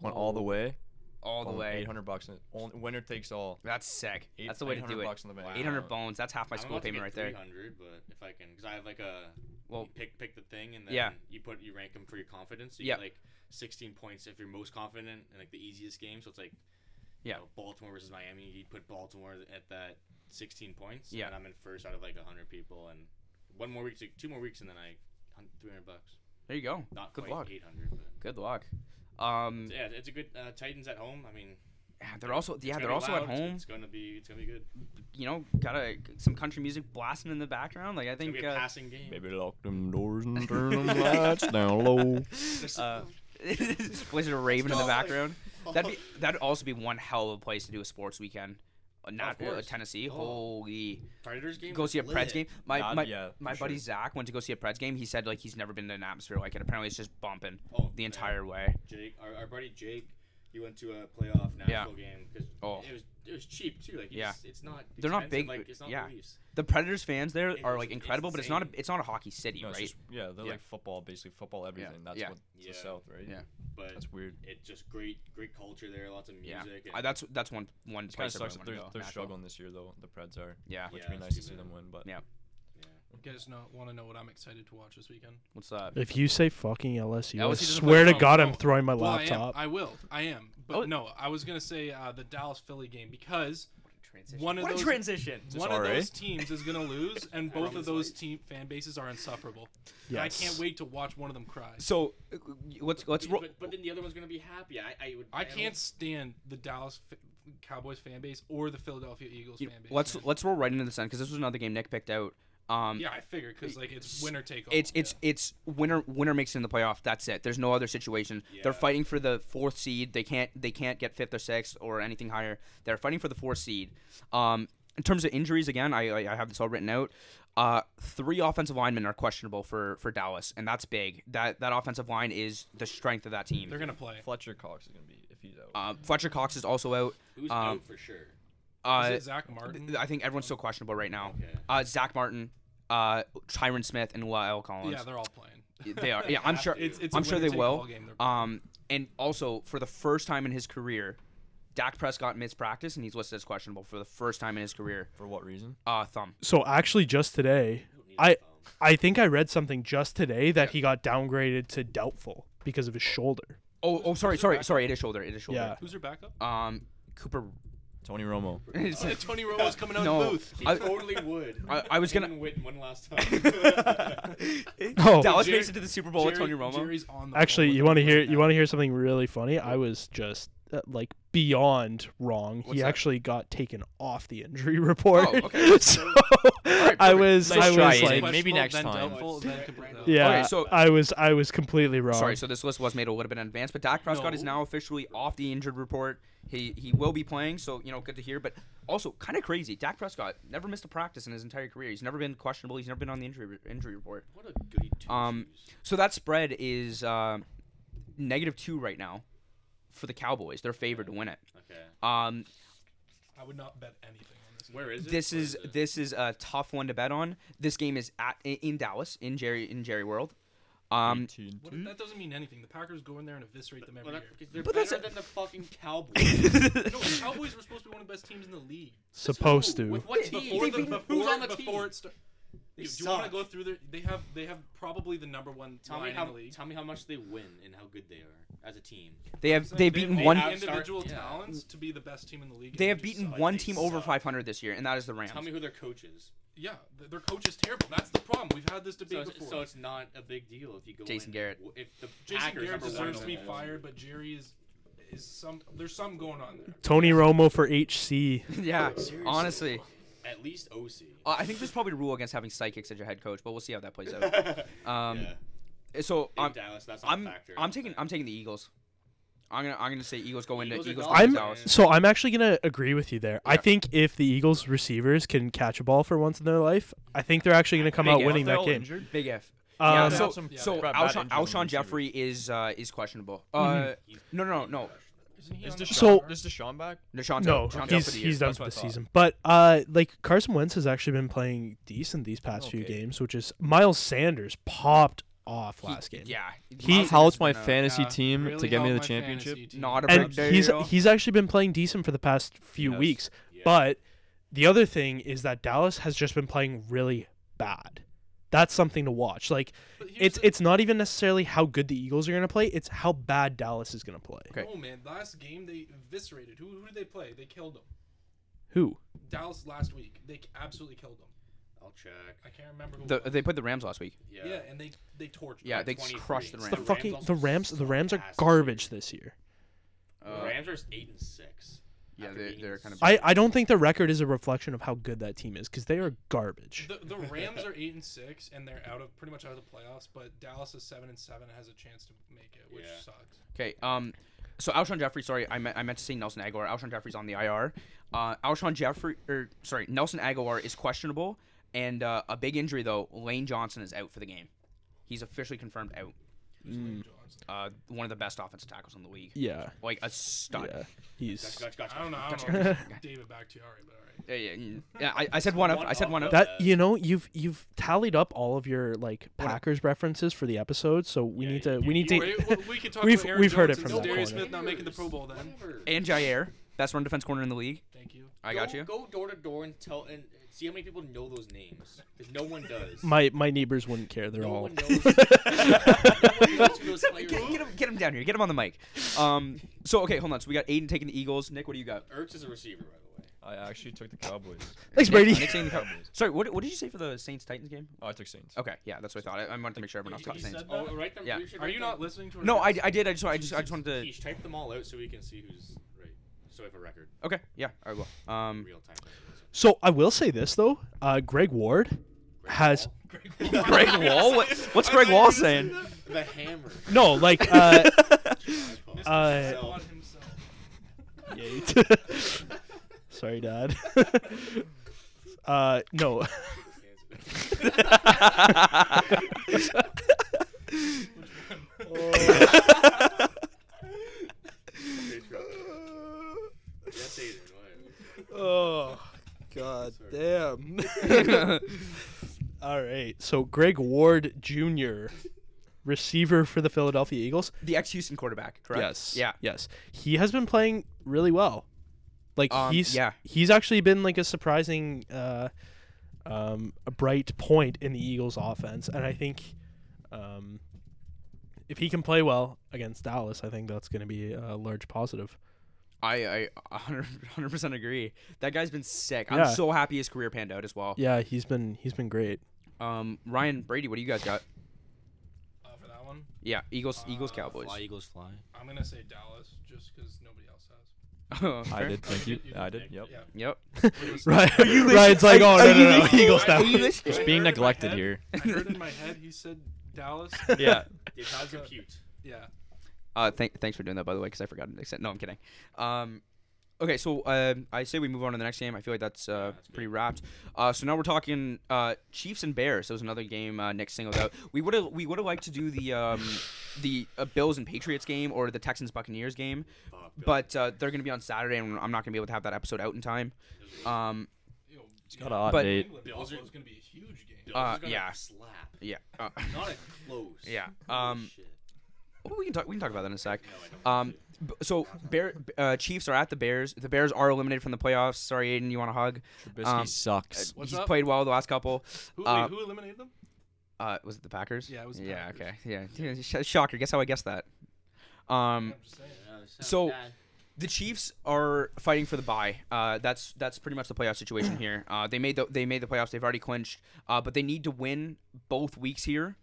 [SPEAKER 6] Went all the way.
[SPEAKER 2] all the
[SPEAKER 6] Boom,
[SPEAKER 2] way.
[SPEAKER 6] 800 bucks. in- only- Winner takes all.
[SPEAKER 2] That's sick.
[SPEAKER 6] Eight-
[SPEAKER 2] that's the way to do
[SPEAKER 6] 800
[SPEAKER 2] it.
[SPEAKER 6] bucks in the bank.
[SPEAKER 2] 800
[SPEAKER 6] Wow.
[SPEAKER 2] bones. That's half my
[SPEAKER 3] I'm
[SPEAKER 2] school
[SPEAKER 3] about to
[SPEAKER 2] payment
[SPEAKER 3] get
[SPEAKER 2] right there.
[SPEAKER 3] 300, but if I can, because I have like a
[SPEAKER 2] Well-
[SPEAKER 3] you pick pick the thing and then
[SPEAKER 2] Yeah.
[SPEAKER 3] you put you rank them for your confidence. So you
[SPEAKER 2] Yeah.
[SPEAKER 3] get like 16 points if you're most confident in like the easiest game. So it's like
[SPEAKER 2] Yeah.
[SPEAKER 3] you know, Baltimore versus Miami. You put Baltimore at that 16 points.
[SPEAKER 2] Yeah.
[SPEAKER 3] and I'm in first out of like 100 people, and one more week, to, two more weeks, and then I hun- 300 bucks.
[SPEAKER 2] There you go.
[SPEAKER 3] Not
[SPEAKER 2] Good
[SPEAKER 3] quite
[SPEAKER 2] luck.
[SPEAKER 3] 800, but
[SPEAKER 2] Good luck. Um,
[SPEAKER 3] yeah, it's a good uh, Titans at home. I mean,
[SPEAKER 2] they're also yeah,
[SPEAKER 3] it's
[SPEAKER 2] they're
[SPEAKER 3] gonna be
[SPEAKER 2] also at
[SPEAKER 3] loud, it's-
[SPEAKER 2] home.
[SPEAKER 3] It's gonna be it's gonna be good.
[SPEAKER 2] You know, got a some country music blasting in the background. Like I
[SPEAKER 3] It's gonna
[SPEAKER 2] think.
[SPEAKER 3] be a
[SPEAKER 2] Uh,
[SPEAKER 3] passing game.
[SPEAKER 6] Maybe lock them doors and turn them lights down low.
[SPEAKER 2] uh, was it a raven in the background?
[SPEAKER 3] Oh,
[SPEAKER 2] That'd be that'd also be one hell of a place to do a sports weekend. Uh, Not uh,
[SPEAKER 3] course.
[SPEAKER 2] Tennessee.
[SPEAKER 3] Oh.
[SPEAKER 2] Holy,
[SPEAKER 3] Predators game.
[SPEAKER 2] go see a
[SPEAKER 3] lit.
[SPEAKER 2] Preds game. My
[SPEAKER 6] Nah,
[SPEAKER 2] my,
[SPEAKER 6] yeah,
[SPEAKER 2] my
[SPEAKER 6] for
[SPEAKER 2] buddy
[SPEAKER 6] sure.
[SPEAKER 2] Zach went to go see a Preds game. He said like he's never been to an atmosphere like it. Apparently it's just bumping
[SPEAKER 3] Oh,
[SPEAKER 2] the
[SPEAKER 3] man.
[SPEAKER 2] entire way.
[SPEAKER 3] Jake, our, our buddy Jake, he went to a playoff national
[SPEAKER 2] Yeah.
[SPEAKER 3] game because
[SPEAKER 2] Oh.
[SPEAKER 3] it was it was cheap too. Like
[SPEAKER 2] Yeah.
[SPEAKER 3] it's, it's not
[SPEAKER 2] They're not
[SPEAKER 3] expensive,
[SPEAKER 2] big,
[SPEAKER 3] Like
[SPEAKER 2] but-
[SPEAKER 3] it's not
[SPEAKER 2] yeah.
[SPEAKER 3] the Leafs.
[SPEAKER 2] The Predators fans there
[SPEAKER 3] It
[SPEAKER 2] are
[SPEAKER 3] was-
[SPEAKER 2] like
[SPEAKER 3] it's
[SPEAKER 2] incredible, but it's not a it's not a hockey city,
[SPEAKER 6] No, it's
[SPEAKER 2] right?
[SPEAKER 6] just- yeah, they're
[SPEAKER 3] Yeah.
[SPEAKER 6] like football, basically football everything. That's
[SPEAKER 2] yeah,
[SPEAKER 6] what it's
[SPEAKER 3] yeah.
[SPEAKER 6] the South, right?
[SPEAKER 2] Yeah.
[SPEAKER 3] But
[SPEAKER 6] That's weird.
[SPEAKER 3] it's just great great culture there. Lots of
[SPEAKER 2] yeah,
[SPEAKER 3] music.
[SPEAKER 2] I,
[SPEAKER 3] and-
[SPEAKER 2] that's that's one one
[SPEAKER 6] It kind
[SPEAKER 2] place
[SPEAKER 6] of
[SPEAKER 2] I
[SPEAKER 6] sucks.
[SPEAKER 2] really
[SPEAKER 6] that
[SPEAKER 2] wanna
[SPEAKER 6] They're,
[SPEAKER 2] go,
[SPEAKER 6] they're
[SPEAKER 2] Nashville.
[SPEAKER 6] struggling this year though. The Preds are,
[SPEAKER 2] Yeah,
[SPEAKER 3] Yeah,
[SPEAKER 6] which would be
[SPEAKER 3] that's
[SPEAKER 6] nice to
[SPEAKER 3] too
[SPEAKER 6] see
[SPEAKER 3] bad.
[SPEAKER 6] them win, but
[SPEAKER 2] Yeah.
[SPEAKER 5] You guys know, want to know what I'm excited to watch this weekend?
[SPEAKER 2] what's that?
[SPEAKER 4] If you say fucking LSU, I
[SPEAKER 2] LSU doesn't
[SPEAKER 4] swear to
[SPEAKER 5] play-
[SPEAKER 4] God,
[SPEAKER 5] no,
[SPEAKER 4] I'm throwing my
[SPEAKER 5] Well, I am.
[SPEAKER 4] laptop.
[SPEAKER 5] I will. I am. But
[SPEAKER 2] Oh.
[SPEAKER 5] no, I was gonna say uh, the Dallas Philly game because
[SPEAKER 2] Transition.
[SPEAKER 5] one of
[SPEAKER 2] what a
[SPEAKER 5] those-
[SPEAKER 2] transition!
[SPEAKER 5] one
[SPEAKER 6] RA?
[SPEAKER 5] of those teams is gonna lose, and both of
[SPEAKER 3] Everyone's
[SPEAKER 5] those
[SPEAKER 3] like-
[SPEAKER 5] team fan bases are insufferable. And I
[SPEAKER 4] Yes.
[SPEAKER 5] can't wait to watch one of them cry.
[SPEAKER 2] So uh, let's let's roll.
[SPEAKER 3] but, but then the other one's gonna be happy. I I would.
[SPEAKER 5] I
[SPEAKER 3] don't-
[SPEAKER 5] can't stand the Dallas F- Cowboys fan base or the Philadelphia Eagles
[SPEAKER 2] you-
[SPEAKER 5] fan base.
[SPEAKER 2] Let's
[SPEAKER 5] man.
[SPEAKER 2] let's roll right into this end because this was another game Nick picked out. Um,
[SPEAKER 5] yeah, I figure because like it's winner take all.
[SPEAKER 2] It's it's it's winner winner makes it in the playoff. That's it. There's no other situation. They're
[SPEAKER 3] Yeah.
[SPEAKER 2] fighting for the fourth seed. They can't they can't get fifth or sixth or anything higher. They're fighting for the fourth seed. Um, in terms of injuries, again, I I, I have this all written out. Uh, three offensive linemen are questionable for for Dallas, and that's big. That that offensive line is the strength of that team.
[SPEAKER 5] they're gonna play.
[SPEAKER 6] Fletcher Cox is gonna be if he's out.
[SPEAKER 2] Uh, Fletcher Cox is also out.
[SPEAKER 3] Who's
[SPEAKER 2] um,
[SPEAKER 3] out for sure?
[SPEAKER 2] Uh,
[SPEAKER 5] Is it Zach Martin?
[SPEAKER 2] I think everyone's still questionable right now.
[SPEAKER 3] Okay.
[SPEAKER 2] Uh, Zach Martin, uh, Tyron Smith, and Lyle
[SPEAKER 5] yeah,
[SPEAKER 2] Collins.
[SPEAKER 5] they're all playing.
[SPEAKER 2] they are. Yeah, I'm sure.
[SPEAKER 5] It's, it's a
[SPEAKER 2] I'm sure they
[SPEAKER 5] winner-take-all
[SPEAKER 2] will.
[SPEAKER 5] game. They're-
[SPEAKER 2] Um, and also for the first time in his career, Dak Prescott missed practice and he's listed as questionable for the first time in his career.
[SPEAKER 6] For what reason?
[SPEAKER 2] Uh, thumb.
[SPEAKER 4] So actually, just today, I I think I read something just today that he got downgraded to doubtful because of his shoulder.
[SPEAKER 2] Oh, oh, sorry, sorry, sorry. It is shoulder. It is shoulder.
[SPEAKER 5] Who's your backup?
[SPEAKER 2] Um, Cooper.
[SPEAKER 6] Tony Romo.
[SPEAKER 5] Tony Romo's coming out
[SPEAKER 2] No,
[SPEAKER 5] of the booth.
[SPEAKER 2] I,
[SPEAKER 3] totally would.
[SPEAKER 2] I, I was gonna.
[SPEAKER 3] Didn't win one last time.
[SPEAKER 4] Oh.
[SPEAKER 2] Dallas
[SPEAKER 5] Jerry-
[SPEAKER 2] makes it to the Super Bowl
[SPEAKER 5] Jerry-
[SPEAKER 2] with Tony Romo.
[SPEAKER 5] Jerry's on the
[SPEAKER 4] Actually,
[SPEAKER 5] phone with
[SPEAKER 4] you want to
[SPEAKER 5] him
[SPEAKER 4] hear
[SPEAKER 5] right
[SPEAKER 4] you
[SPEAKER 5] now.
[SPEAKER 4] want to hear something really funny? I was just uh, like beyond wrong.
[SPEAKER 2] What's
[SPEAKER 4] he
[SPEAKER 2] that?
[SPEAKER 4] actually got taken off the injury report.
[SPEAKER 2] Oh, okay.
[SPEAKER 4] so I was
[SPEAKER 6] Nice
[SPEAKER 4] I
[SPEAKER 6] try,
[SPEAKER 4] was
[SPEAKER 6] Ian.
[SPEAKER 4] like
[SPEAKER 6] Maybe
[SPEAKER 5] Questionable,
[SPEAKER 6] next
[SPEAKER 5] then
[SPEAKER 6] time.
[SPEAKER 5] doubtful, then completely-
[SPEAKER 4] yeah,
[SPEAKER 2] Okay, so-
[SPEAKER 4] I was I was completely wrong.
[SPEAKER 2] Sorry, so this list was made a little bit in advance, but Dak Prescott is
[SPEAKER 5] No.
[SPEAKER 2] now officially off the injured report. He he will be playing, so you know, good to hear. But also kind of crazy. Dak Prescott never missed a practice in his entire career. He's never been questionable. He's never been on the injury injury report.
[SPEAKER 3] what a goody two
[SPEAKER 2] Um, so that spread is um, negative two right now for the Cowboys. They're favored to win it.
[SPEAKER 3] Okay.
[SPEAKER 2] Um,
[SPEAKER 5] I would not bet anything on this.
[SPEAKER 3] Where is it?
[SPEAKER 2] this
[SPEAKER 3] Where
[SPEAKER 2] is
[SPEAKER 3] it?
[SPEAKER 2] this is a tough one to bet on. This game is at i- in Dallas in Jerry in Jerry World. Um,
[SPEAKER 6] 18.
[SPEAKER 5] What, that doesn't mean anything. The Packers go in there and eviscerate them every
[SPEAKER 3] Well,
[SPEAKER 5] year.
[SPEAKER 3] that, they're
[SPEAKER 2] But that's
[SPEAKER 3] better
[SPEAKER 2] a-
[SPEAKER 3] than the fucking Cowboys.
[SPEAKER 5] No, the Cowboys were supposed to be one of the best teams in the league.
[SPEAKER 4] Supposed to.
[SPEAKER 3] With what
[SPEAKER 2] They-
[SPEAKER 3] team?
[SPEAKER 5] Before
[SPEAKER 2] they've
[SPEAKER 5] the,
[SPEAKER 2] been-
[SPEAKER 5] before,
[SPEAKER 3] who's on the
[SPEAKER 5] before
[SPEAKER 3] team?
[SPEAKER 5] it start,
[SPEAKER 3] They
[SPEAKER 5] do, do you want to
[SPEAKER 3] suck.
[SPEAKER 5] go through their? They have they have probably the number one
[SPEAKER 3] Tell me
[SPEAKER 5] line
[SPEAKER 3] how
[SPEAKER 5] in the league.
[SPEAKER 3] tell me how much they win and how good they are as a team.
[SPEAKER 2] they have
[SPEAKER 5] Like,
[SPEAKER 2] they've beaten
[SPEAKER 5] they
[SPEAKER 2] one.
[SPEAKER 5] have
[SPEAKER 3] Start-
[SPEAKER 5] individual
[SPEAKER 3] yeah.
[SPEAKER 5] talents to be the best team in the league.
[SPEAKER 2] They
[SPEAKER 5] and
[SPEAKER 2] have
[SPEAKER 5] they just
[SPEAKER 2] beaten
[SPEAKER 5] suck.
[SPEAKER 2] one
[SPEAKER 3] they
[SPEAKER 2] team over
[SPEAKER 3] suck.
[SPEAKER 2] 500 this year, and that is the Rams.
[SPEAKER 3] Tell me who their coach is.
[SPEAKER 5] Yeah, th- their coach is terrible. That's the problem. We've had this
[SPEAKER 3] So
[SPEAKER 5] debate
[SPEAKER 3] it's,
[SPEAKER 5] before.
[SPEAKER 3] so it's not a big deal if you go.
[SPEAKER 2] Jason
[SPEAKER 3] in,
[SPEAKER 2] Garrett.
[SPEAKER 3] w- If the
[SPEAKER 5] Jason
[SPEAKER 3] Packers
[SPEAKER 5] Garrett
[SPEAKER 3] number one
[SPEAKER 5] deserves to be
[SPEAKER 3] overall.
[SPEAKER 5] fired, but Jerry is is some. There's some going on there.
[SPEAKER 4] Tony Romo for HC.
[SPEAKER 2] yeah, honestly,
[SPEAKER 3] At least OC.
[SPEAKER 2] Uh, I think there's probably a rule against having psychics as your head coach, but we'll see how that plays out. Um,
[SPEAKER 3] yeah.
[SPEAKER 2] So
[SPEAKER 3] In
[SPEAKER 2] I'm,
[SPEAKER 3] Dallas, that's not a
[SPEAKER 2] I'm,
[SPEAKER 3] factor.
[SPEAKER 2] I'm taking, I'm taking the Eagles. I'm gonna, I'm gonna say Eagles go into
[SPEAKER 3] Eagles
[SPEAKER 2] Eagles,
[SPEAKER 3] or
[SPEAKER 2] go into
[SPEAKER 4] I'm
[SPEAKER 2] Dallas.
[SPEAKER 4] so I'm actually gonna agree with you there. I
[SPEAKER 2] Yeah.
[SPEAKER 4] think if the Eagles receivers can catch a ball for once in their life, I think they're actually gonna come
[SPEAKER 2] Big
[SPEAKER 4] out
[SPEAKER 2] if.
[SPEAKER 4] winning
[SPEAKER 6] They're
[SPEAKER 4] that
[SPEAKER 6] all
[SPEAKER 4] game.
[SPEAKER 6] injured.
[SPEAKER 2] Big F. yeah,
[SPEAKER 4] Um,
[SPEAKER 2] so
[SPEAKER 6] Some-
[SPEAKER 2] so
[SPEAKER 6] bad
[SPEAKER 2] Alshon,
[SPEAKER 6] injury on the
[SPEAKER 2] Alshon
[SPEAKER 6] receiver.
[SPEAKER 2] Jeffrey is uh, is questionable. Uh, no, no, no, no.
[SPEAKER 5] Isn't he
[SPEAKER 6] Is
[SPEAKER 5] on the
[SPEAKER 6] Deshaun,
[SPEAKER 4] So-
[SPEAKER 6] is Deshaun back?
[SPEAKER 2] Deshaun's
[SPEAKER 4] No,
[SPEAKER 2] out. Deshaun's out
[SPEAKER 4] he's
[SPEAKER 2] for the year.
[SPEAKER 4] he's done
[SPEAKER 2] That's
[SPEAKER 4] for
[SPEAKER 2] what
[SPEAKER 4] the
[SPEAKER 2] I thought.
[SPEAKER 4] season. But uh, like Carson Wentz has actually been playing decent these past few
[SPEAKER 6] Okay.
[SPEAKER 4] games, which is Miles Sanders popped off last game.
[SPEAKER 2] Yeah,
[SPEAKER 4] He-
[SPEAKER 2] Miles
[SPEAKER 6] helped
[SPEAKER 2] Sanders
[SPEAKER 6] my
[SPEAKER 2] been, uh,
[SPEAKER 6] fantasy
[SPEAKER 5] Yeah,
[SPEAKER 6] team to
[SPEAKER 5] really
[SPEAKER 6] get me
[SPEAKER 5] helped
[SPEAKER 6] the
[SPEAKER 5] my
[SPEAKER 6] championship.
[SPEAKER 5] fantasy team.
[SPEAKER 2] Not a
[SPEAKER 4] and
[SPEAKER 2] big
[SPEAKER 4] he's
[SPEAKER 2] deal.
[SPEAKER 4] he's actually been playing decent for the past few
[SPEAKER 6] Yes.
[SPEAKER 4] weeks.
[SPEAKER 3] Yeah.
[SPEAKER 4] But the other thing is that Dallas has just been playing really bad. That's something to watch. Like
[SPEAKER 5] But here's
[SPEAKER 4] it's
[SPEAKER 5] the-
[SPEAKER 4] it's not even necessarily how good the Eagles are going to play; it's how bad Dallas is going to play.
[SPEAKER 2] Okay.
[SPEAKER 5] Oh man, last game they eviscerated. Who who did they play? They killed them.
[SPEAKER 4] Who?
[SPEAKER 5] Dallas last week. They absolutely killed them.
[SPEAKER 3] I'll check.
[SPEAKER 5] I can't remember who.
[SPEAKER 2] The,
[SPEAKER 5] it was.
[SPEAKER 2] they put the Rams last week.
[SPEAKER 3] Yeah.
[SPEAKER 5] yeah. and they they torched.
[SPEAKER 2] Yeah,
[SPEAKER 5] them.
[SPEAKER 2] they
[SPEAKER 3] 23.
[SPEAKER 2] crushed the
[SPEAKER 3] It's
[SPEAKER 2] Rams.
[SPEAKER 4] The,
[SPEAKER 3] Rams
[SPEAKER 4] fucking
[SPEAKER 3] also
[SPEAKER 4] the Rams. The
[SPEAKER 3] suck
[SPEAKER 4] Rams.
[SPEAKER 3] ass
[SPEAKER 4] The
[SPEAKER 3] this
[SPEAKER 4] garbage this year.
[SPEAKER 3] The Rams are eight and
[SPEAKER 2] Uh,
[SPEAKER 3] six.
[SPEAKER 2] Yeah,
[SPEAKER 3] after
[SPEAKER 2] they're-
[SPEAKER 3] beating
[SPEAKER 2] they're kinda
[SPEAKER 3] Zurich.
[SPEAKER 4] I, I don't think the record is a reflection of how good that team is because they are garbage.
[SPEAKER 5] The, the Rams are eight and six, and they're out of pretty much out of the playoffs. But Dallas is seven and seven and has a chance to make it, which
[SPEAKER 3] Yeah.
[SPEAKER 5] sucks.
[SPEAKER 2] Okay. Um. So Alshon Jeffrey, sorry, I meant I meant to say Nelson Aguilar. Alshon Jeffrey's on the IR. Uh, Alshon Jeffrey, or sorry, Nelson Aguilar is questionable, and uh, a big injury though. Lane Johnson is out for the game. He's officially confirmed out.
[SPEAKER 5] Lane Johnson.
[SPEAKER 2] Uh, one of the best offensive tackles in the league.
[SPEAKER 4] Yeah.
[SPEAKER 2] Like a stud.
[SPEAKER 4] Yeah.
[SPEAKER 3] Gotcha,
[SPEAKER 4] He's
[SPEAKER 3] gotcha, gotcha.
[SPEAKER 5] I don't know. I don't know. David Bakhtiari, but all right.
[SPEAKER 2] Yeah, yeah, mm. yeah. I, I said one of. I said one of.
[SPEAKER 4] that. You know you've you've tallied up all of your like Packers references for the episode, so we
[SPEAKER 3] Yeah,
[SPEAKER 4] need
[SPEAKER 3] you-
[SPEAKER 4] to
[SPEAKER 3] you
[SPEAKER 4] we need to.
[SPEAKER 5] Wait, well, we could talk
[SPEAKER 4] We've-
[SPEAKER 5] about Aaron
[SPEAKER 4] we've heard it
[SPEAKER 5] Jones
[SPEAKER 4] from
[SPEAKER 5] and
[SPEAKER 4] that
[SPEAKER 5] Darius
[SPEAKER 4] corner.
[SPEAKER 5] Smith not making the Pro Bowl. Then
[SPEAKER 3] Whatever.
[SPEAKER 2] and Jair, best run defense corner in the league.
[SPEAKER 5] thank you.
[SPEAKER 2] I got you.
[SPEAKER 3] Go door to door and tell and see how many people know those names. 'Cause no one does.
[SPEAKER 4] My my neighbors wouldn't care. They're
[SPEAKER 3] no
[SPEAKER 4] all
[SPEAKER 3] one knows. no one knows who those
[SPEAKER 2] Get,
[SPEAKER 3] players
[SPEAKER 2] get
[SPEAKER 3] are.
[SPEAKER 2] him, get him down here. Get him on the mic. Um. So okay, hold on. So we got Aiden taking the Eagles. Nick, what do you got?
[SPEAKER 3] Ertz is a receiver, by the way.
[SPEAKER 6] I actually took the Cowboys.
[SPEAKER 4] thanks, Brady.
[SPEAKER 2] Nick saying the Cow- Sorry, what, what did you say for the Saints Titans game?
[SPEAKER 6] Oh, I took Saints.
[SPEAKER 2] Okay, yeah, that's what I thought. I, I wanted to make sure everyone else
[SPEAKER 5] He-
[SPEAKER 2] caught
[SPEAKER 5] he
[SPEAKER 2] Saints.
[SPEAKER 5] said that?
[SPEAKER 3] Oh, write them.
[SPEAKER 2] Yeah.
[SPEAKER 3] should
[SPEAKER 5] Are
[SPEAKER 3] write
[SPEAKER 5] you not
[SPEAKER 3] them-
[SPEAKER 5] listening to? our
[SPEAKER 2] No, I,
[SPEAKER 5] guys?
[SPEAKER 2] I did. I just I just I just wanted
[SPEAKER 3] Keesh, type them all out so we can see who's right. So we have a record,
[SPEAKER 2] to. Okay, yeah, I will. Um,
[SPEAKER 3] real time. record.
[SPEAKER 4] So I will say this though, uh, Greg Ward has
[SPEAKER 2] Greg Wall. What, what's Greg Wall saying?
[SPEAKER 3] The hammer.
[SPEAKER 4] no like uh,
[SPEAKER 3] iPod.
[SPEAKER 4] Uh,
[SPEAKER 5] Said
[SPEAKER 3] So,
[SPEAKER 5] on himself.
[SPEAKER 4] Sorry, Dad. uh, no.
[SPEAKER 3] yes, Aiden. whatever.
[SPEAKER 4] Oh, god damn. All right. So Greg Ward Jr., receiver for the Philadelphia Eagles.
[SPEAKER 2] The ex-Houston quarterback, correct?
[SPEAKER 4] Yes.
[SPEAKER 2] Yeah.
[SPEAKER 4] Yes. He has been playing really well. Like
[SPEAKER 2] Um,
[SPEAKER 4] he's
[SPEAKER 2] yeah.
[SPEAKER 4] he's actually been like a surprising uh um a bright point in the Eagles offense and I think um if he can play well against Dallas, I think that's going to be a large positive.
[SPEAKER 2] I, I 100 percent agree. That guy's been sick. I'm
[SPEAKER 4] Yeah.
[SPEAKER 2] so happy his career panned out as well.
[SPEAKER 4] Yeah, he's been he's been great.
[SPEAKER 2] Um, Ryan Brady, what do you guys got?
[SPEAKER 5] Uh, for that one,
[SPEAKER 2] Yeah, Eagles, Eagles,
[SPEAKER 5] Uh,
[SPEAKER 2] Cowboys.
[SPEAKER 3] Fly Eagles fly.
[SPEAKER 5] I'm gonna say Dallas, just because nobody else has.
[SPEAKER 6] I
[SPEAKER 2] Fair.
[SPEAKER 6] did. Thank
[SPEAKER 5] you
[SPEAKER 6] you.
[SPEAKER 5] did- you
[SPEAKER 6] I
[SPEAKER 5] did
[SPEAKER 6] did. Yep.
[SPEAKER 5] Yeah.
[SPEAKER 2] Yep.
[SPEAKER 4] Right,
[SPEAKER 2] listening-
[SPEAKER 4] Ryan's like,
[SPEAKER 2] are-
[SPEAKER 4] oh
[SPEAKER 2] are
[SPEAKER 4] no
[SPEAKER 2] you
[SPEAKER 4] no no,
[SPEAKER 2] listening?
[SPEAKER 4] Eagles
[SPEAKER 2] Are
[SPEAKER 4] now.
[SPEAKER 2] you listening?
[SPEAKER 5] I
[SPEAKER 6] Just being
[SPEAKER 5] heard it in my
[SPEAKER 6] neglected
[SPEAKER 5] head.
[SPEAKER 6] here.
[SPEAKER 5] I heard in my head he said Dallas.
[SPEAKER 2] Yeah.
[SPEAKER 3] Did not compute.
[SPEAKER 5] Yeah.
[SPEAKER 2] Uh, thank, thanks for doing that, by the way, because I forgot an extent. No, I'm kidding. Um, okay, so uh, I say we move on to the next game. I feel like that's, uh, pretty wrapped. Uh, so now we're talking uh, Chiefs and Bears. That was another game uh, Nick singled out. We would have we would have liked to do the um, the uh, Bills and Patriots game or the Texans Buccaneers game, but uh, they're gonna be on Saturday, and I'm not gonna be able to have that episode out in time. Um,
[SPEAKER 5] Yo, it's
[SPEAKER 6] Got a
[SPEAKER 2] But-
[SPEAKER 6] update.
[SPEAKER 5] England
[SPEAKER 3] Bills are-
[SPEAKER 5] Buffalo's gonna be a huge game.
[SPEAKER 2] Uh, yeah.
[SPEAKER 3] Slap.
[SPEAKER 2] yeah. Uh,
[SPEAKER 3] Not a close.
[SPEAKER 2] Yeah,
[SPEAKER 3] Holy
[SPEAKER 2] um,
[SPEAKER 3] shit.
[SPEAKER 2] Well, we can talk. We can talk about that in a sec. Um, b- so Bear uh, Chiefs are at the Bears. The Bears are eliminated from the playoffs. Sorry, Aiden, you want a hug?
[SPEAKER 6] Trubisky
[SPEAKER 2] um,
[SPEAKER 6] sucks.
[SPEAKER 5] What's
[SPEAKER 2] He's
[SPEAKER 5] up?
[SPEAKER 2] played well the last couple.
[SPEAKER 5] Who,
[SPEAKER 2] uh,
[SPEAKER 5] wait, who eliminated them?
[SPEAKER 2] Uh, was it the Packers?
[SPEAKER 5] Yeah, it was the
[SPEAKER 2] yeah.
[SPEAKER 5] Packers.
[SPEAKER 2] Okay. Yeah. yeah. sh- Shocker. Guess how I guessed that. Um,
[SPEAKER 5] I'm just saying.
[SPEAKER 2] so- the Chiefs are fighting for the bye. Uh, that's that's pretty much the playoff situation here. Uh, they made the they made the playoffs. They've already clinched. Uh, but they need to win both weeks here,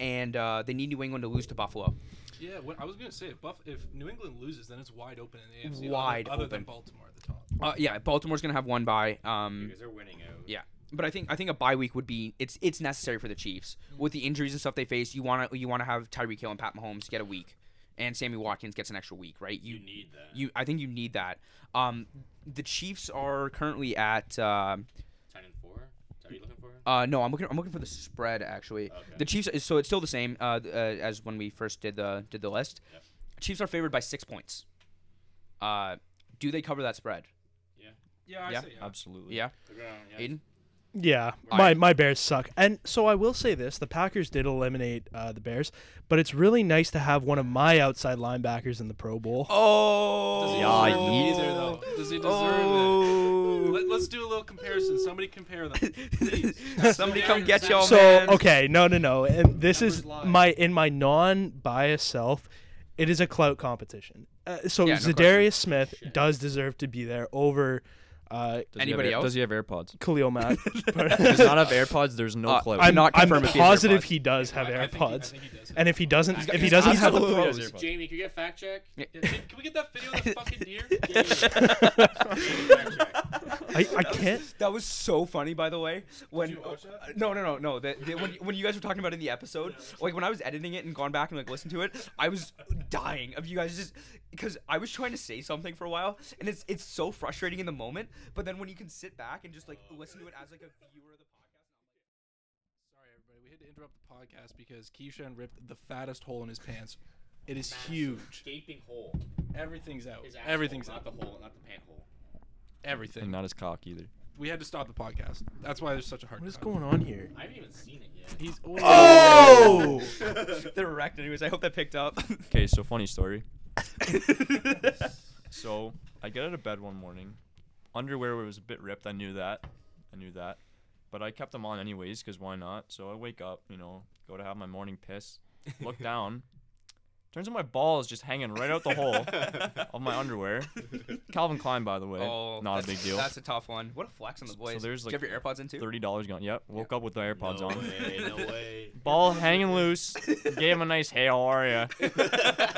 [SPEAKER 2] and uh, they need New England to lose to Buffalo.
[SPEAKER 5] Yeah, what, I was gonna say if Buff, if New England loses, then it's wide open in the AFC. other-
[SPEAKER 2] Wide
[SPEAKER 5] other, than
[SPEAKER 2] open.
[SPEAKER 5] Baltimore at the top.
[SPEAKER 2] Uh, yeah, Baltimore's gonna have one bye. Um,
[SPEAKER 3] because they're winning out.
[SPEAKER 2] Yeah, but I think I think a bye week would be it's it's necessary for the Chiefs
[SPEAKER 3] Mm.
[SPEAKER 2] with the injuries and stuff they face. You want to you want to have Tyreek Hill and Pat Mahomes get a week, and Sammy Watkins gets an extra week, right? You,
[SPEAKER 3] You need that.
[SPEAKER 2] you I think you need that. Um, the Chiefs are currently at uh,
[SPEAKER 3] Ten and four. Is that what you looking for?
[SPEAKER 2] uh no I'm looking I'm looking for the spread actually.
[SPEAKER 3] Okay.
[SPEAKER 2] The Chiefs is so it's still the same uh, th- uh as when we first did the did the list.
[SPEAKER 3] Yep.
[SPEAKER 2] Chiefs are favored by six points. Uh, do they cover that spread?
[SPEAKER 5] Yeah, I
[SPEAKER 2] Yeah.
[SPEAKER 5] say yeah.
[SPEAKER 6] Absolutely.
[SPEAKER 2] Yeah,
[SPEAKER 3] They're gonna- yeah,
[SPEAKER 2] Aiden.
[SPEAKER 4] Yeah,
[SPEAKER 2] All
[SPEAKER 4] my
[SPEAKER 2] right.
[SPEAKER 4] my Bears suck. And so I will say this: the Packers did eliminate uh, the Bears, but it's really nice to have one of my outside linebackers in the Pro Bowl.
[SPEAKER 2] Oh,
[SPEAKER 6] Yeah,
[SPEAKER 5] deserve
[SPEAKER 6] you-
[SPEAKER 5] either though? Does he deserve it? Let, let's do a little comparison. Somebody compare them. Please.
[SPEAKER 2] Somebody come get
[SPEAKER 5] Zach-
[SPEAKER 2] your
[SPEAKER 4] so
[SPEAKER 2] man.
[SPEAKER 4] okay, no, no, no. And this is
[SPEAKER 5] Numbers lie.
[SPEAKER 4] my in my non-biased self. It is a clout competition. Uh, so
[SPEAKER 2] Yeah, no question.
[SPEAKER 4] Zadarius Smith does deserve to be there over uh,
[SPEAKER 6] Does he have
[SPEAKER 2] Anybody
[SPEAKER 6] air-
[SPEAKER 2] else?
[SPEAKER 6] Does he have AirPods?
[SPEAKER 4] Khalil Mack.
[SPEAKER 6] Does not have AirPods. There's no
[SPEAKER 2] Uh,
[SPEAKER 6] clue.
[SPEAKER 2] I'm- not
[SPEAKER 4] I'm
[SPEAKER 2] confirm if he has
[SPEAKER 4] positive
[SPEAKER 2] AirPods.
[SPEAKER 4] he does have
[SPEAKER 5] I- I think he- I
[SPEAKER 4] AirPods.
[SPEAKER 5] think he does have
[SPEAKER 4] and if he doesn't,
[SPEAKER 2] He's got-
[SPEAKER 4] if he
[SPEAKER 2] he's
[SPEAKER 4] doesn't have the
[SPEAKER 2] absolutely
[SPEAKER 4] Pro
[SPEAKER 2] has
[SPEAKER 4] Bowl-
[SPEAKER 6] AirPods.
[SPEAKER 3] Jamie, can you get a fact check?
[SPEAKER 5] Can we get that video of that fucking deer?
[SPEAKER 4] I, I can't.
[SPEAKER 2] That was so funny, by the way. When
[SPEAKER 5] you watch that?
[SPEAKER 2] uh, no, no, no, no. The, the, when, when you guys were talking about it in the episode, like when I was editing it and gone back and like listened to it, I was dying of you guys just because I was trying to say something for a while, and it's it's so frustrating in the moment. But then when you can sit back and just like listen to it as like a viewer of the podcast,
[SPEAKER 5] Sorry, everybody. We had to interrupt the podcast because Keyshawn ripped the fattest hole in his pants. It is huge.
[SPEAKER 3] Gaping hole.
[SPEAKER 5] Everything's out.
[SPEAKER 3] His asshole,
[SPEAKER 5] Everything's
[SPEAKER 3] not
[SPEAKER 5] out.
[SPEAKER 3] the hole, not the pant hole.
[SPEAKER 6] And
[SPEAKER 5] Everything.
[SPEAKER 6] not his cock either.
[SPEAKER 5] We had to stop the podcast. That's why there's such a hard.
[SPEAKER 4] What is
[SPEAKER 5] cut.
[SPEAKER 4] going on here?
[SPEAKER 3] I haven't even seen it yet.
[SPEAKER 5] He's. Oh!
[SPEAKER 2] Oh! they're wrecked anyways. I hope that picked up.
[SPEAKER 6] Okay, so funny story. So I get out of bed one morning. Underwear was a bit ripped. I knew that. I knew that. But I kept them on anyways, because why not? So I wake up, you know, go to have my morning piss. Look down. Turns out my ball is just hanging right out the hole of my underwear. Calvin Klein, by the way. not a
[SPEAKER 2] Oh,
[SPEAKER 6] big
[SPEAKER 2] that's-
[SPEAKER 6] deal.
[SPEAKER 2] That's a tough one. What a flex on the boys.
[SPEAKER 6] there's,
[SPEAKER 2] Do you
[SPEAKER 6] like,
[SPEAKER 2] have your AirPods in too?
[SPEAKER 6] $30 gone. Yep. Woke up with the AirPods
[SPEAKER 3] no
[SPEAKER 6] on.
[SPEAKER 3] way. No way.
[SPEAKER 6] Ball hanging loose. Gave him a nice, hey, how are ya? and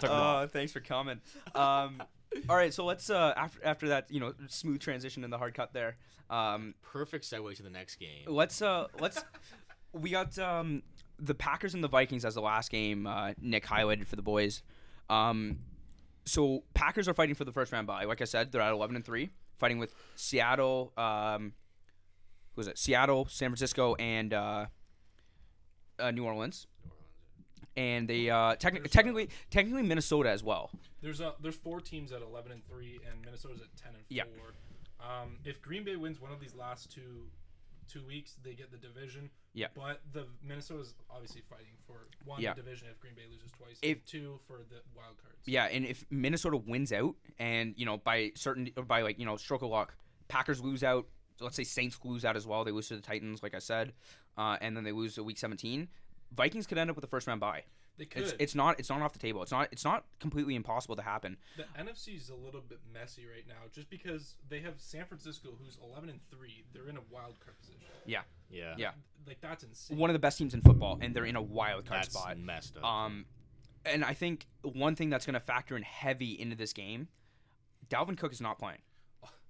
[SPEAKER 6] took 'em off.
[SPEAKER 2] Uh, thanks for coming. Um, all right, so let's uh, after after that, you know, smooth transition in the hard cut there. Um,
[SPEAKER 3] Perfect segue to the next game.
[SPEAKER 2] let's uh, let's we got um, the Packers and the Vikings as the last game. Uh, Nick highlighted for the boys. Um, so Packers are fighting for the first round bye. Like I said, they're at eleven and three, fighting with Seattle. Um, who is it? Seattle, San Francisco, and uh, uh, New Orleans. And they uh, techni- technically technically Minnesota as well.
[SPEAKER 5] There's a there's four teams at 11 and three, and Minnesota's at 10 and
[SPEAKER 2] Yeah.
[SPEAKER 5] four. Um, if Green Bay wins one of these last two two weeks, they get the division.
[SPEAKER 2] Yeah.
[SPEAKER 5] But the Minnesota's obviously fighting for one
[SPEAKER 2] Yeah.
[SPEAKER 5] the division if Green Bay loses twice,
[SPEAKER 2] If-
[SPEAKER 5] and two for the wild cards.
[SPEAKER 2] Yeah, and if Minnesota wins out, and you know by certain or by like you know stroke of luck, Packers lose out. so Let's say Saints lose out as well. They lose to the Titans, like I said, uh, and then they lose to Week 17. Vikings could end up with a first round bye.
[SPEAKER 5] They could.
[SPEAKER 2] It's, it's not it's not off the table. It's not it's not completely impossible to happen.
[SPEAKER 5] the NFC is a little bit messy right now, just because they have San Francisco, who's eleven and three. They're in a wild card position.
[SPEAKER 2] Yeah.
[SPEAKER 3] Yeah.
[SPEAKER 2] Yeah.
[SPEAKER 5] Like that's insane.
[SPEAKER 2] One of the best teams in football and they're in a wild card
[SPEAKER 3] That's
[SPEAKER 2] spot.
[SPEAKER 3] messed up.
[SPEAKER 2] Um and I think one thing that's going to factor in heavy into this game, Dalvin Cook is not playing.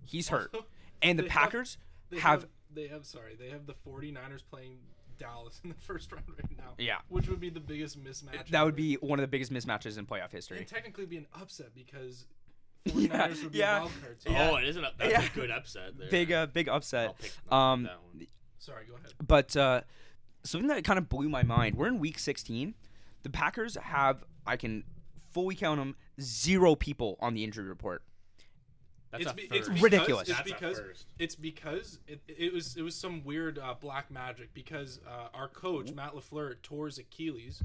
[SPEAKER 2] He's hurt. And the
[SPEAKER 5] They have-
[SPEAKER 2] Packers
[SPEAKER 5] they
[SPEAKER 2] have
[SPEAKER 5] they have sorry they have the 49ers playing Dallas in the first round right now.
[SPEAKER 2] Yeah.
[SPEAKER 5] which would be the biggest mismatch.
[SPEAKER 2] that would
[SPEAKER 5] ever.
[SPEAKER 2] be one of the biggest mismatches in playoff history.
[SPEAKER 5] and technically be an upset because
[SPEAKER 2] Yeah,
[SPEAKER 5] 49ers would be
[SPEAKER 2] yeah.
[SPEAKER 5] a wild card. So
[SPEAKER 3] Oh, it isn't. That's
[SPEAKER 2] Yeah.
[SPEAKER 3] a good upset there.
[SPEAKER 2] Big uh, big upset.
[SPEAKER 3] I'll pick that
[SPEAKER 2] Um
[SPEAKER 3] one.
[SPEAKER 5] sorry, go ahead.
[SPEAKER 2] But uh, something that kind of blew my mind. We're in week 16. The Packers have, I can fully count them, zero people on the injury report.
[SPEAKER 3] That's
[SPEAKER 5] it's
[SPEAKER 3] a
[SPEAKER 5] be- it's
[SPEAKER 3] first.
[SPEAKER 5] because-
[SPEAKER 2] Ridiculous.
[SPEAKER 5] It's
[SPEAKER 3] That's a
[SPEAKER 5] because
[SPEAKER 3] first.
[SPEAKER 5] it's because it, it was it was some weird uh, black magic because uh, our coach Matt Lafleur tore his Achilles,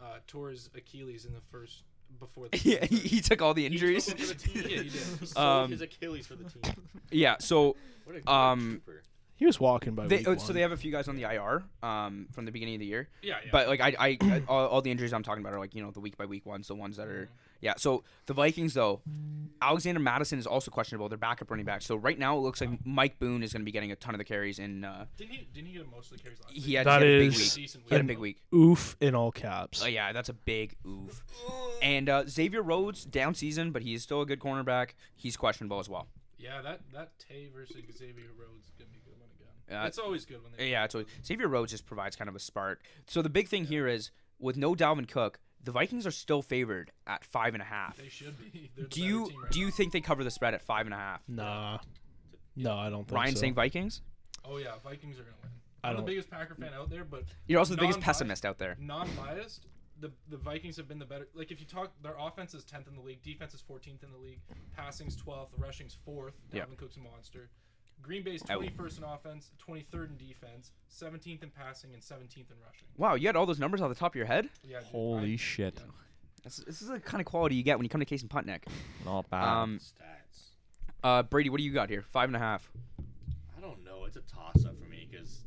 [SPEAKER 5] uh, tore his Achilles in the first before the
[SPEAKER 2] yeah, he, he took all the injuries.
[SPEAKER 5] yeah he did.
[SPEAKER 2] Um,
[SPEAKER 3] Sold his Achilles for the team.
[SPEAKER 2] yeah, so
[SPEAKER 3] What a good
[SPEAKER 2] Um,
[SPEAKER 3] trooper.
[SPEAKER 4] He was walking by
[SPEAKER 2] they
[SPEAKER 4] week
[SPEAKER 2] oh, so
[SPEAKER 4] one.
[SPEAKER 2] they have a few guys on the IR um, from the beginning of the year.
[SPEAKER 5] yeah, yeah.
[SPEAKER 2] But like I, I, all, all the injuries I'm talking about are like you know the week by week ones, the ones that are yeah. So the Vikings though, Alexander Madison is also questionable. Their backup running back. So right now it looks like Mike Boone is going to be getting a ton of the carries, and uh,
[SPEAKER 5] didn't he didn't he get mostly carries last
[SPEAKER 2] he had,
[SPEAKER 4] That
[SPEAKER 2] he had a big
[SPEAKER 4] is-
[SPEAKER 2] week.
[SPEAKER 5] Decent
[SPEAKER 2] He had a
[SPEAKER 5] week.
[SPEAKER 2] big week.
[SPEAKER 4] Oof in all caps.
[SPEAKER 2] Oh yeah, that's a big oof. And uh, Xavier Rhodes down season, but he's still a good cornerback. He's questionable as well.
[SPEAKER 5] Yeah, that that Tay versus Xavier Rhodes is gonna be a good one again.
[SPEAKER 2] Uh,
[SPEAKER 5] That's always good when they.
[SPEAKER 2] Yeah, so Xavier Rhodes just provides kind of a spark. So the big thing here is with no Dalvin Cook, the Vikings are still favored at five and a half.
[SPEAKER 5] They should be. They're the
[SPEAKER 2] Do
[SPEAKER 5] better
[SPEAKER 2] you
[SPEAKER 5] team right
[SPEAKER 2] do you
[SPEAKER 5] now.
[SPEAKER 2] think they cover the spread at five and a half?
[SPEAKER 4] Nah. No, I don't think
[SPEAKER 2] Ryan
[SPEAKER 4] so.
[SPEAKER 2] saying Vikings.
[SPEAKER 5] Oh yeah, Vikings are gonna win.
[SPEAKER 4] I
[SPEAKER 5] I'm the
[SPEAKER 4] don't-
[SPEAKER 5] biggest Packer fan out there, but
[SPEAKER 2] You're also the biggest
[SPEAKER 5] Non-biased.
[SPEAKER 2] pessimist out there.
[SPEAKER 5] non-biased, the the Vikings have been the better. Like if you talk, their offense is 10th in the league, defense is 14th in the league, passing's 12th, rushing's fourth. Dalvin
[SPEAKER 2] Yeah.
[SPEAKER 5] Cook's a monster. Green Bay's
[SPEAKER 2] Out.
[SPEAKER 5] 21st in offense, 23rd in defense, 17th in passing, and 17th in rushing.
[SPEAKER 2] Wow, you had all those numbers off the top of your head.
[SPEAKER 5] Yeah, dude,
[SPEAKER 6] Holy
[SPEAKER 5] I-
[SPEAKER 6] shit.
[SPEAKER 5] yeah.
[SPEAKER 2] This, this is the kind of quality you get when you come to Case and Putnick.
[SPEAKER 6] Not
[SPEAKER 4] Uh,
[SPEAKER 6] bad.
[SPEAKER 2] Um,
[SPEAKER 3] Stats.
[SPEAKER 2] uh, Brady, what do you got here? Five and a half.
[SPEAKER 3] I don't know. It's a toss up for me because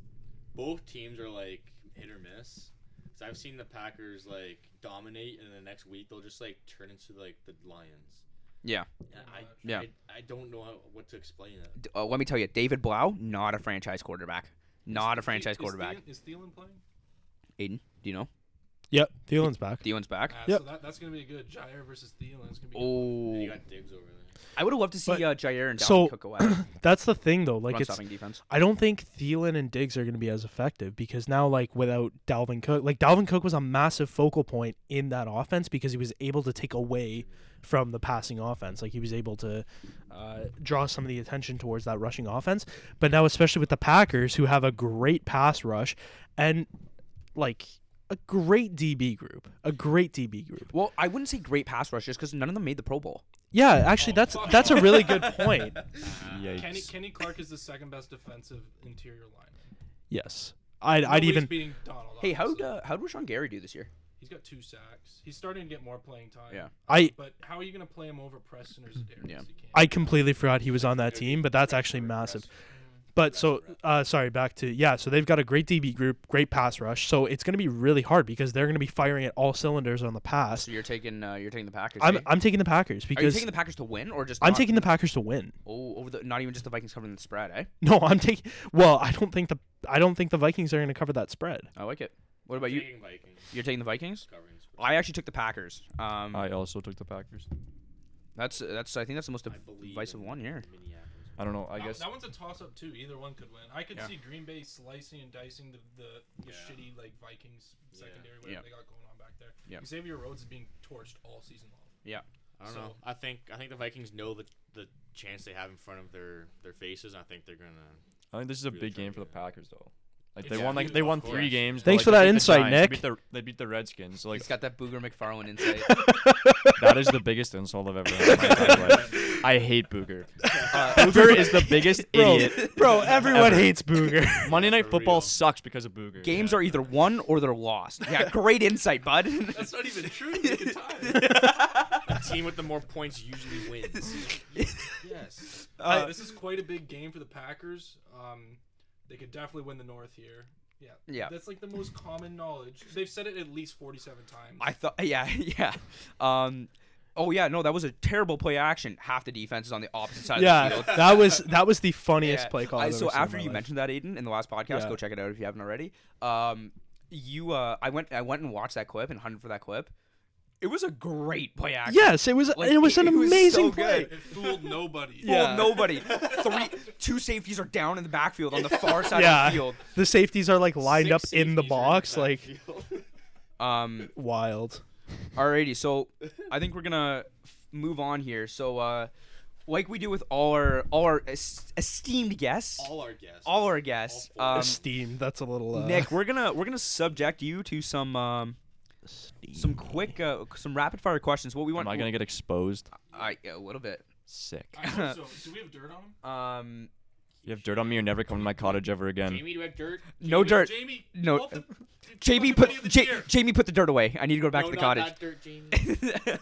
[SPEAKER 3] both teams are like hit or miss. Because I've seen the Packers like dominate, and the next week they'll just like turn into like the Lions.
[SPEAKER 2] Yeah.
[SPEAKER 3] And I,
[SPEAKER 2] Yeah.
[SPEAKER 3] I, I don't know how, what to explain that.
[SPEAKER 2] D- uh, let me tell you, David Blau, not a franchise quarterback. Not a
[SPEAKER 5] Is-
[SPEAKER 2] franchise
[SPEAKER 5] is
[SPEAKER 2] quarterback.
[SPEAKER 5] Thielen- Is Thielen playing?
[SPEAKER 2] Aiden, do you know?
[SPEAKER 4] Yep, Thielen's back.
[SPEAKER 2] Thielen's back.
[SPEAKER 5] Ah,
[SPEAKER 4] Yep.
[SPEAKER 5] So that, that's gonna be a good Jair versus Thielen. It's gonna be.
[SPEAKER 3] And you
[SPEAKER 2] Oh,
[SPEAKER 3] got Diggs over there.
[SPEAKER 2] I would have loved to see
[SPEAKER 4] But-
[SPEAKER 2] uh, Jair and Dalvin
[SPEAKER 4] so-
[SPEAKER 2] Cook away.
[SPEAKER 4] That's the thing though. Like
[SPEAKER 2] Run
[SPEAKER 4] it's
[SPEAKER 2] stopping defense.
[SPEAKER 4] I don't think Thielen and Diggs are going to be as effective because now, like, without Dalvin Cook, like, Dalvin Cook was a massive focal point in that offense because he was able to take away from the passing offense. Like, he was able to uh, draw some of the attention towards that rushing offense. But now, especially with the Packers, who have a great pass rush and, like, a great DB group, a great DB group.
[SPEAKER 2] Well, I wouldn't say great pass rushers because none of them made the Pro Bowl.
[SPEAKER 4] Yeah, actually, that's that's a really good point.
[SPEAKER 6] Yikes.
[SPEAKER 5] Kenny Kenny Clark is the second best defensive interior line.
[SPEAKER 4] Yes, I'd, I'd even
[SPEAKER 5] beating Donald.
[SPEAKER 2] Hey, how'd
[SPEAKER 5] obviously.
[SPEAKER 2] uh, how'd Rashawn Gary do this year?
[SPEAKER 5] He's got two sacks. He's starting to get more playing time.
[SPEAKER 2] Yeah.
[SPEAKER 4] I
[SPEAKER 5] But how are you going to play him over Preston or Zedarius?
[SPEAKER 2] Yeah.
[SPEAKER 5] You can't.
[SPEAKER 4] I completely forgot he was on that team, but that's actually massive. But so, uh, sorry, back to yeah. So they've got a great DB group, great pass rush. So it's going to be really hard because they're going to be firing at all cylinders on the pass.
[SPEAKER 2] So you're taking uh, you're taking the Packers.
[SPEAKER 4] I'm
[SPEAKER 2] eh?
[SPEAKER 4] I'm taking the Packers
[SPEAKER 2] Are you
[SPEAKER 4] because
[SPEAKER 2] taking the Packers to win or just?
[SPEAKER 4] I'm
[SPEAKER 2] not-
[SPEAKER 4] taking the Packers to win.
[SPEAKER 2] Oh, over the not even just the Vikings covering the spread, eh?
[SPEAKER 4] No, I'm taking. Well, I don't think the I don't think the Vikings are going to cover that spread.
[SPEAKER 2] I like it. What about you?
[SPEAKER 3] Taking Vikings,
[SPEAKER 2] You're taking the Vikings?
[SPEAKER 3] covering spread.
[SPEAKER 2] I actually took the Packers. Um,
[SPEAKER 6] I also took the Packers.
[SPEAKER 2] that's that's I think that's the most
[SPEAKER 3] I believe
[SPEAKER 2] divisive
[SPEAKER 3] in
[SPEAKER 2] one here.
[SPEAKER 3] Minneapolis.
[SPEAKER 6] I don't know. I
[SPEAKER 5] that,
[SPEAKER 6] guess
[SPEAKER 5] that one's a toss up too. Either one could win. I could
[SPEAKER 2] Yeah.
[SPEAKER 5] see Green Bay slicing and dicing the, the, the
[SPEAKER 3] Yeah.
[SPEAKER 5] shitty like Vikings secondary whatever
[SPEAKER 2] Yeah.
[SPEAKER 5] they got going on back there.
[SPEAKER 2] Yeah.
[SPEAKER 5] Xavier Rhodes is being torched all season long.
[SPEAKER 2] Yeah.
[SPEAKER 3] I don't
[SPEAKER 5] So-
[SPEAKER 3] know. I think I think the Vikings know the the chance they have in front of their their faces. and I think they're gonna.
[SPEAKER 6] I think this is a
[SPEAKER 3] Really
[SPEAKER 6] big
[SPEAKER 3] trying
[SPEAKER 6] game
[SPEAKER 3] to
[SPEAKER 6] for the
[SPEAKER 3] get
[SPEAKER 6] Packers though. Like
[SPEAKER 5] It's
[SPEAKER 6] they won like
[SPEAKER 5] huge,
[SPEAKER 6] they
[SPEAKER 5] of
[SPEAKER 6] won
[SPEAKER 5] course.
[SPEAKER 6] three games. but,
[SPEAKER 4] Thanks
[SPEAKER 6] like,
[SPEAKER 4] for
[SPEAKER 6] they
[SPEAKER 4] that
[SPEAKER 6] beat the
[SPEAKER 4] insight,
[SPEAKER 6] Giants, They
[SPEAKER 4] Nick.
[SPEAKER 6] beat, the, they beat the Redskins. So, like
[SPEAKER 2] He's got that Booger McFarland insight.
[SPEAKER 6] that is the biggest insult I've ever heard. in my entire life. I hate Booger. Uh, Booger is the biggest idiot.
[SPEAKER 4] bro, everyone
[SPEAKER 6] Ever.
[SPEAKER 4] hates Booger.
[SPEAKER 6] Monday Night
[SPEAKER 3] For
[SPEAKER 6] Football
[SPEAKER 3] real.
[SPEAKER 6] sucks because of Booger.
[SPEAKER 2] Games are either won or they're lost. Yeah, great insight, bud.
[SPEAKER 5] That's not even true. They could tie.
[SPEAKER 3] The team with the more points usually wins. yes.
[SPEAKER 5] Uh, this is quite a big game for the Packers. Um, they could definitely win the North here. Yeah.
[SPEAKER 2] Yeah.
[SPEAKER 5] That's like the most common knowledge. They've said it at least 47 times.
[SPEAKER 2] I thought, yeah, yeah. Um, oh yeah, no, that was a terrible play action. Half the defense is on the opposite side of the
[SPEAKER 4] Yeah,
[SPEAKER 2] field.
[SPEAKER 4] that was that was the funniest
[SPEAKER 2] Yeah.
[SPEAKER 4] play call.
[SPEAKER 2] I-
[SPEAKER 4] I've
[SPEAKER 2] so
[SPEAKER 4] ever seen in
[SPEAKER 2] after
[SPEAKER 4] my
[SPEAKER 2] you
[SPEAKER 4] life.
[SPEAKER 2] mentioned that, Aiden, in the last podcast,
[SPEAKER 4] Yeah.
[SPEAKER 2] go check it out if you haven't already. Um, you, uh, I went, I went and watched that clip and hunted for that clip. It was a great play action.
[SPEAKER 4] yes, it was
[SPEAKER 2] Like,
[SPEAKER 4] it was an
[SPEAKER 2] it was so
[SPEAKER 4] amazing play.
[SPEAKER 2] good.
[SPEAKER 5] It fooled nobody.
[SPEAKER 2] Full of nobody. Three, two safeties are down in the backfield on the far side
[SPEAKER 4] Yeah.
[SPEAKER 2] of the field.
[SPEAKER 4] The safeties are like lined
[SPEAKER 3] Six
[SPEAKER 4] up in the
[SPEAKER 3] safeties are
[SPEAKER 4] box, like
[SPEAKER 2] Um,
[SPEAKER 4] wild.
[SPEAKER 2] Alrighty, so I think we're gonna f- move on here. So, uh, like we do with all our all our es- esteemed guests, all,
[SPEAKER 3] all our guests.
[SPEAKER 2] our guests,
[SPEAKER 3] All
[SPEAKER 2] um,
[SPEAKER 4] Esteemed. That's a little uh,
[SPEAKER 2] Nick, we're gonna we're gonna subject you to some um, some quick uh, some rapid fire questions. What we want?
[SPEAKER 6] Am I gonna get exposed?
[SPEAKER 2] I, a little bit.
[SPEAKER 6] Sick.
[SPEAKER 5] I hope so. Do we have dirt on him?
[SPEAKER 2] Um,
[SPEAKER 6] You have dirt on me. You're never coming to my cottage ever again.
[SPEAKER 3] Jamie, do you have dirt?
[SPEAKER 2] no Oh, dirt.
[SPEAKER 5] Jamie.
[SPEAKER 2] No.
[SPEAKER 5] pull up the-
[SPEAKER 2] Jamie
[SPEAKER 5] pull up
[SPEAKER 2] put
[SPEAKER 5] the video of the
[SPEAKER 2] J-
[SPEAKER 5] deer.
[SPEAKER 2] Jamie put the dirt away. I need to go back
[SPEAKER 3] no,
[SPEAKER 2] to the
[SPEAKER 3] not
[SPEAKER 2] cottage.
[SPEAKER 3] that dirt, Jamie.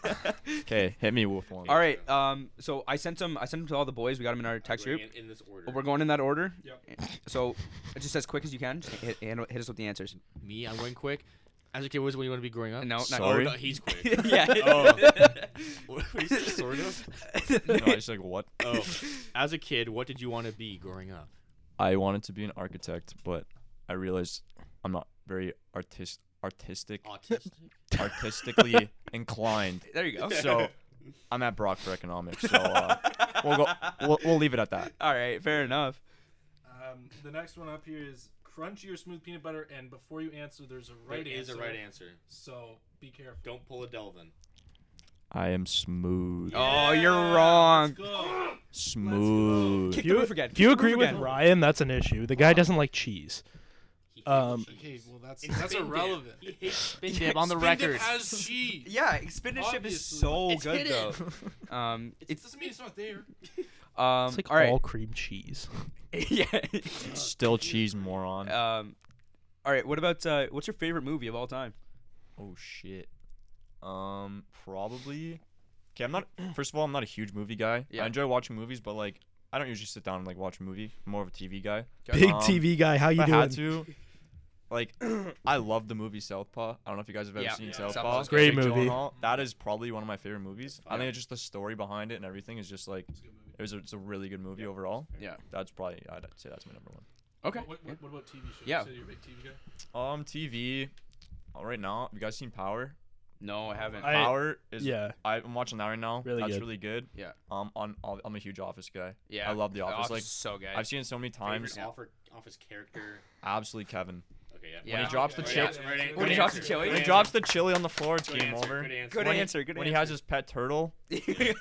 [SPEAKER 6] Okay, hit me with one.
[SPEAKER 2] all right. Um, so I sent some. I sent them to all the boys. We got them in our text group.
[SPEAKER 3] in, in this order.
[SPEAKER 2] We're going in that order.
[SPEAKER 5] Yep.
[SPEAKER 2] So just as quick as you can, just hit, hit hit us with the answers.
[SPEAKER 3] Me, I'm going quick. As a kid, what was it when you want to be growing up?
[SPEAKER 2] No, not-
[SPEAKER 3] Oh,
[SPEAKER 6] Sorry?
[SPEAKER 3] no, he's quick. Oh.
[SPEAKER 2] yeah.
[SPEAKER 3] What- what is it, sort of.
[SPEAKER 6] No, I just like what?
[SPEAKER 3] Oh, as a kid, what did you want to be growing up?
[SPEAKER 6] I wanted to be an architect, but I realized I'm not very artist artistic
[SPEAKER 3] Autistic.
[SPEAKER 6] artistically inclined.
[SPEAKER 2] There you go.
[SPEAKER 6] So I'm at Brock for economics. So uh, we'll go. We'll, we'll leave it at that.
[SPEAKER 2] All right, fair enough.
[SPEAKER 5] Um, the next one up here is crunchy or smooth peanut butter. And before you answer, there's a right
[SPEAKER 3] Right is
[SPEAKER 5] answer.
[SPEAKER 3] a right answer.
[SPEAKER 5] So be careful.
[SPEAKER 3] Don't pull a Delvin.
[SPEAKER 6] I am smooth.
[SPEAKER 2] Oh, you're wrong.
[SPEAKER 5] Go.
[SPEAKER 6] Smooth.
[SPEAKER 2] Kick the roof again.
[SPEAKER 4] If you
[SPEAKER 2] Kick the
[SPEAKER 4] agree
[SPEAKER 2] roof
[SPEAKER 4] with
[SPEAKER 2] again.
[SPEAKER 4] Ryan, that's an issue. The guy doesn't like cheese.
[SPEAKER 3] He hates
[SPEAKER 4] Um,
[SPEAKER 3] cheese.
[SPEAKER 5] Okay, well that's
[SPEAKER 3] It's
[SPEAKER 5] that's
[SPEAKER 3] spin dip.
[SPEAKER 5] irrelevant.
[SPEAKER 3] He hates spin
[SPEAKER 2] Yeah,
[SPEAKER 3] dip on the
[SPEAKER 5] Spin dip
[SPEAKER 3] record.
[SPEAKER 5] has cheese.
[SPEAKER 2] Yeah, spinach chip is
[SPEAKER 5] Obviously.
[SPEAKER 2] so
[SPEAKER 3] It's
[SPEAKER 2] good
[SPEAKER 3] hidden.
[SPEAKER 2] though. Um,
[SPEAKER 5] It
[SPEAKER 2] it's
[SPEAKER 5] doesn't mean it's not there.
[SPEAKER 2] um,
[SPEAKER 4] It's like
[SPEAKER 2] all right.
[SPEAKER 4] all cream cheese.
[SPEAKER 2] yeah.
[SPEAKER 6] Still cheese, moron.
[SPEAKER 2] Um, all right. What about uh, what's your favorite movie of all time?
[SPEAKER 6] Oh shit. Um, probably. Okay, I'm not. First of all, I'm not a huge movie guy.
[SPEAKER 2] Yeah.
[SPEAKER 6] I enjoy watching movies, but like, I don't usually sit down and like watch a movie. I'm more of a TV guy.
[SPEAKER 4] Big
[SPEAKER 6] Um,
[SPEAKER 4] TV guy. How
[SPEAKER 6] If
[SPEAKER 4] you
[SPEAKER 6] I
[SPEAKER 4] doing?
[SPEAKER 6] had to, like, I love the movie Southpaw. I don't know if you guys have ever
[SPEAKER 2] Yeah.
[SPEAKER 6] seen
[SPEAKER 2] Yeah.
[SPEAKER 6] Southpaw.
[SPEAKER 2] Southpaw's
[SPEAKER 4] great.
[SPEAKER 6] Jake
[SPEAKER 4] Great movie.
[SPEAKER 6] Gyllenhaal. That is probably one of my favorite movies. I think it's just the story behind it and everything is just like, it was a, it's a really good movie overall.
[SPEAKER 2] Yeah.
[SPEAKER 6] That's probably I'd say that's my number one.
[SPEAKER 2] Okay.
[SPEAKER 5] What, what, what about TV shows?
[SPEAKER 2] Yeah.
[SPEAKER 5] You said you're a big TV guy.
[SPEAKER 6] Um, TV. All right now, have you guys seen Power?
[SPEAKER 2] No, I haven't.
[SPEAKER 4] I-
[SPEAKER 6] Power is
[SPEAKER 4] yeah.
[SPEAKER 6] I'm watching that right now.
[SPEAKER 4] Really
[SPEAKER 6] That's
[SPEAKER 4] good.
[SPEAKER 6] really good.
[SPEAKER 2] Yeah.
[SPEAKER 6] Um, on I'll- I'm a huge Office guy.
[SPEAKER 2] yeah,
[SPEAKER 6] I love The Office. Like
[SPEAKER 2] is so good.
[SPEAKER 6] I've seen it so many
[SPEAKER 3] Favorite
[SPEAKER 6] times.
[SPEAKER 3] offer- office character.
[SPEAKER 6] Absolutely, Kevin.
[SPEAKER 3] Okay, yeah.
[SPEAKER 2] Yeah.
[SPEAKER 6] When he drops the
[SPEAKER 5] Okay.
[SPEAKER 3] Right
[SPEAKER 5] Yeah.
[SPEAKER 6] chili,
[SPEAKER 3] answer, right answer,
[SPEAKER 5] When
[SPEAKER 2] he
[SPEAKER 3] good
[SPEAKER 2] drops
[SPEAKER 3] answer,
[SPEAKER 2] the chili?
[SPEAKER 3] good
[SPEAKER 6] when he
[SPEAKER 3] answer,
[SPEAKER 6] drops the chili on the floor, it's
[SPEAKER 3] good
[SPEAKER 6] game
[SPEAKER 3] answer,
[SPEAKER 6] over.
[SPEAKER 3] Good answer.
[SPEAKER 2] good
[SPEAKER 6] when he-
[SPEAKER 2] answer. good
[SPEAKER 6] when he has
[SPEAKER 2] answer.
[SPEAKER 6] his pet turtle,
[SPEAKER 2] he has,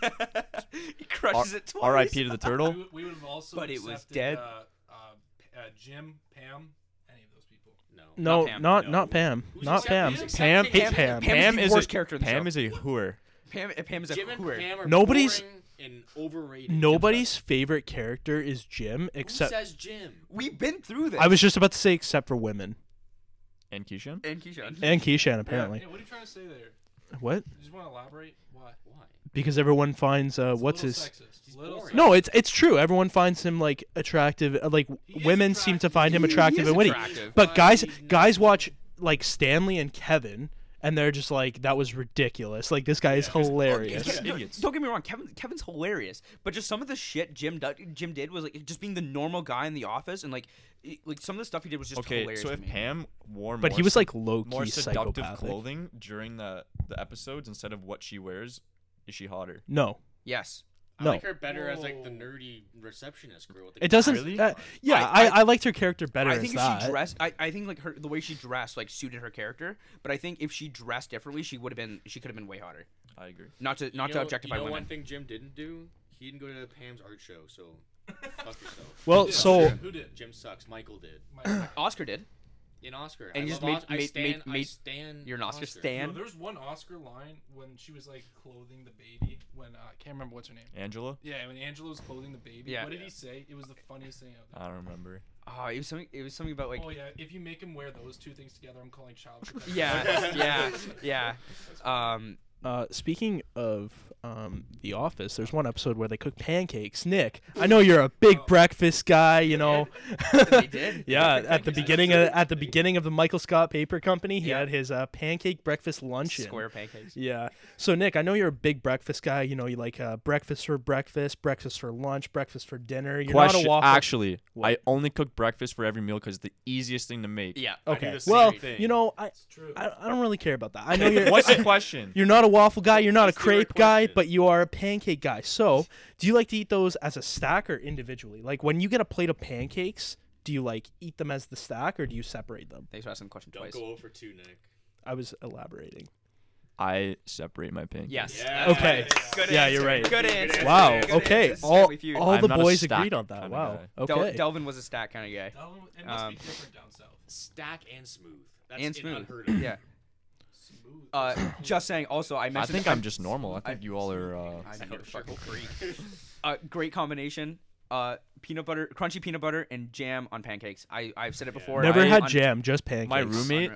[SPEAKER 2] he crushes it twice.
[SPEAKER 6] R.I.P. to the turtle.
[SPEAKER 5] We, would- we would have also
[SPEAKER 2] But it was
[SPEAKER 5] accepted,
[SPEAKER 2] dead.
[SPEAKER 5] Uh, uh, P- uh, Jim, Pam, any of those people.
[SPEAKER 3] No.
[SPEAKER 4] No,
[SPEAKER 2] Pam.
[SPEAKER 4] not
[SPEAKER 3] No.
[SPEAKER 4] not Pam.
[SPEAKER 3] Who's
[SPEAKER 4] not
[SPEAKER 3] accepting-
[SPEAKER 4] Pam.
[SPEAKER 3] who's
[SPEAKER 4] Pam.
[SPEAKER 3] accepting
[SPEAKER 4] Hate Pam.
[SPEAKER 2] Pam.
[SPEAKER 6] Pam
[SPEAKER 2] the
[SPEAKER 6] is
[SPEAKER 2] worst
[SPEAKER 6] a-
[SPEAKER 2] character in the
[SPEAKER 6] Pam
[SPEAKER 2] show.
[SPEAKER 6] is a hooer.
[SPEAKER 2] Pam, uh, Pam is a
[SPEAKER 3] Jim and
[SPEAKER 2] hooer.
[SPEAKER 3] Pam are
[SPEAKER 4] Nobody's-
[SPEAKER 3] boring and overrated.
[SPEAKER 4] Nobody's favorite character is Jim,
[SPEAKER 3] Who
[SPEAKER 4] except
[SPEAKER 3] says Jim?
[SPEAKER 2] We've been through this.
[SPEAKER 4] I was just about to say except for women
[SPEAKER 6] And Keishan.
[SPEAKER 2] and Keyshawn.
[SPEAKER 4] and Keishan apparently.
[SPEAKER 5] Yeah, what are you trying to say there? You
[SPEAKER 4] What?
[SPEAKER 5] just want to elaborate? Why?
[SPEAKER 3] Why?
[SPEAKER 4] Because everyone finds uh,
[SPEAKER 5] It's a
[SPEAKER 4] what's
[SPEAKER 5] little
[SPEAKER 4] his.
[SPEAKER 5] Sexist.
[SPEAKER 3] He's
[SPEAKER 5] little
[SPEAKER 3] boring.
[SPEAKER 5] sexist.
[SPEAKER 4] No, it's it's true. Everyone finds him like attractive. uh, Like
[SPEAKER 5] He is
[SPEAKER 4] women seem to
[SPEAKER 5] attractive.
[SPEAKER 4] find him
[SPEAKER 2] He- he
[SPEAKER 4] attractive
[SPEAKER 2] is
[SPEAKER 4] and witty.
[SPEAKER 2] attractive.
[SPEAKER 4] But guys,
[SPEAKER 3] I mean-
[SPEAKER 4] guys watch like Stanley and Kevin, and they're just like, "That was ridiculous. Like this guy is hilarious."
[SPEAKER 2] No, Don't get me wrong, Kevin. Kevin's hilarious, but just some of the shit Jim du- Jim did was like just being the normal guy in the office, and like i- like some of the stuff he did was just
[SPEAKER 6] Okay,
[SPEAKER 2] hilarious.
[SPEAKER 6] so
[SPEAKER 2] to
[SPEAKER 6] if
[SPEAKER 2] me.
[SPEAKER 6] Pam wore
[SPEAKER 4] But
[SPEAKER 6] more
[SPEAKER 4] he was
[SPEAKER 6] sed-
[SPEAKER 4] like low
[SPEAKER 6] more
[SPEAKER 4] key
[SPEAKER 6] seductive
[SPEAKER 4] psychopathic.
[SPEAKER 6] clothing during the the episodes instead of what she wears, is she hotter?
[SPEAKER 4] No,
[SPEAKER 2] yes,
[SPEAKER 3] I
[SPEAKER 4] No.
[SPEAKER 3] like her better as like the nerdy receptionist girl. With the
[SPEAKER 4] it doesn't.
[SPEAKER 6] Really?
[SPEAKER 4] uh, yeah, I,
[SPEAKER 2] I-
[SPEAKER 4] I, liked her character better.
[SPEAKER 2] I
[SPEAKER 4] as
[SPEAKER 2] think if
[SPEAKER 4] that.
[SPEAKER 2] she dressed, I, I think like her the way she dressed like suited her character. But I think if she dressed differently, she would have been she could have been way hotter.
[SPEAKER 6] I agree.
[SPEAKER 2] Not to not
[SPEAKER 3] you
[SPEAKER 2] to
[SPEAKER 3] know,
[SPEAKER 2] objectify
[SPEAKER 3] you know One
[SPEAKER 2] women.
[SPEAKER 3] thing Jim didn't do, he didn't go to Pam's art show. So fuck yourself.
[SPEAKER 4] Well,
[SPEAKER 5] Yeah,
[SPEAKER 4] so
[SPEAKER 5] who did?
[SPEAKER 3] Jim sucks. Michael did.
[SPEAKER 5] My-
[SPEAKER 2] Oscar did.
[SPEAKER 3] In Oscar,
[SPEAKER 2] And
[SPEAKER 3] I
[SPEAKER 2] you just
[SPEAKER 3] love
[SPEAKER 2] made-
[SPEAKER 3] Os- I
[SPEAKER 2] made-
[SPEAKER 3] stand,
[SPEAKER 2] made- made-
[SPEAKER 3] I stand
[SPEAKER 2] You're an Oscar
[SPEAKER 5] no,
[SPEAKER 2] stan.
[SPEAKER 5] there's one Oscar line when she was like clothing the baby when uh, I can't remember what's her name.
[SPEAKER 6] Angela.
[SPEAKER 5] Yeah, when Angela was clothing the baby.
[SPEAKER 2] Yeah.
[SPEAKER 5] What did
[SPEAKER 2] Yeah.
[SPEAKER 5] he say? It was the funniest thing out there.
[SPEAKER 6] I don't remember.
[SPEAKER 2] Oh, it was something. It was something about like
[SPEAKER 5] oh yeah, if you make him wear those two things together, I'm calling child protection.
[SPEAKER 2] yeah, yeah, yeah. Um,
[SPEAKER 4] Uh, speaking of um, The Office, there's one episode where they cook pancakes. Nick, I know you're a big breakfast guy. You know,
[SPEAKER 2] They did?
[SPEAKER 4] yeah. At the beginning of at the beginning of the Michael Scott Paper Company, he
[SPEAKER 2] Yeah.
[SPEAKER 4] had his uh, pancake breakfast luncheon.
[SPEAKER 2] Square pancakes.
[SPEAKER 4] Yeah. So Nick, I know you're a big breakfast guy. You know, you like uh, breakfast for breakfast, breakfast for lunch, breakfast for dinner. You're
[SPEAKER 6] Question.
[SPEAKER 4] not a waffle.
[SPEAKER 6] Actually,
[SPEAKER 4] What?
[SPEAKER 6] I only cook breakfast for every meal because the easiest thing to make.
[SPEAKER 2] Yeah.
[SPEAKER 3] I do
[SPEAKER 4] okay.
[SPEAKER 3] the same
[SPEAKER 4] Well,
[SPEAKER 3] thing.
[SPEAKER 4] you know, I, I I don't really care about that. I know you're.
[SPEAKER 6] What's the question?
[SPEAKER 4] You're not a waffle guy. You're not a
[SPEAKER 3] Let's do our
[SPEAKER 4] crepe guy,
[SPEAKER 3] question.
[SPEAKER 4] but you are a pancake guy. So, do you like to eat those as a stack or individually? Like when you get a plate of pancakes, do you like eat them as the stack or do you separate them?
[SPEAKER 2] Thanks for asking the question
[SPEAKER 3] Don't
[SPEAKER 2] twice.
[SPEAKER 3] go over two, Nick.
[SPEAKER 4] I was elaborating.
[SPEAKER 6] I separate my pancakes.
[SPEAKER 2] Yes.
[SPEAKER 3] Yeah.
[SPEAKER 4] Okay.
[SPEAKER 2] Good
[SPEAKER 4] Yeah,
[SPEAKER 2] answer.
[SPEAKER 4] you're right.
[SPEAKER 2] Good answer.
[SPEAKER 4] Wow.
[SPEAKER 2] Good answer.
[SPEAKER 4] Okay.
[SPEAKER 2] This is
[SPEAKER 4] All,
[SPEAKER 2] with you.
[SPEAKER 4] all
[SPEAKER 6] I'm
[SPEAKER 4] the
[SPEAKER 6] not a
[SPEAKER 4] boys
[SPEAKER 6] stack
[SPEAKER 4] agreed on that.
[SPEAKER 6] kinda
[SPEAKER 4] Wow.
[SPEAKER 6] guy.
[SPEAKER 2] Del-
[SPEAKER 4] Okay.
[SPEAKER 2] Delvin was a stat kind of guy.
[SPEAKER 5] It
[SPEAKER 2] must
[SPEAKER 5] must
[SPEAKER 2] be Um,
[SPEAKER 5] be different down south.
[SPEAKER 3] Stack and smooth. That's
[SPEAKER 2] and smooth.
[SPEAKER 3] unheard of.
[SPEAKER 2] Yeah. Uh, just saying. Also, I
[SPEAKER 6] I
[SPEAKER 2] mentioned.
[SPEAKER 6] think I'm just normal. I think
[SPEAKER 2] I-
[SPEAKER 6] you all are. Uh,
[SPEAKER 2] I know you're fucking freak. uh, great combination. Uh, peanut butter, crunchy peanut butter, and jam on pancakes. I I've said it before.
[SPEAKER 4] Never
[SPEAKER 2] I-
[SPEAKER 4] had
[SPEAKER 2] on-
[SPEAKER 4] jam, just pancakes.
[SPEAKER 6] my roommate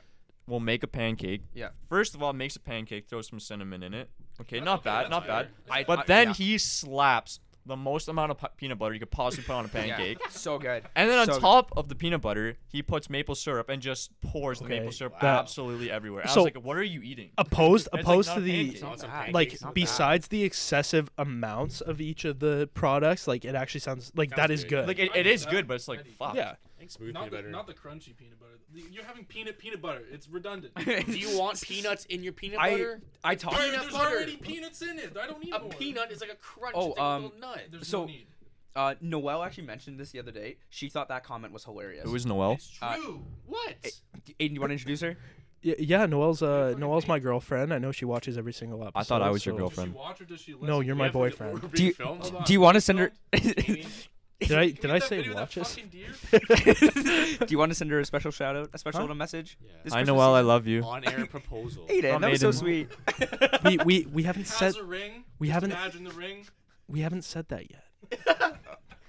[SPEAKER 6] will make a pancake.
[SPEAKER 2] Yeah.
[SPEAKER 6] First of all, makes a pancake, throws some cinnamon in it. Okay, not bad, not bad.
[SPEAKER 2] I- I-
[SPEAKER 6] But then
[SPEAKER 2] yeah.
[SPEAKER 6] he slaps the most amount of pu- peanut butter you could possibly put on a
[SPEAKER 2] Yeah,
[SPEAKER 6] pancake.
[SPEAKER 2] So good.
[SPEAKER 6] And then on
[SPEAKER 2] So good.
[SPEAKER 6] top of the peanut butter, he puts maple syrup and just pours the
[SPEAKER 4] Okay,
[SPEAKER 6] maple syrup
[SPEAKER 4] that-
[SPEAKER 6] absolutely everywhere. I
[SPEAKER 4] So-
[SPEAKER 6] was like, "What are you eating?"
[SPEAKER 4] opposed
[SPEAKER 6] It's like
[SPEAKER 4] opposed
[SPEAKER 6] not
[SPEAKER 4] to
[SPEAKER 6] a
[SPEAKER 4] the
[SPEAKER 6] pancake.
[SPEAKER 3] Lots of
[SPEAKER 2] bad.
[SPEAKER 4] like
[SPEAKER 3] pancakes, not bad.
[SPEAKER 4] besides the excessive amounts of each of the products, like it actually sounds like that
[SPEAKER 3] Sounds
[SPEAKER 4] is
[SPEAKER 3] good.
[SPEAKER 4] good.
[SPEAKER 6] Like it, it is good, but it's like fuck.
[SPEAKER 4] yeah.
[SPEAKER 3] I think smooth
[SPEAKER 5] Not
[SPEAKER 3] peanut
[SPEAKER 5] the,
[SPEAKER 3] butter.
[SPEAKER 5] not the crunchy peanut butter. You're having peanut peanut butter. It's redundant.
[SPEAKER 3] Do you want peanuts in your peanut
[SPEAKER 2] I
[SPEAKER 3] butter?
[SPEAKER 2] I talk.
[SPEAKER 5] There-
[SPEAKER 3] Peanut
[SPEAKER 5] There's
[SPEAKER 3] butter.
[SPEAKER 5] already peanuts in it. I don't need
[SPEAKER 3] A
[SPEAKER 5] more.
[SPEAKER 3] peanut is like a crunch.
[SPEAKER 2] Oh,
[SPEAKER 3] it's like
[SPEAKER 2] um,
[SPEAKER 3] a little nut.
[SPEAKER 5] There's
[SPEAKER 2] So-
[SPEAKER 5] no need.
[SPEAKER 2] Uh, Noelle actually mentioned this the other day. She thought that comment was hilarious.
[SPEAKER 6] It was Noel.
[SPEAKER 5] It's
[SPEAKER 2] uh,
[SPEAKER 5] true.
[SPEAKER 3] What?
[SPEAKER 2] Aiden, you want to introduce her?
[SPEAKER 4] Y- Yeah, Noelle's uh Noelle's my girlfriend. I know she watches every single episode.
[SPEAKER 6] I thought I was your
[SPEAKER 4] so-
[SPEAKER 5] does she
[SPEAKER 6] girlfriend.
[SPEAKER 5] watch or does she listen?
[SPEAKER 4] No, you're
[SPEAKER 5] We
[SPEAKER 4] my
[SPEAKER 5] have to get-
[SPEAKER 4] boyfriend.
[SPEAKER 3] We're
[SPEAKER 2] Do you-
[SPEAKER 3] being filmed.
[SPEAKER 5] Hold on.
[SPEAKER 2] Do you want to send her?
[SPEAKER 5] Amy,
[SPEAKER 4] Did I
[SPEAKER 5] can you
[SPEAKER 4] did
[SPEAKER 5] get
[SPEAKER 4] I
[SPEAKER 5] that
[SPEAKER 4] say
[SPEAKER 5] video of that
[SPEAKER 4] watches?
[SPEAKER 5] fucking deer?
[SPEAKER 2] Do you want to send her a special shout out, a special
[SPEAKER 4] Huh?
[SPEAKER 2] little message?
[SPEAKER 3] Yeah.
[SPEAKER 2] This
[SPEAKER 6] Hi
[SPEAKER 2] Christmas
[SPEAKER 6] Noel, I
[SPEAKER 2] season?
[SPEAKER 6] love you. Oh,
[SPEAKER 3] On air proposal.
[SPEAKER 2] Aiden,
[SPEAKER 6] From
[SPEAKER 2] that was so
[SPEAKER 6] Aiden.
[SPEAKER 2] sweet.
[SPEAKER 4] we we we haven't
[SPEAKER 5] Has
[SPEAKER 4] said
[SPEAKER 5] a ring.
[SPEAKER 4] we
[SPEAKER 5] Just
[SPEAKER 4] haven't-
[SPEAKER 5] Imagine the ring.
[SPEAKER 4] we haven't said that yet.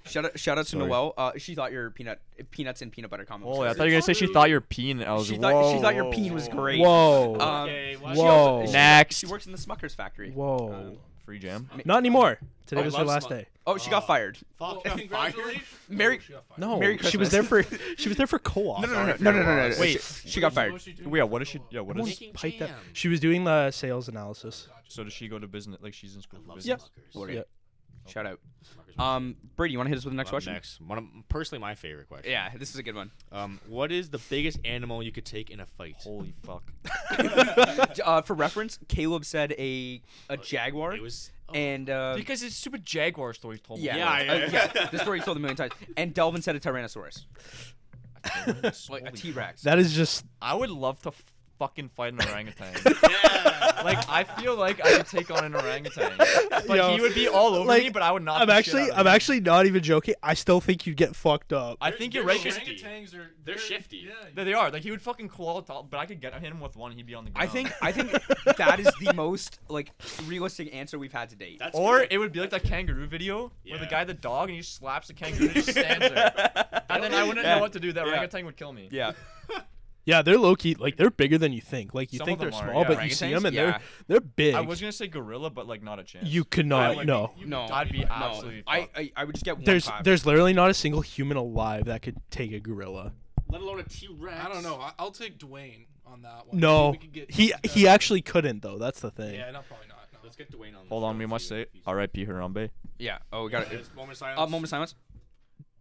[SPEAKER 2] Shout out, shout out to
[SPEAKER 6] Sorry.
[SPEAKER 2] Noelle. Uh, she thought your peanut peanuts and peanut butter comment. was
[SPEAKER 6] Oh, I
[SPEAKER 2] hilarious.
[SPEAKER 6] thought you were gonna say she thought your peen. I was
[SPEAKER 2] she
[SPEAKER 6] whoa.
[SPEAKER 2] thought she thought your
[SPEAKER 6] whoa,
[SPEAKER 2] peen was
[SPEAKER 6] whoa.
[SPEAKER 2] great.
[SPEAKER 4] Whoa.
[SPEAKER 2] Um,
[SPEAKER 3] Okay,
[SPEAKER 2] she also-
[SPEAKER 4] Whoa.
[SPEAKER 2] she-
[SPEAKER 6] Next.
[SPEAKER 2] She works in the Smucker's factory.
[SPEAKER 4] Whoa.
[SPEAKER 6] Free jam.
[SPEAKER 4] Not anymore. Today
[SPEAKER 3] I
[SPEAKER 4] was her
[SPEAKER 3] love
[SPEAKER 4] last
[SPEAKER 3] smut.
[SPEAKER 4] day.
[SPEAKER 2] Oh, she got fired.
[SPEAKER 3] Fuck,
[SPEAKER 5] Well,
[SPEAKER 3] I'm fired.
[SPEAKER 5] congratulations.
[SPEAKER 2] Merry-
[SPEAKER 5] Oh, she got fired.
[SPEAKER 4] No.
[SPEAKER 2] Merry
[SPEAKER 4] she was there for she was there for co-op.
[SPEAKER 2] No, no, no, no, no, no, no, no.
[SPEAKER 6] Wait.
[SPEAKER 2] she, she got
[SPEAKER 5] What
[SPEAKER 2] fired.
[SPEAKER 5] was she doing
[SPEAKER 6] Wait,
[SPEAKER 5] for
[SPEAKER 6] what is
[SPEAKER 5] so
[SPEAKER 6] she?
[SPEAKER 5] long?
[SPEAKER 6] Yeah, what
[SPEAKER 4] Someone
[SPEAKER 6] is?
[SPEAKER 3] Making
[SPEAKER 4] piped up.
[SPEAKER 3] jam.
[SPEAKER 4] She was doing the sales analysis.
[SPEAKER 6] So does she go to business? Like she's in school for
[SPEAKER 3] love
[SPEAKER 6] business.
[SPEAKER 2] Glory.
[SPEAKER 4] Yeah.
[SPEAKER 2] Shout out.
[SPEAKER 3] Smucker's
[SPEAKER 2] Um, Brady, you want to hit us with the next
[SPEAKER 3] Up
[SPEAKER 2] question?
[SPEAKER 3] Next, one of, personally my favorite question.
[SPEAKER 2] Yeah, this is a good one.
[SPEAKER 3] Um, what is the biggest animal you could take in a fight?
[SPEAKER 6] Holy fuck.
[SPEAKER 2] Uh, for reference, Caleb said a a jaguar,
[SPEAKER 3] It was. oh,
[SPEAKER 2] and uh,
[SPEAKER 6] Because it's stupid jaguar story told
[SPEAKER 2] yeah,
[SPEAKER 3] Yeah,
[SPEAKER 2] uh,
[SPEAKER 3] yeah.
[SPEAKER 2] yeah, The story you told a million times. And Delvin said a tyrannosaurus,
[SPEAKER 6] Yeah.
[SPEAKER 2] like a T Rex.
[SPEAKER 4] That is just
[SPEAKER 6] I would love to f- fucking fight an orangutan. Like I feel like I could take on an orangutan. Like
[SPEAKER 4] Yo,
[SPEAKER 6] he would be all over me,
[SPEAKER 4] like,
[SPEAKER 6] but I would not.
[SPEAKER 4] I'm actually I'm actually not even joking. I still think you'd get fucked up.
[SPEAKER 6] I think you're right. 'cause
[SPEAKER 3] shifty.
[SPEAKER 5] Orangutans are
[SPEAKER 3] They're shifty.
[SPEAKER 5] Yeah,
[SPEAKER 6] They they are like he would fucking claw top, but I could get hit him with one. He'd be on the
[SPEAKER 2] I
[SPEAKER 6] ground.
[SPEAKER 2] think I think that is the most like realistic answer we've had to date.
[SPEAKER 3] That's
[SPEAKER 6] Or
[SPEAKER 3] good.
[SPEAKER 6] it would be like that kangaroo video where the
[SPEAKER 3] Yeah.
[SPEAKER 6] guy had the dog and he slaps the kangaroo and it just stands there. And then I wouldn't
[SPEAKER 2] Yeah.
[SPEAKER 6] know what to do. That
[SPEAKER 2] Yeah.
[SPEAKER 6] orangutan would kill me.
[SPEAKER 2] yeah,
[SPEAKER 4] Yeah, they're low key. Like they're bigger than you think. Like you
[SPEAKER 6] Some
[SPEAKER 4] think
[SPEAKER 6] of
[SPEAKER 4] they're
[SPEAKER 6] them are,
[SPEAKER 4] small,
[SPEAKER 6] yeah.
[SPEAKER 4] but you see
[SPEAKER 2] Orangutans?
[SPEAKER 4] them and
[SPEAKER 2] Yeah.
[SPEAKER 4] they're they're big.
[SPEAKER 6] I was gonna say gorilla, but like not a chance.
[SPEAKER 4] you could not.
[SPEAKER 6] would-
[SPEAKER 4] no.
[SPEAKER 2] no,
[SPEAKER 6] I'd be
[SPEAKER 2] no.
[SPEAKER 6] absolutely
[SPEAKER 2] I,
[SPEAKER 6] fucked.
[SPEAKER 2] I I would just get one.
[SPEAKER 4] There's
[SPEAKER 2] pop.
[SPEAKER 4] there's literally not a single human alive that could take a gorilla.
[SPEAKER 3] let alone a T Rex.
[SPEAKER 5] I don't know. I- I'll take Dwayne on that one.
[SPEAKER 4] No,
[SPEAKER 5] We could get-
[SPEAKER 4] he
[SPEAKER 5] uh,
[SPEAKER 4] he actually couldn't though. That's the thing.
[SPEAKER 5] Yeah, no, probably not. No.
[SPEAKER 3] Let's get Dwayne on.
[SPEAKER 6] Hold on, we must say R.I.P. Harambe.
[SPEAKER 2] yeah. Oh, we got it.
[SPEAKER 3] Moment of silence.
[SPEAKER 2] Uh, moment of silence.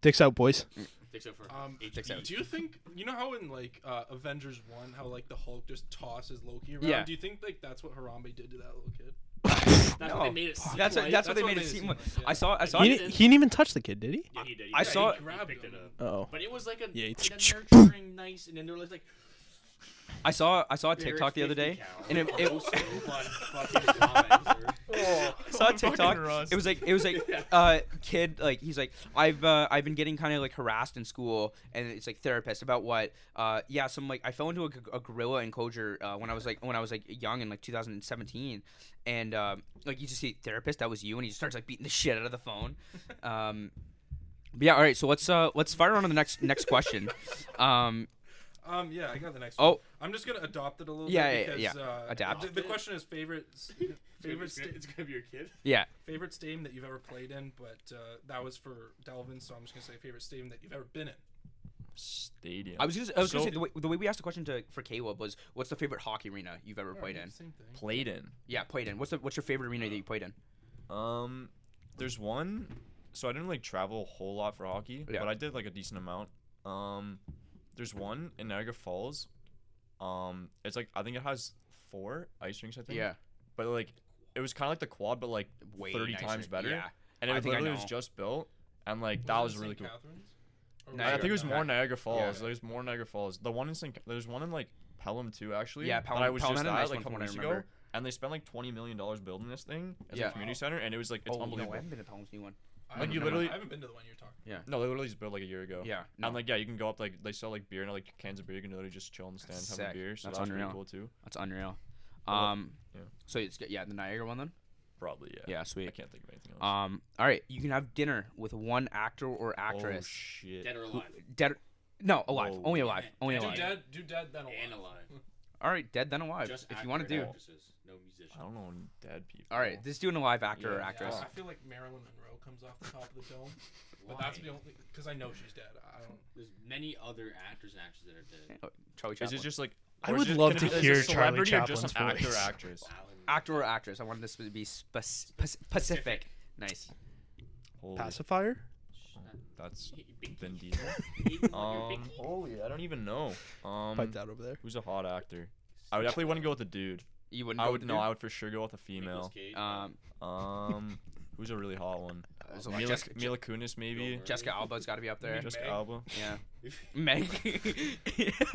[SPEAKER 4] Dicks out, boys.
[SPEAKER 3] Takes up for
[SPEAKER 5] Um,
[SPEAKER 3] eight
[SPEAKER 2] Six out.
[SPEAKER 5] Do you think you know how in like uh, Avengers One, how like the Hulk just tosses Loki around?
[SPEAKER 2] Yeah.
[SPEAKER 5] Do you think like that's what Harambe did to that little kid?
[SPEAKER 3] That's
[SPEAKER 2] No.
[SPEAKER 3] what they made it seem
[SPEAKER 2] That's what,
[SPEAKER 3] like.
[SPEAKER 2] that's what
[SPEAKER 5] That's
[SPEAKER 2] they
[SPEAKER 5] what
[SPEAKER 2] made
[SPEAKER 5] made
[SPEAKER 2] it
[SPEAKER 5] it
[SPEAKER 2] seem
[SPEAKER 5] seem
[SPEAKER 2] like.
[SPEAKER 5] like,
[SPEAKER 2] I saw I saw
[SPEAKER 4] He
[SPEAKER 2] it.
[SPEAKER 4] didn't, he didn't even touch the kid, did he?
[SPEAKER 3] Yeah, he did. He
[SPEAKER 2] I
[SPEAKER 3] did.
[SPEAKER 2] saw-
[SPEAKER 3] He
[SPEAKER 5] Grabbed
[SPEAKER 3] picked it
[SPEAKER 5] him.
[SPEAKER 3] up.
[SPEAKER 4] Oh.
[SPEAKER 3] But it was like a,
[SPEAKER 4] Yeah, he-
[SPEAKER 3] like a nurturing, nice, and then they're like,
[SPEAKER 2] I saw I saw a
[SPEAKER 3] Eric
[SPEAKER 2] TikTok the other day,
[SPEAKER 3] 50 cal.
[SPEAKER 2] and it, it
[SPEAKER 3] So much fucking comments, or-
[SPEAKER 2] I saw a TikTok.
[SPEAKER 6] Russ.
[SPEAKER 2] It was like it was like uh kid like he's like I've uh, I've been getting kind of like harassed in school, and it's like therapist about what uh yeah some like I fell into a, g- a gorilla enclosure uh, when I was like when I was like young in like 2017, and um like you just see therapist that was you, and he just starts like beating the shit out of the phone. Um, but yeah, all right. So let's uh let's fire on to the next next question. Um,
[SPEAKER 5] Um, yeah, I got the next one.
[SPEAKER 2] Oh,
[SPEAKER 5] I'm just gonna adopt it a little
[SPEAKER 2] Yeah,
[SPEAKER 5] bit
[SPEAKER 2] yeah,
[SPEAKER 5] because
[SPEAKER 2] yeah.
[SPEAKER 5] Uh,
[SPEAKER 2] Adapt.
[SPEAKER 5] The, the question is favorite s- favorite sta-
[SPEAKER 3] gonna be your kid.
[SPEAKER 2] yeah.
[SPEAKER 5] favorite stadium that you've ever played in, but uh, that was for Delvin, so I'm just gonna say favorite stadium that you've ever been in.
[SPEAKER 6] Stadium.
[SPEAKER 2] I was just, I was gonna
[SPEAKER 6] So-
[SPEAKER 2] say the way, the way we asked the question to for Caleb was, what's the favorite hockey arena you've ever played
[SPEAKER 5] Alright,
[SPEAKER 2] in?
[SPEAKER 5] Same thing.
[SPEAKER 6] played in.
[SPEAKER 2] Yeah, played in. What's the what's your favorite arena that you played in?
[SPEAKER 6] Um, there's one. So I didn't like travel a whole lot for hockey,
[SPEAKER 2] Yeah.
[SPEAKER 6] but I did like a decent amount. Um, there's one in Niagara Falls. Um, it's like I think it has four ice rinks. I think. But like, it was kind of like the quad, but like
[SPEAKER 2] Way
[SPEAKER 6] thirty
[SPEAKER 2] nicer.
[SPEAKER 6] times better.
[SPEAKER 2] Yeah.
[SPEAKER 6] And
[SPEAKER 2] I
[SPEAKER 6] it
[SPEAKER 2] think I
[SPEAKER 6] literally was
[SPEAKER 2] know.
[SPEAKER 6] just built, and like that was
[SPEAKER 5] it
[SPEAKER 6] really
[SPEAKER 5] St.
[SPEAKER 6] cool.
[SPEAKER 5] Catharines? Or
[SPEAKER 2] No,
[SPEAKER 6] I
[SPEAKER 2] Niagara-
[SPEAKER 6] think it was
[SPEAKER 2] okay.
[SPEAKER 6] more Niagara Falls.
[SPEAKER 2] yeah.
[SPEAKER 6] There's more Niagara Falls. The one in St. Ca- There's one in like Pelham too, actually.
[SPEAKER 2] Yeah,
[SPEAKER 6] that
[SPEAKER 2] Pelham-
[SPEAKER 6] I was
[SPEAKER 2] Pelham
[SPEAKER 6] just
[SPEAKER 2] had a
[SPEAKER 6] at,
[SPEAKER 2] nice
[SPEAKER 6] like
[SPEAKER 2] one from
[SPEAKER 6] a couple
[SPEAKER 2] what I
[SPEAKER 6] weeks ago,
[SPEAKER 2] remember.
[SPEAKER 6] and they spent like twenty million dollars building this thing as
[SPEAKER 2] Yeah.
[SPEAKER 6] a community center, and it was like it's
[SPEAKER 2] oh, No, I
[SPEAKER 6] unbelievable.
[SPEAKER 2] haven't been to Palms new one.
[SPEAKER 5] I
[SPEAKER 6] Like, you
[SPEAKER 5] haven't-
[SPEAKER 6] literally-
[SPEAKER 5] I haven't been to the one you're talking.
[SPEAKER 6] No, they literally just built like a year ago.
[SPEAKER 2] Yeah.
[SPEAKER 6] And like yeah, you can go up like they sell like beer and like cans of beer. You can literally just chill in the
[SPEAKER 2] That's
[SPEAKER 6] stands, have a
[SPEAKER 2] sick.
[SPEAKER 6] beer. So
[SPEAKER 2] That's
[SPEAKER 6] that's, pretty
[SPEAKER 2] unreal.
[SPEAKER 6] cool too.
[SPEAKER 2] That's unreal.
[SPEAKER 6] Well,
[SPEAKER 2] Um,
[SPEAKER 6] yeah.
[SPEAKER 2] so it's g- yeah the Niagara one then.
[SPEAKER 6] Probably yeah.
[SPEAKER 2] Yeah,
[SPEAKER 6] I
[SPEAKER 2] sweet.
[SPEAKER 6] can't think of anything else.
[SPEAKER 2] Um, all right, you can have dinner with one actor or
[SPEAKER 6] oh
[SPEAKER 2] actress.
[SPEAKER 6] shit.
[SPEAKER 8] Dead or
[SPEAKER 2] who-
[SPEAKER 8] alive.
[SPEAKER 2] dead, no, alive,
[SPEAKER 6] Whoa.
[SPEAKER 2] only alive, only
[SPEAKER 8] Yeah.
[SPEAKER 5] Do
[SPEAKER 2] alive.
[SPEAKER 8] Dude,
[SPEAKER 5] dead, do dead, then
[SPEAKER 8] And
[SPEAKER 5] alive.
[SPEAKER 8] alive.
[SPEAKER 2] All right, dead then alive.
[SPEAKER 8] Just
[SPEAKER 2] if you want to
[SPEAKER 8] actor
[SPEAKER 2] do.
[SPEAKER 8] and actresses, No musicians.
[SPEAKER 6] I don't know dead people.
[SPEAKER 2] All right, this do an alive actor or
[SPEAKER 6] Yeah.
[SPEAKER 2] actress.
[SPEAKER 5] Yeah, I feel like Marilyn Monroe comes off the top of the dome, but
[SPEAKER 8] Why?
[SPEAKER 5] that's the only because I know she's dead. I don't.
[SPEAKER 8] There's many other actors and actresses that are dead.
[SPEAKER 2] Oh, Charlie
[SPEAKER 6] Is
[SPEAKER 2] Chaplin.
[SPEAKER 6] it just like?
[SPEAKER 4] I
[SPEAKER 6] or is
[SPEAKER 4] would
[SPEAKER 6] it-
[SPEAKER 4] love
[SPEAKER 6] can
[SPEAKER 4] to
[SPEAKER 6] it- is it
[SPEAKER 4] hear
[SPEAKER 6] a
[SPEAKER 4] Charlie
[SPEAKER 6] celebrity or just an
[SPEAKER 4] Chaplin's voice.
[SPEAKER 6] Actor, or actress.
[SPEAKER 2] actor or actress? I wanted this to be spec- specific. Nice.
[SPEAKER 6] Holy,
[SPEAKER 4] Pacifier?
[SPEAKER 3] uh,
[SPEAKER 6] that's Vin
[SPEAKER 8] Wow.
[SPEAKER 6] Diesel. Um, holy, I don't even know. Um,
[SPEAKER 4] Pipe
[SPEAKER 2] uh,
[SPEAKER 4] that over there.
[SPEAKER 6] who's a hot actor? I would definitely wouldn't go with a dude.
[SPEAKER 2] You wouldn't.
[SPEAKER 6] I
[SPEAKER 2] go
[SPEAKER 6] would
[SPEAKER 2] with
[SPEAKER 6] no,
[SPEAKER 2] dude?
[SPEAKER 6] I would for sure go with a female.
[SPEAKER 2] Um,
[SPEAKER 6] Um, who's a really hot one?
[SPEAKER 2] uh, so like
[SPEAKER 6] Mila,
[SPEAKER 2] Jessica,
[SPEAKER 6] Mila Kunis maybe.
[SPEAKER 8] Goldberg.
[SPEAKER 2] Jessica Alba's got to be up there.
[SPEAKER 6] Jessica
[SPEAKER 5] Meg.
[SPEAKER 6] Alba.
[SPEAKER 2] Yeah. Meg. yeah,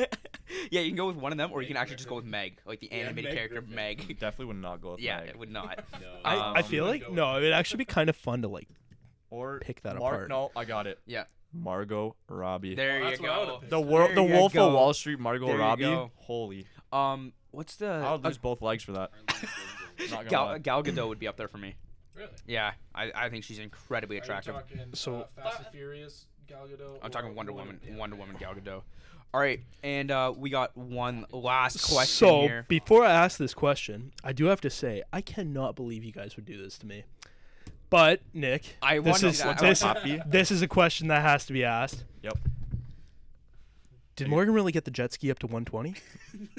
[SPEAKER 2] you can go with one of them, or you can actually just go with Meg, like the animated
[SPEAKER 8] Meg
[SPEAKER 2] character
[SPEAKER 8] Griffin.
[SPEAKER 2] Meg.
[SPEAKER 6] Definitely would not go with
[SPEAKER 2] yeah,
[SPEAKER 6] Meg.
[SPEAKER 2] it would not.
[SPEAKER 8] No.
[SPEAKER 4] I, I
[SPEAKER 6] Um,
[SPEAKER 4] feel like no, it'd actually be kind of fun to like.
[SPEAKER 6] Or
[SPEAKER 4] Pick that
[SPEAKER 6] Mar-
[SPEAKER 4] apart.
[SPEAKER 6] No, I got it.
[SPEAKER 2] Yeah.
[SPEAKER 6] Margot Robbie.
[SPEAKER 2] There
[SPEAKER 5] Well,
[SPEAKER 2] you
[SPEAKER 5] that's what I would've
[SPEAKER 2] go.
[SPEAKER 5] picked.
[SPEAKER 6] the wor-
[SPEAKER 2] there
[SPEAKER 6] the
[SPEAKER 2] you
[SPEAKER 6] Wolf
[SPEAKER 2] go.
[SPEAKER 6] of Wall Street, Margot
[SPEAKER 2] There you
[SPEAKER 6] Robbie.
[SPEAKER 2] go.
[SPEAKER 6] Holy,
[SPEAKER 2] Um, what's the
[SPEAKER 6] I would
[SPEAKER 2] uh,
[SPEAKER 6] lose both legs for that. Not gonna
[SPEAKER 2] Gal,
[SPEAKER 6] lie.
[SPEAKER 2] Gal Gadot would be up there for me.
[SPEAKER 5] Really?
[SPEAKER 2] Yeah, I, I think she's incredibly attractive.
[SPEAKER 5] Are you talking,
[SPEAKER 4] So-
[SPEAKER 5] uh, Fast and Furious, Gal Gadot.
[SPEAKER 2] I'm
[SPEAKER 5] or
[SPEAKER 2] talking Wonder Woman,
[SPEAKER 5] yeah.
[SPEAKER 2] Wonder Woman, Gal Gadot. All right, and uh, we got one last question
[SPEAKER 4] so
[SPEAKER 2] here.
[SPEAKER 4] before I ask this question, I do have to say I cannot believe you guys would do this to me. But Nick,
[SPEAKER 2] I
[SPEAKER 4] this
[SPEAKER 2] wanted
[SPEAKER 4] is
[SPEAKER 2] to- I
[SPEAKER 4] this,
[SPEAKER 2] wanted-
[SPEAKER 6] Poppy?
[SPEAKER 4] this is a question that has to be asked.
[SPEAKER 6] Yep.
[SPEAKER 4] Did Morgan really get the jet ski up to 120?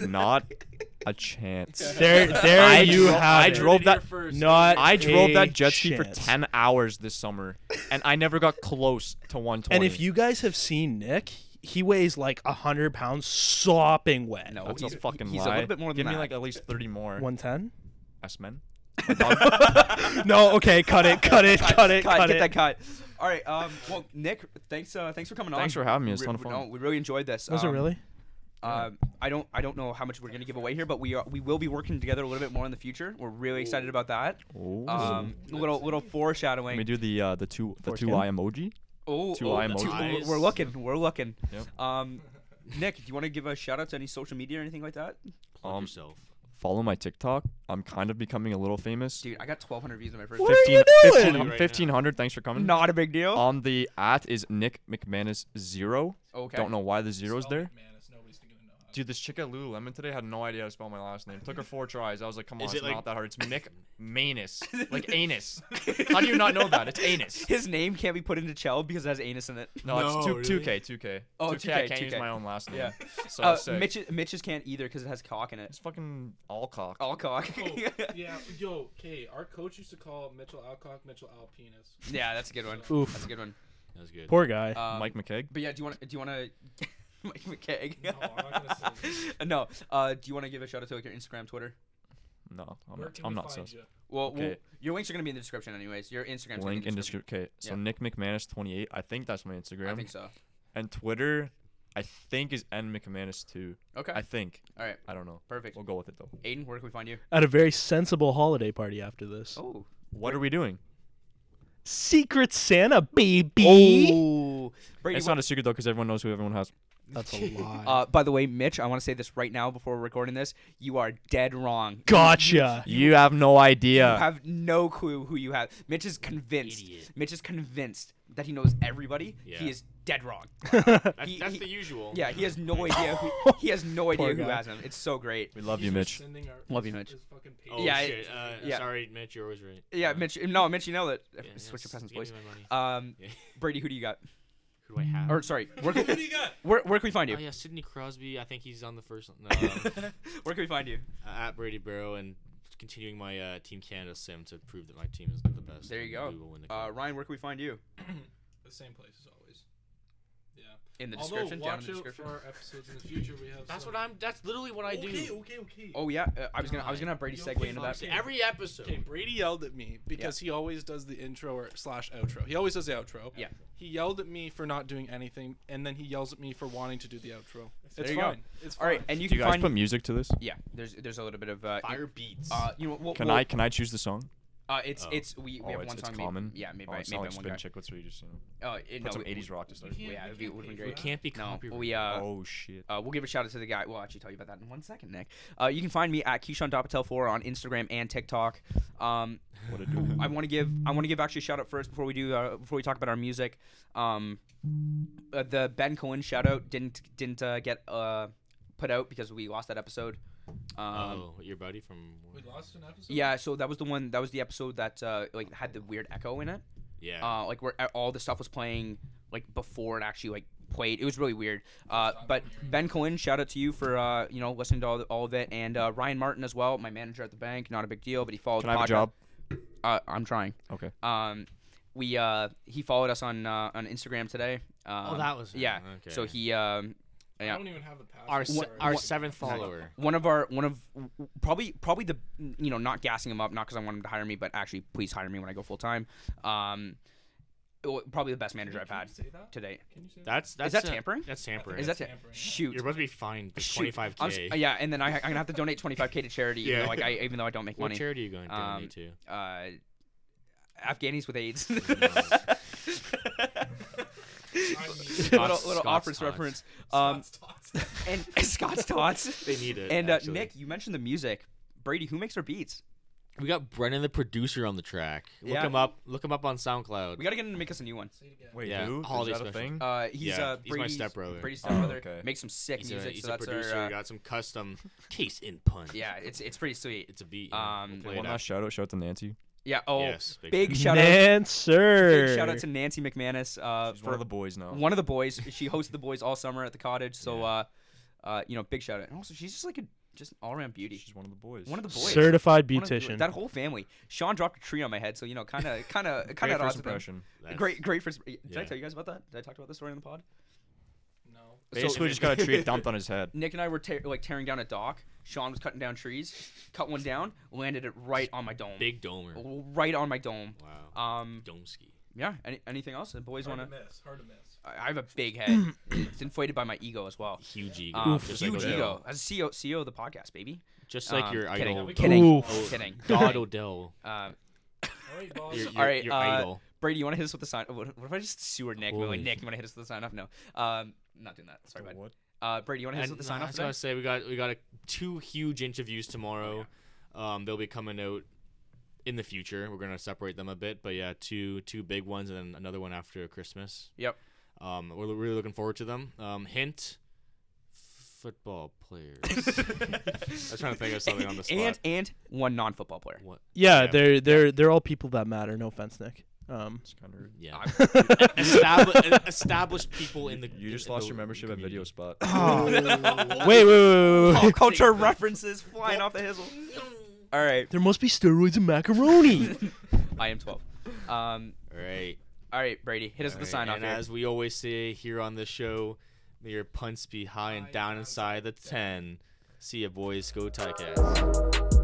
[SPEAKER 6] Not a chance.
[SPEAKER 4] there, there
[SPEAKER 6] I
[SPEAKER 4] you
[SPEAKER 6] dro-
[SPEAKER 4] have
[SPEAKER 6] I
[SPEAKER 4] it.
[SPEAKER 6] drove that-
[SPEAKER 4] Not
[SPEAKER 6] I drove
[SPEAKER 4] a
[SPEAKER 6] that jet ski for
[SPEAKER 4] chance.
[SPEAKER 6] 10 hours this summer, and I never got close to 120.
[SPEAKER 4] And if you guys have seen Nick, he weighs like hundred pounds, sopping wet.
[SPEAKER 2] No,
[SPEAKER 6] That's
[SPEAKER 2] he's,
[SPEAKER 6] a fucking
[SPEAKER 2] he's
[SPEAKER 6] lie.
[SPEAKER 2] a little bit more than
[SPEAKER 6] Give
[SPEAKER 2] that.
[SPEAKER 6] me like at least 30 more.
[SPEAKER 4] one ten.
[SPEAKER 6] S men.
[SPEAKER 4] No, okay, cut it, cut it, cut it,
[SPEAKER 2] cut,
[SPEAKER 4] cut
[SPEAKER 2] get that
[SPEAKER 4] it.
[SPEAKER 2] cut. All right, um, well, Nick, thanks, uh, thanks for coming on.
[SPEAKER 6] Thanks for having me. It was
[SPEAKER 2] Re-
[SPEAKER 6] a ton of fun.
[SPEAKER 2] No, we really enjoyed this.
[SPEAKER 4] Was it
[SPEAKER 2] Um,
[SPEAKER 4] really?
[SPEAKER 2] Um, I don't, I don't know how much we're gonna give away here, but we are, we will be working together a little bit more in the future. We're really excited about that. Um, little, little
[SPEAKER 6] Let me
[SPEAKER 2] foreshadowing.
[SPEAKER 6] do the uh, the two the
[SPEAKER 4] Foreskin?
[SPEAKER 6] two eye emoji.
[SPEAKER 2] Oh,
[SPEAKER 6] two
[SPEAKER 2] oh,
[SPEAKER 6] eye
[SPEAKER 2] that's-
[SPEAKER 6] emojis.
[SPEAKER 2] we're- We're looking, we're looking.
[SPEAKER 6] Yep.
[SPEAKER 2] Um, Nick, do you want to give a shout out to any social media or anything like that?
[SPEAKER 6] Um,
[SPEAKER 8] yourself.
[SPEAKER 6] Follow my TikTok. I'm kind of becoming a little famous.
[SPEAKER 2] Dude, I got 1,200 views on my first.
[SPEAKER 4] What are you doing?
[SPEAKER 6] I'm 1500. Thanks for coming.
[SPEAKER 2] Not a big deal.
[SPEAKER 6] On the at is Nick McManus zero.
[SPEAKER 2] okay.
[SPEAKER 6] Don't know why the zero's
[SPEAKER 5] Spell
[SPEAKER 6] there.
[SPEAKER 5] McManus, nobody's gonna know how to-
[SPEAKER 6] Dude, this chick at Lululemon today had no idea how to spell my last name. Took her four tries. I was like, come on,
[SPEAKER 3] Is
[SPEAKER 6] it's
[SPEAKER 3] it like-
[SPEAKER 6] not that hard. It's Mick Manus. Like anus. How do you not know that? It's anus.
[SPEAKER 2] His name can't be put into Chell because it has anus in it.
[SPEAKER 6] No,
[SPEAKER 3] No,
[SPEAKER 6] it's two,
[SPEAKER 3] really?
[SPEAKER 6] 2K, 2K.
[SPEAKER 2] Oh,
[SPEAKER 6] 2K, I
[SPEAKER 2] 2K,
[SPEAKER 6] can't use
[SPEAKER 2] 2K.
[SPEAKER 6] my own last name.
[SPEAKER 2] Yeah.
[SPEAKER 6] So
[SPEAKER 2] uh,
[SPEAKER 6] sick.
[SPEAKER 2] Mitch's, Mitch's can't either because it has cock in it.
[SPEAKER 6] it's fucking all cock.
[SPEAKER 2] All cock.
[SPEAKER 5] Oh, yeah, yo, okay. Our coach used to call Mitchell Alcock Mitchell Alpenis.
[SPEAKER 2] yeah, that's a good one.
[SPEAKER 4] Oof.
[SPEAKER 2] That's a good one.
[SPEAKER 8] That was good.
[SPEAKER 4] Poor guy.
[SPEAKER 2] Um,
[SPEAKER 6] Mike McKeag.
[SPEAKER 2] But yeah, do you want to? Do you want to? Mike McKeg.
[SPEAKER 5] No, I'm not gonna say
[SPEAKER 2] no. Uh, do you want to give a shout out to like your Instagram, Twitter?
[SPEAKER 6] No, I'm
[SPEAKER 5] Where
[SPEAKER 6] not,
[SPEAKER 5] can
[SPEAKER 6] I'm
[SPEAKER 5] we
[SPEAKER 6] not
[SPEAKER 5] find
[SPEAKER 6] sus.
[SPEAKER 5] you?
[SPEAKER 2] Well,
[SPEAKER 6] Okay.
[SPEAKER 2] well, your links are gonna be in the description anyways. Your Instagram's gonna
[SPEAKER 6] Link
[SPEAKER 2] be in the
[SPEAKER 6] description. Okay, so
[SPEAKER 2] Yeah.
[SPEAKER 6] Nick McManus 28. I think that's my Instagram.
[SPEAKER 2] I think so.
[SPEAKER 6] And Twitter, I think is N McManus 2.
[SPEAKER 2] Okay.
[SPEAKER 6] I think.
[SPEAKER 2] All
[SPEAKER 5] Uh,
[SPEAKER 2] right.
[SPEAKER 6] I don't know.
[SPEAKER 2] Perfect.
[SPEAKER 6] We'll go with it though.
[SPEAKER 2] Aiden, where can we find you?
[SPEAKER 4] At a very sensible holiday party after this.
[SPEAKER 2] Oh.
[SPEAKER 6] What are we doing?
[SPEAKER 4] Secret Santa, baby.
[SPEAKER 2] Oh. Brady,
[SPEAKER 6] It's not a secret though, because everyone knows who everyone has.
[SPEAKER 4] That's a lie.
[SPEAKER 2] Uh, by the way, Mitch, I want to say this right now before we're recording this. You are dead wrong.
[SPEAKER 4] gotcha.
[SPEAKER 6] You have no
[SPEAKER 2] You
[SPEAKER 6] idea.
[SPEAKER 2] have no clue who you have. Mitch is convinced.
[SPEAKER 8] Idiot.
[SPEAKER 2] Mitch is convinced that he knows everybody,
[SPEAKER 3] Yeah. Oh
[SPEAKER 2] he is dead wrong.
[SPEAKER 3] That's,
[SPEAKER 2] He-
[SPEAKER 3] that's
[SPEAKER 2] he-
[SPEAKER 3] the usual.
[SPEAKER 2] Yeah, he has no idea. Who, he has no idea who
[SPEAKER 4] guy.
[SPEAKER 2] has him. It's so great.
[SPEAKER 6] We love you, Mitch.
[SPEAKER 2] Love you, Mitch.
[SPEAKER 3] Oh
[SPEAKER 2] Yeah,
[SPEAKER 3] shit.
[SPEAKER 2] it-
[SPEAKER 3] uh,
[SPEAKER 2] yeah.
[SPEAKER 3] Sorry, Mitch. You're always right. Uh,
[SPEAKER 2] Yeah, Mitch. No, Mitch, you know that.
[SPEAKER 3] yeah,
[SPEAKER 2] Switch your
[SPEAKER 3] s-
[SPEAKER 2] presence,
[SPEAKER 3] give me
[SPEAKER 2] please.
[SPEAKER 3] my money.
[SPEAKER 2] Um,
[SPEAKER 3] Yeah.
[SPEAKER 2] Brady, who do you got?
[SPEAKER 3] Who do I have?
[SPEAKER 2] Or sorry, where, can- where, where can we find you?
[SPEAKER 3] Oh yeah, Sidney Crosby. I think he's on the first. No, um,
[SPEAKER 2] Where can we find you?
[SPEAKER 3] uh, at Brady Barrow and continuing my uh, Team Canada sim to prove that my team is the best.
[SPEAKER 2] There you go.
[SPEAKER 3] and We will win the
[SPEAKER 2] Uh,
[SPEAKER 3] cup.
[SPEAKER 2] Ryan, where can we find you?
[SPEAKER 5] The same place as always. Yeah.
[SPEAKER 2] In the
[SPEAKER 5] Although
[SPEAKER 2] description, down in
[SPEAKER 5] watch
[SPEAKER 2] the
[SPEAKER 5] out
[SPEAKER 2] description.
[SPEAKER 5] for our episodes in the future. We have.
[SPEAKER 3] that's
[SPEAKER 5] some-
[SPEAKER 3] what I'm. That's literally what I
[SPEAKER 5] Okay,
[SPEAKER 3] do.
[SPEAKER 5] okay, okay.
[SPEAKER 2] Oh yeah, uh, I was gonna I was gonna have Brady
[SPEAKER 5] Yo,
[SPEAKER 2] segue into that.
[SPEAKER 5] fuck.
[SPEAKER 3] Every episode.
[SPEAKER 5] Okay, Brady yelled at me because he always does the intro or slash outro. He always does the outro.
[SPEAKER 2] Yeah.
[SPEAKER 5] He yelled at me for not doing anything, and then he yells at me for wanting to do the outro. It's
[SPEAKER 2] you go.
[SPEAKER 5] fine. It's
[SPEAKER 2] All
[SPEAKER 5] fine.
[SPEAKER 2] right, and you
[SPEAKER 6] Do
[SPEAKER 2] can
[SPEAKER 6] you guys
[SPEAKER 2] find
[SPEAKER 6] put music to this?
[SPEAKER 2] yeah. There's there's a little bit of uh,
[SPEAKER 3] Fire beats.
[SPEAKER 2] uh you know we'll,
[SPEAKER 6] Can
[SPEAKER 2] we'll-
[SPEAKER 6] I can I choose the song?
[SPEAKER 2] uh it's
[SPEAKER 3] Oh.
[SPEAKER 2] it's we, we
[SPEAKER 6] oh,
[SPEAKER 2] have
[SPEAKER 6] it's,
[SPEAKER 2] one
[SPEAKER 6] it's
[SPEAKER 2] song
[SPEAKER 6] common.
[SPEAKER 2] Maybe, yeah maybe
[SPEAKER 6] oh,
[SPEAKER 2] I
[SPEAKER 6] it's
[SPEAKER 2] maybe
[SPEAKER 6] not
[SPEAKER 2] I
[SPEAKER 6] like
[SPEAKER 2] have one guy.
[SPEAKER 6] spin chicks. You just you know,
[SPEAKER 2] Uh, it,
[SPEAKER 6] put
[SPEAKER 2] no,
[SPEAKER 6] some
[SPEAKER 2] we-
[SPEAKER 6] '80s rock to start.
[SPEAKER 2] Yeah, it'd be, would've been
[SPEAKER 3] We
[SPEAKER 2] great.
[SPEAKER 3] can't be
[SPEAKER 2] No,
[SPEAKER 3] copyrighted.
[SPEAKER 2] we uh,
[SPEAKER 6] oh shit.
[SPEAKER 2] Uh, we'll give a shout out to the guy. Well, actually, tell you about that in one second, Nick. Uh, you can find me at Keyshawn Dopatel four on Instagram and TikTok. Um,
[SPEAKER 6] What a dude.
[SPEAKER 2] I want to give I want to give actually a shout out first before we do uh, before we talk about our music. Um, uh, the Ben Cohen shout out didn't didn't uh, get uh, put out because we lost that episode. Um,
[SPEAKER 3] oh, your buddy from.
[SPEAKER 5] We lost an episode.
[SPEAKER 2] Yeah, so that was the one that was the episode that uh, like had the weird echo in it.
[SPEAKER 3] Yeah.
[SPEAKER 2] Uh, like where a- all the stuff was playing like before it actually like played. It was really weird. Uh, but Ben Cohen, shout out to you for uh, you know listening to all, all of it, and uh, Ryan Martin as well, my manager at the bank. Not a big deal, but he followed.
[SPEAKER 6] Can
[SPEAKER 2] the
[SPEAKER 6] I have a
[SPEAKER 2] podcast.
[SPEAKER 6] job?
[SPEAKER 2] Uh, I'm trying.
[SPEAKER 6] Okay.
[SPEAKER 2] Um, we uh, he followed us on uh, on Instagram today. Um,
[SPEAKER 3] oh, that was. him.
[SPEAKER 2] yeah.
[SPEAKER 3] Okay.
[SPEAKER 2] So he um,
[SPEAKER 5] I
[SPEAKER 2] yeah.
[SPEAKER 5] don't even have a password.
[SPEAKER 3] Our se-
[SPEAKER 5] Sorry.
[SPEAKER 3] our seventh follower.
[SPEAKER 2] One of our, one of probably, probably the, you know, not gassing him up, not because I want him to hire me, but actually, please hire me when I go full time. Um, well, probably the best manager I've had
[SPEAKER 5] Say that.
[SPEAKER 2] to date.
[SPEAKER 5] Can you say that?
[SPEAKER 3] That's that's
[SPEAKER 2] that
[SPEAKER 3] uh,
[SPEAKER 2] tampering?
[SPEAKER 3] That's tampering.
[SPEAKER 2] Is that it?
[SPEAKER 3] You're
[SPEAKER 5] tampering.
[SPEAKER 2] Shoot.
[SPEAKER 3] about to be fined
[SPEAKER 2] Shoot.
[SPEAKER 3] twenty five
[SPEAKER 2] I'm s- uh,
[SPEAKER 3] k.
[SPEAKER 2] yeah, and then I, I'm gonna have to donate 25k to charity. yeah.
[SPEAKER 3] Yeah.
[SPEAKER 2] like I, even though I don't make
[SPEAKER 3] What
[SPEAKER 2] money.
[SPEAKER 3] charity are you going to
[SPEAKER 2] Um,
[SPEAKER 3] donate to?
[SPEAKER 2] uh, Afghanis with AIDS. little little
[SPEAKER 3] Scott's
[SPEAKER 2] Offer's
[SPEAKER 3] Tots.
[SPEAKER 2] reference. Um, and Scott's tots.
[SPEAKER 3] They need it.
[SPEAKER 2] and uh,
[SPEAKER 3] actually.
[SPEAKER 2] Nick, you mentioned the music. Brady, who makes our beats?
[SPEAKER 3] we got Brennan the producer on the track. Look
[SPEAKER 2] Yeah.
[SPEAKER 3] him up. Look him up on SoundCloud.
[SPEAKER 2] We gotta get him to make us a new one.
[SPEAKER 6] Wait,
[SPEAKER 3] yeah,
[SPEAKER 6] who?
[SPEAKER 3] holiday
[SPEAKER 6] Is that a
[SPEAKER 3] special.
[SPEAKER 6] thing?
[SPEAKER 2] Uh, he's
[SPEAKER 3] Yeah,
[SPEAKER 2] uh,
[SPEAKER 3] he's my
[SPEAKER 2] Brady's,
[SPEAKER 3] stepbrother.
[SPEAKER 2] Brady's
[SPEAKER 6] Oh,
[SPEAKER 2] stepbrother
[SPEAKER 6] okay.
[SPEAKER 2] makes some sick
[SPEAKER 3] he's
[SPEAKER 2] music.
[SPEAKER 3] a, he's
[SPEAKER 2] so
[SPEAKER 3] a
[SPEAKER 2] that's
[SPEAKER 3] producer.
[SPEAKER 2] our uh,
[SPEAKER 3] he got some custom case in punch.
[SPEAKER 2] yeah, it's it's pretty sweet.
[SPEAKER 3] it's a beat.
[SPEAKER 2] Um,
[SPEAKER 3] Um,
[SPEAKER 6] One last shout out. Shout out to Nancy.
[SPEAKER 2] Yeah. Oh,
[SPEAKER 3] Yes,
[SPEAKER 2] big,
[SPEAKER 3] big
[SPEAKER 2] shout out.
[SPEAKER 4] Nancer.
[SPEAKER 2] Big shout out to Nancy McManus uh,
[SPEAKER 6] She's
[SPEAKER 2] for
[SPEAKER 6] one of the boys now.
[SPEAKER 2] one of the boys. She hosted the boys all summer at the cottage. So, uh, uh, you know, big shout out. And also, she's just like a just an all around beauty.
[SPEAKER 6] She's one of the boys.
[SPEAKER 2] One of the boys.
[SPEAKER 4] certified
[SPEAKER 2] One of the-
[SPEAKER 4] beautician.
[SPEAKER 2] That whole family. Sean dropped a tree on my head, so you know, kind of, kind of, kind
[SPEAKER 6] Great
[SPEAKER 2] of
[SPEAKER 6] first impression.
[SPEAKER 2] Great, great first. Did I
[SPEAKER 3] Yeah.
[SPEAKER 2] tell you guys about that? Did I talk about this story on the pod?
[SPEAKER 5] No.
[SPEAKER 6] Basically, just got a tree dumped on his head.
[SPEAKER 2] Nick and I were tear like tearing down a dock. Sean was cutting down trees, cut one down, landed it right on my dome.
[SPEAKER 3] Big Domer.
[SPEAKER 2] Right on my dome.
[SPEAKER 3] Wow.
[SPEAKER 2] Um,
[SPEAKER 3] Domsky.
[SPEAKER 2] yeah. Any, anything else? The boys
[SPEAKER 5] Hard
[SPEAKER 2] want
[SPEAKER 5] to
[SPEAKER 2] to.
[SPEAKER 5] miss. Hard to miss.
[SPEAKER 2] I I have a big head. it's inflated by my ego as well.
[SPEAKER 3] Huge ego.
[SPEAKER 2] Um,
[SPEAKER 3] just
[SPEAKER 2] huge
[SPEAKER 3] like Odell.
[SPEAKER 2] ego. As E a CEO, CEO of the podcast, baby.
[SPEAKER 3] Just like
[SPEAKER 2] Um,
[SPEAKER 3] your
[SPEAKER 2] kidding,
[SPEAKER 3] idol. Oh,
[SPEAKER 2] Kidding.
[SPEAKER 4] Oof.
[SPEAKER 2] Kidding.
[SPEAKER 3] God Odell.
[SPEAKER 2] Um,
[SPEAKER 5] All right, boss.
[SPEAKER 3] Your, your,
[SPEAKER 2] All right,
[SPEAKER 3] your
[SPEAKER 2] uh,
[SPEAKER 3] idol.
[SPEAKER 2] Brady, you want to hit us with the sign? What, what if I just sewer Nick? We're Like,
[SPEAKER 3] Holy
[SPEAKER 2] Nick, you want to hit us with the sign off? No. Um, not doing that. Sorry, bud.
[SPEAKER 6] What?
[SPEAKER 2] Uh, Brady, you want to hit us
[SPEAKER 3] And,
[SPEAKER 2] with the
[SPEAKER 3] uh,
[SPEAKER 2] sign
[SPEAKER 3] I
[SPEAKER 2] off
[SPEAKER 3] was gonna
[SPEAKER 2] today?
[SPEAKER 3] say we got we got a, two huge interviews tomorrow.
[SPEAKER 2] Oh,
[SPEAKER 3] Um, they'll be coming out in the future. We're gonna separate them a bit, but yeah, two two big ones and then another one after Christmas.
[SPEAKER 2] Yep.
[SPEAKER 3] Um, we're really looking forward to them. Um, hint: football players. I was trying to think of something on the spot.
[SPEAKER 2] And and one non-football player.
[SPEAKER 3] what?
[SPEAKER 4] Yeah,
[SPEAKER 3] Yeah.
[SPEAKER 4] they're they're they're all people that matter. No offense, Nick. Um,
[SPEAKER 6] It's kind of rude.
[SPEAKER 3] Yeah.
[SPEAKER 2] I'm-
[SPEAKER 3] Establi- uh, established people in the.
[SPEAKER 6] You just
[SPEAKER 3] in
[SPEAKER 6] lost
[SPEAKER 3] the
[SPEAKER 6] your membership at Video
[SPEAKER 3] community.
[SPEAKER 6] Spot.
[SPEAKER 4] wait, wait, wait, wait,
[SPEAKER 2] Pop
[SPEAKER 4] wait.
[SPEAKER 2] Oh, culture references flying off the hizzle. All right,
[SPEAKER 4] There must be steroids and macaroni.
[SPEAKER 2] I am 12. Um,
[SPEAKER 3] All right.
[SPEAKER 2] all right, Brady, hit us with the sign off.
[SPEAKER 3] And as we always say here on the show, may your punts be high and down inside the 10. See ya, boys. Go Ticats.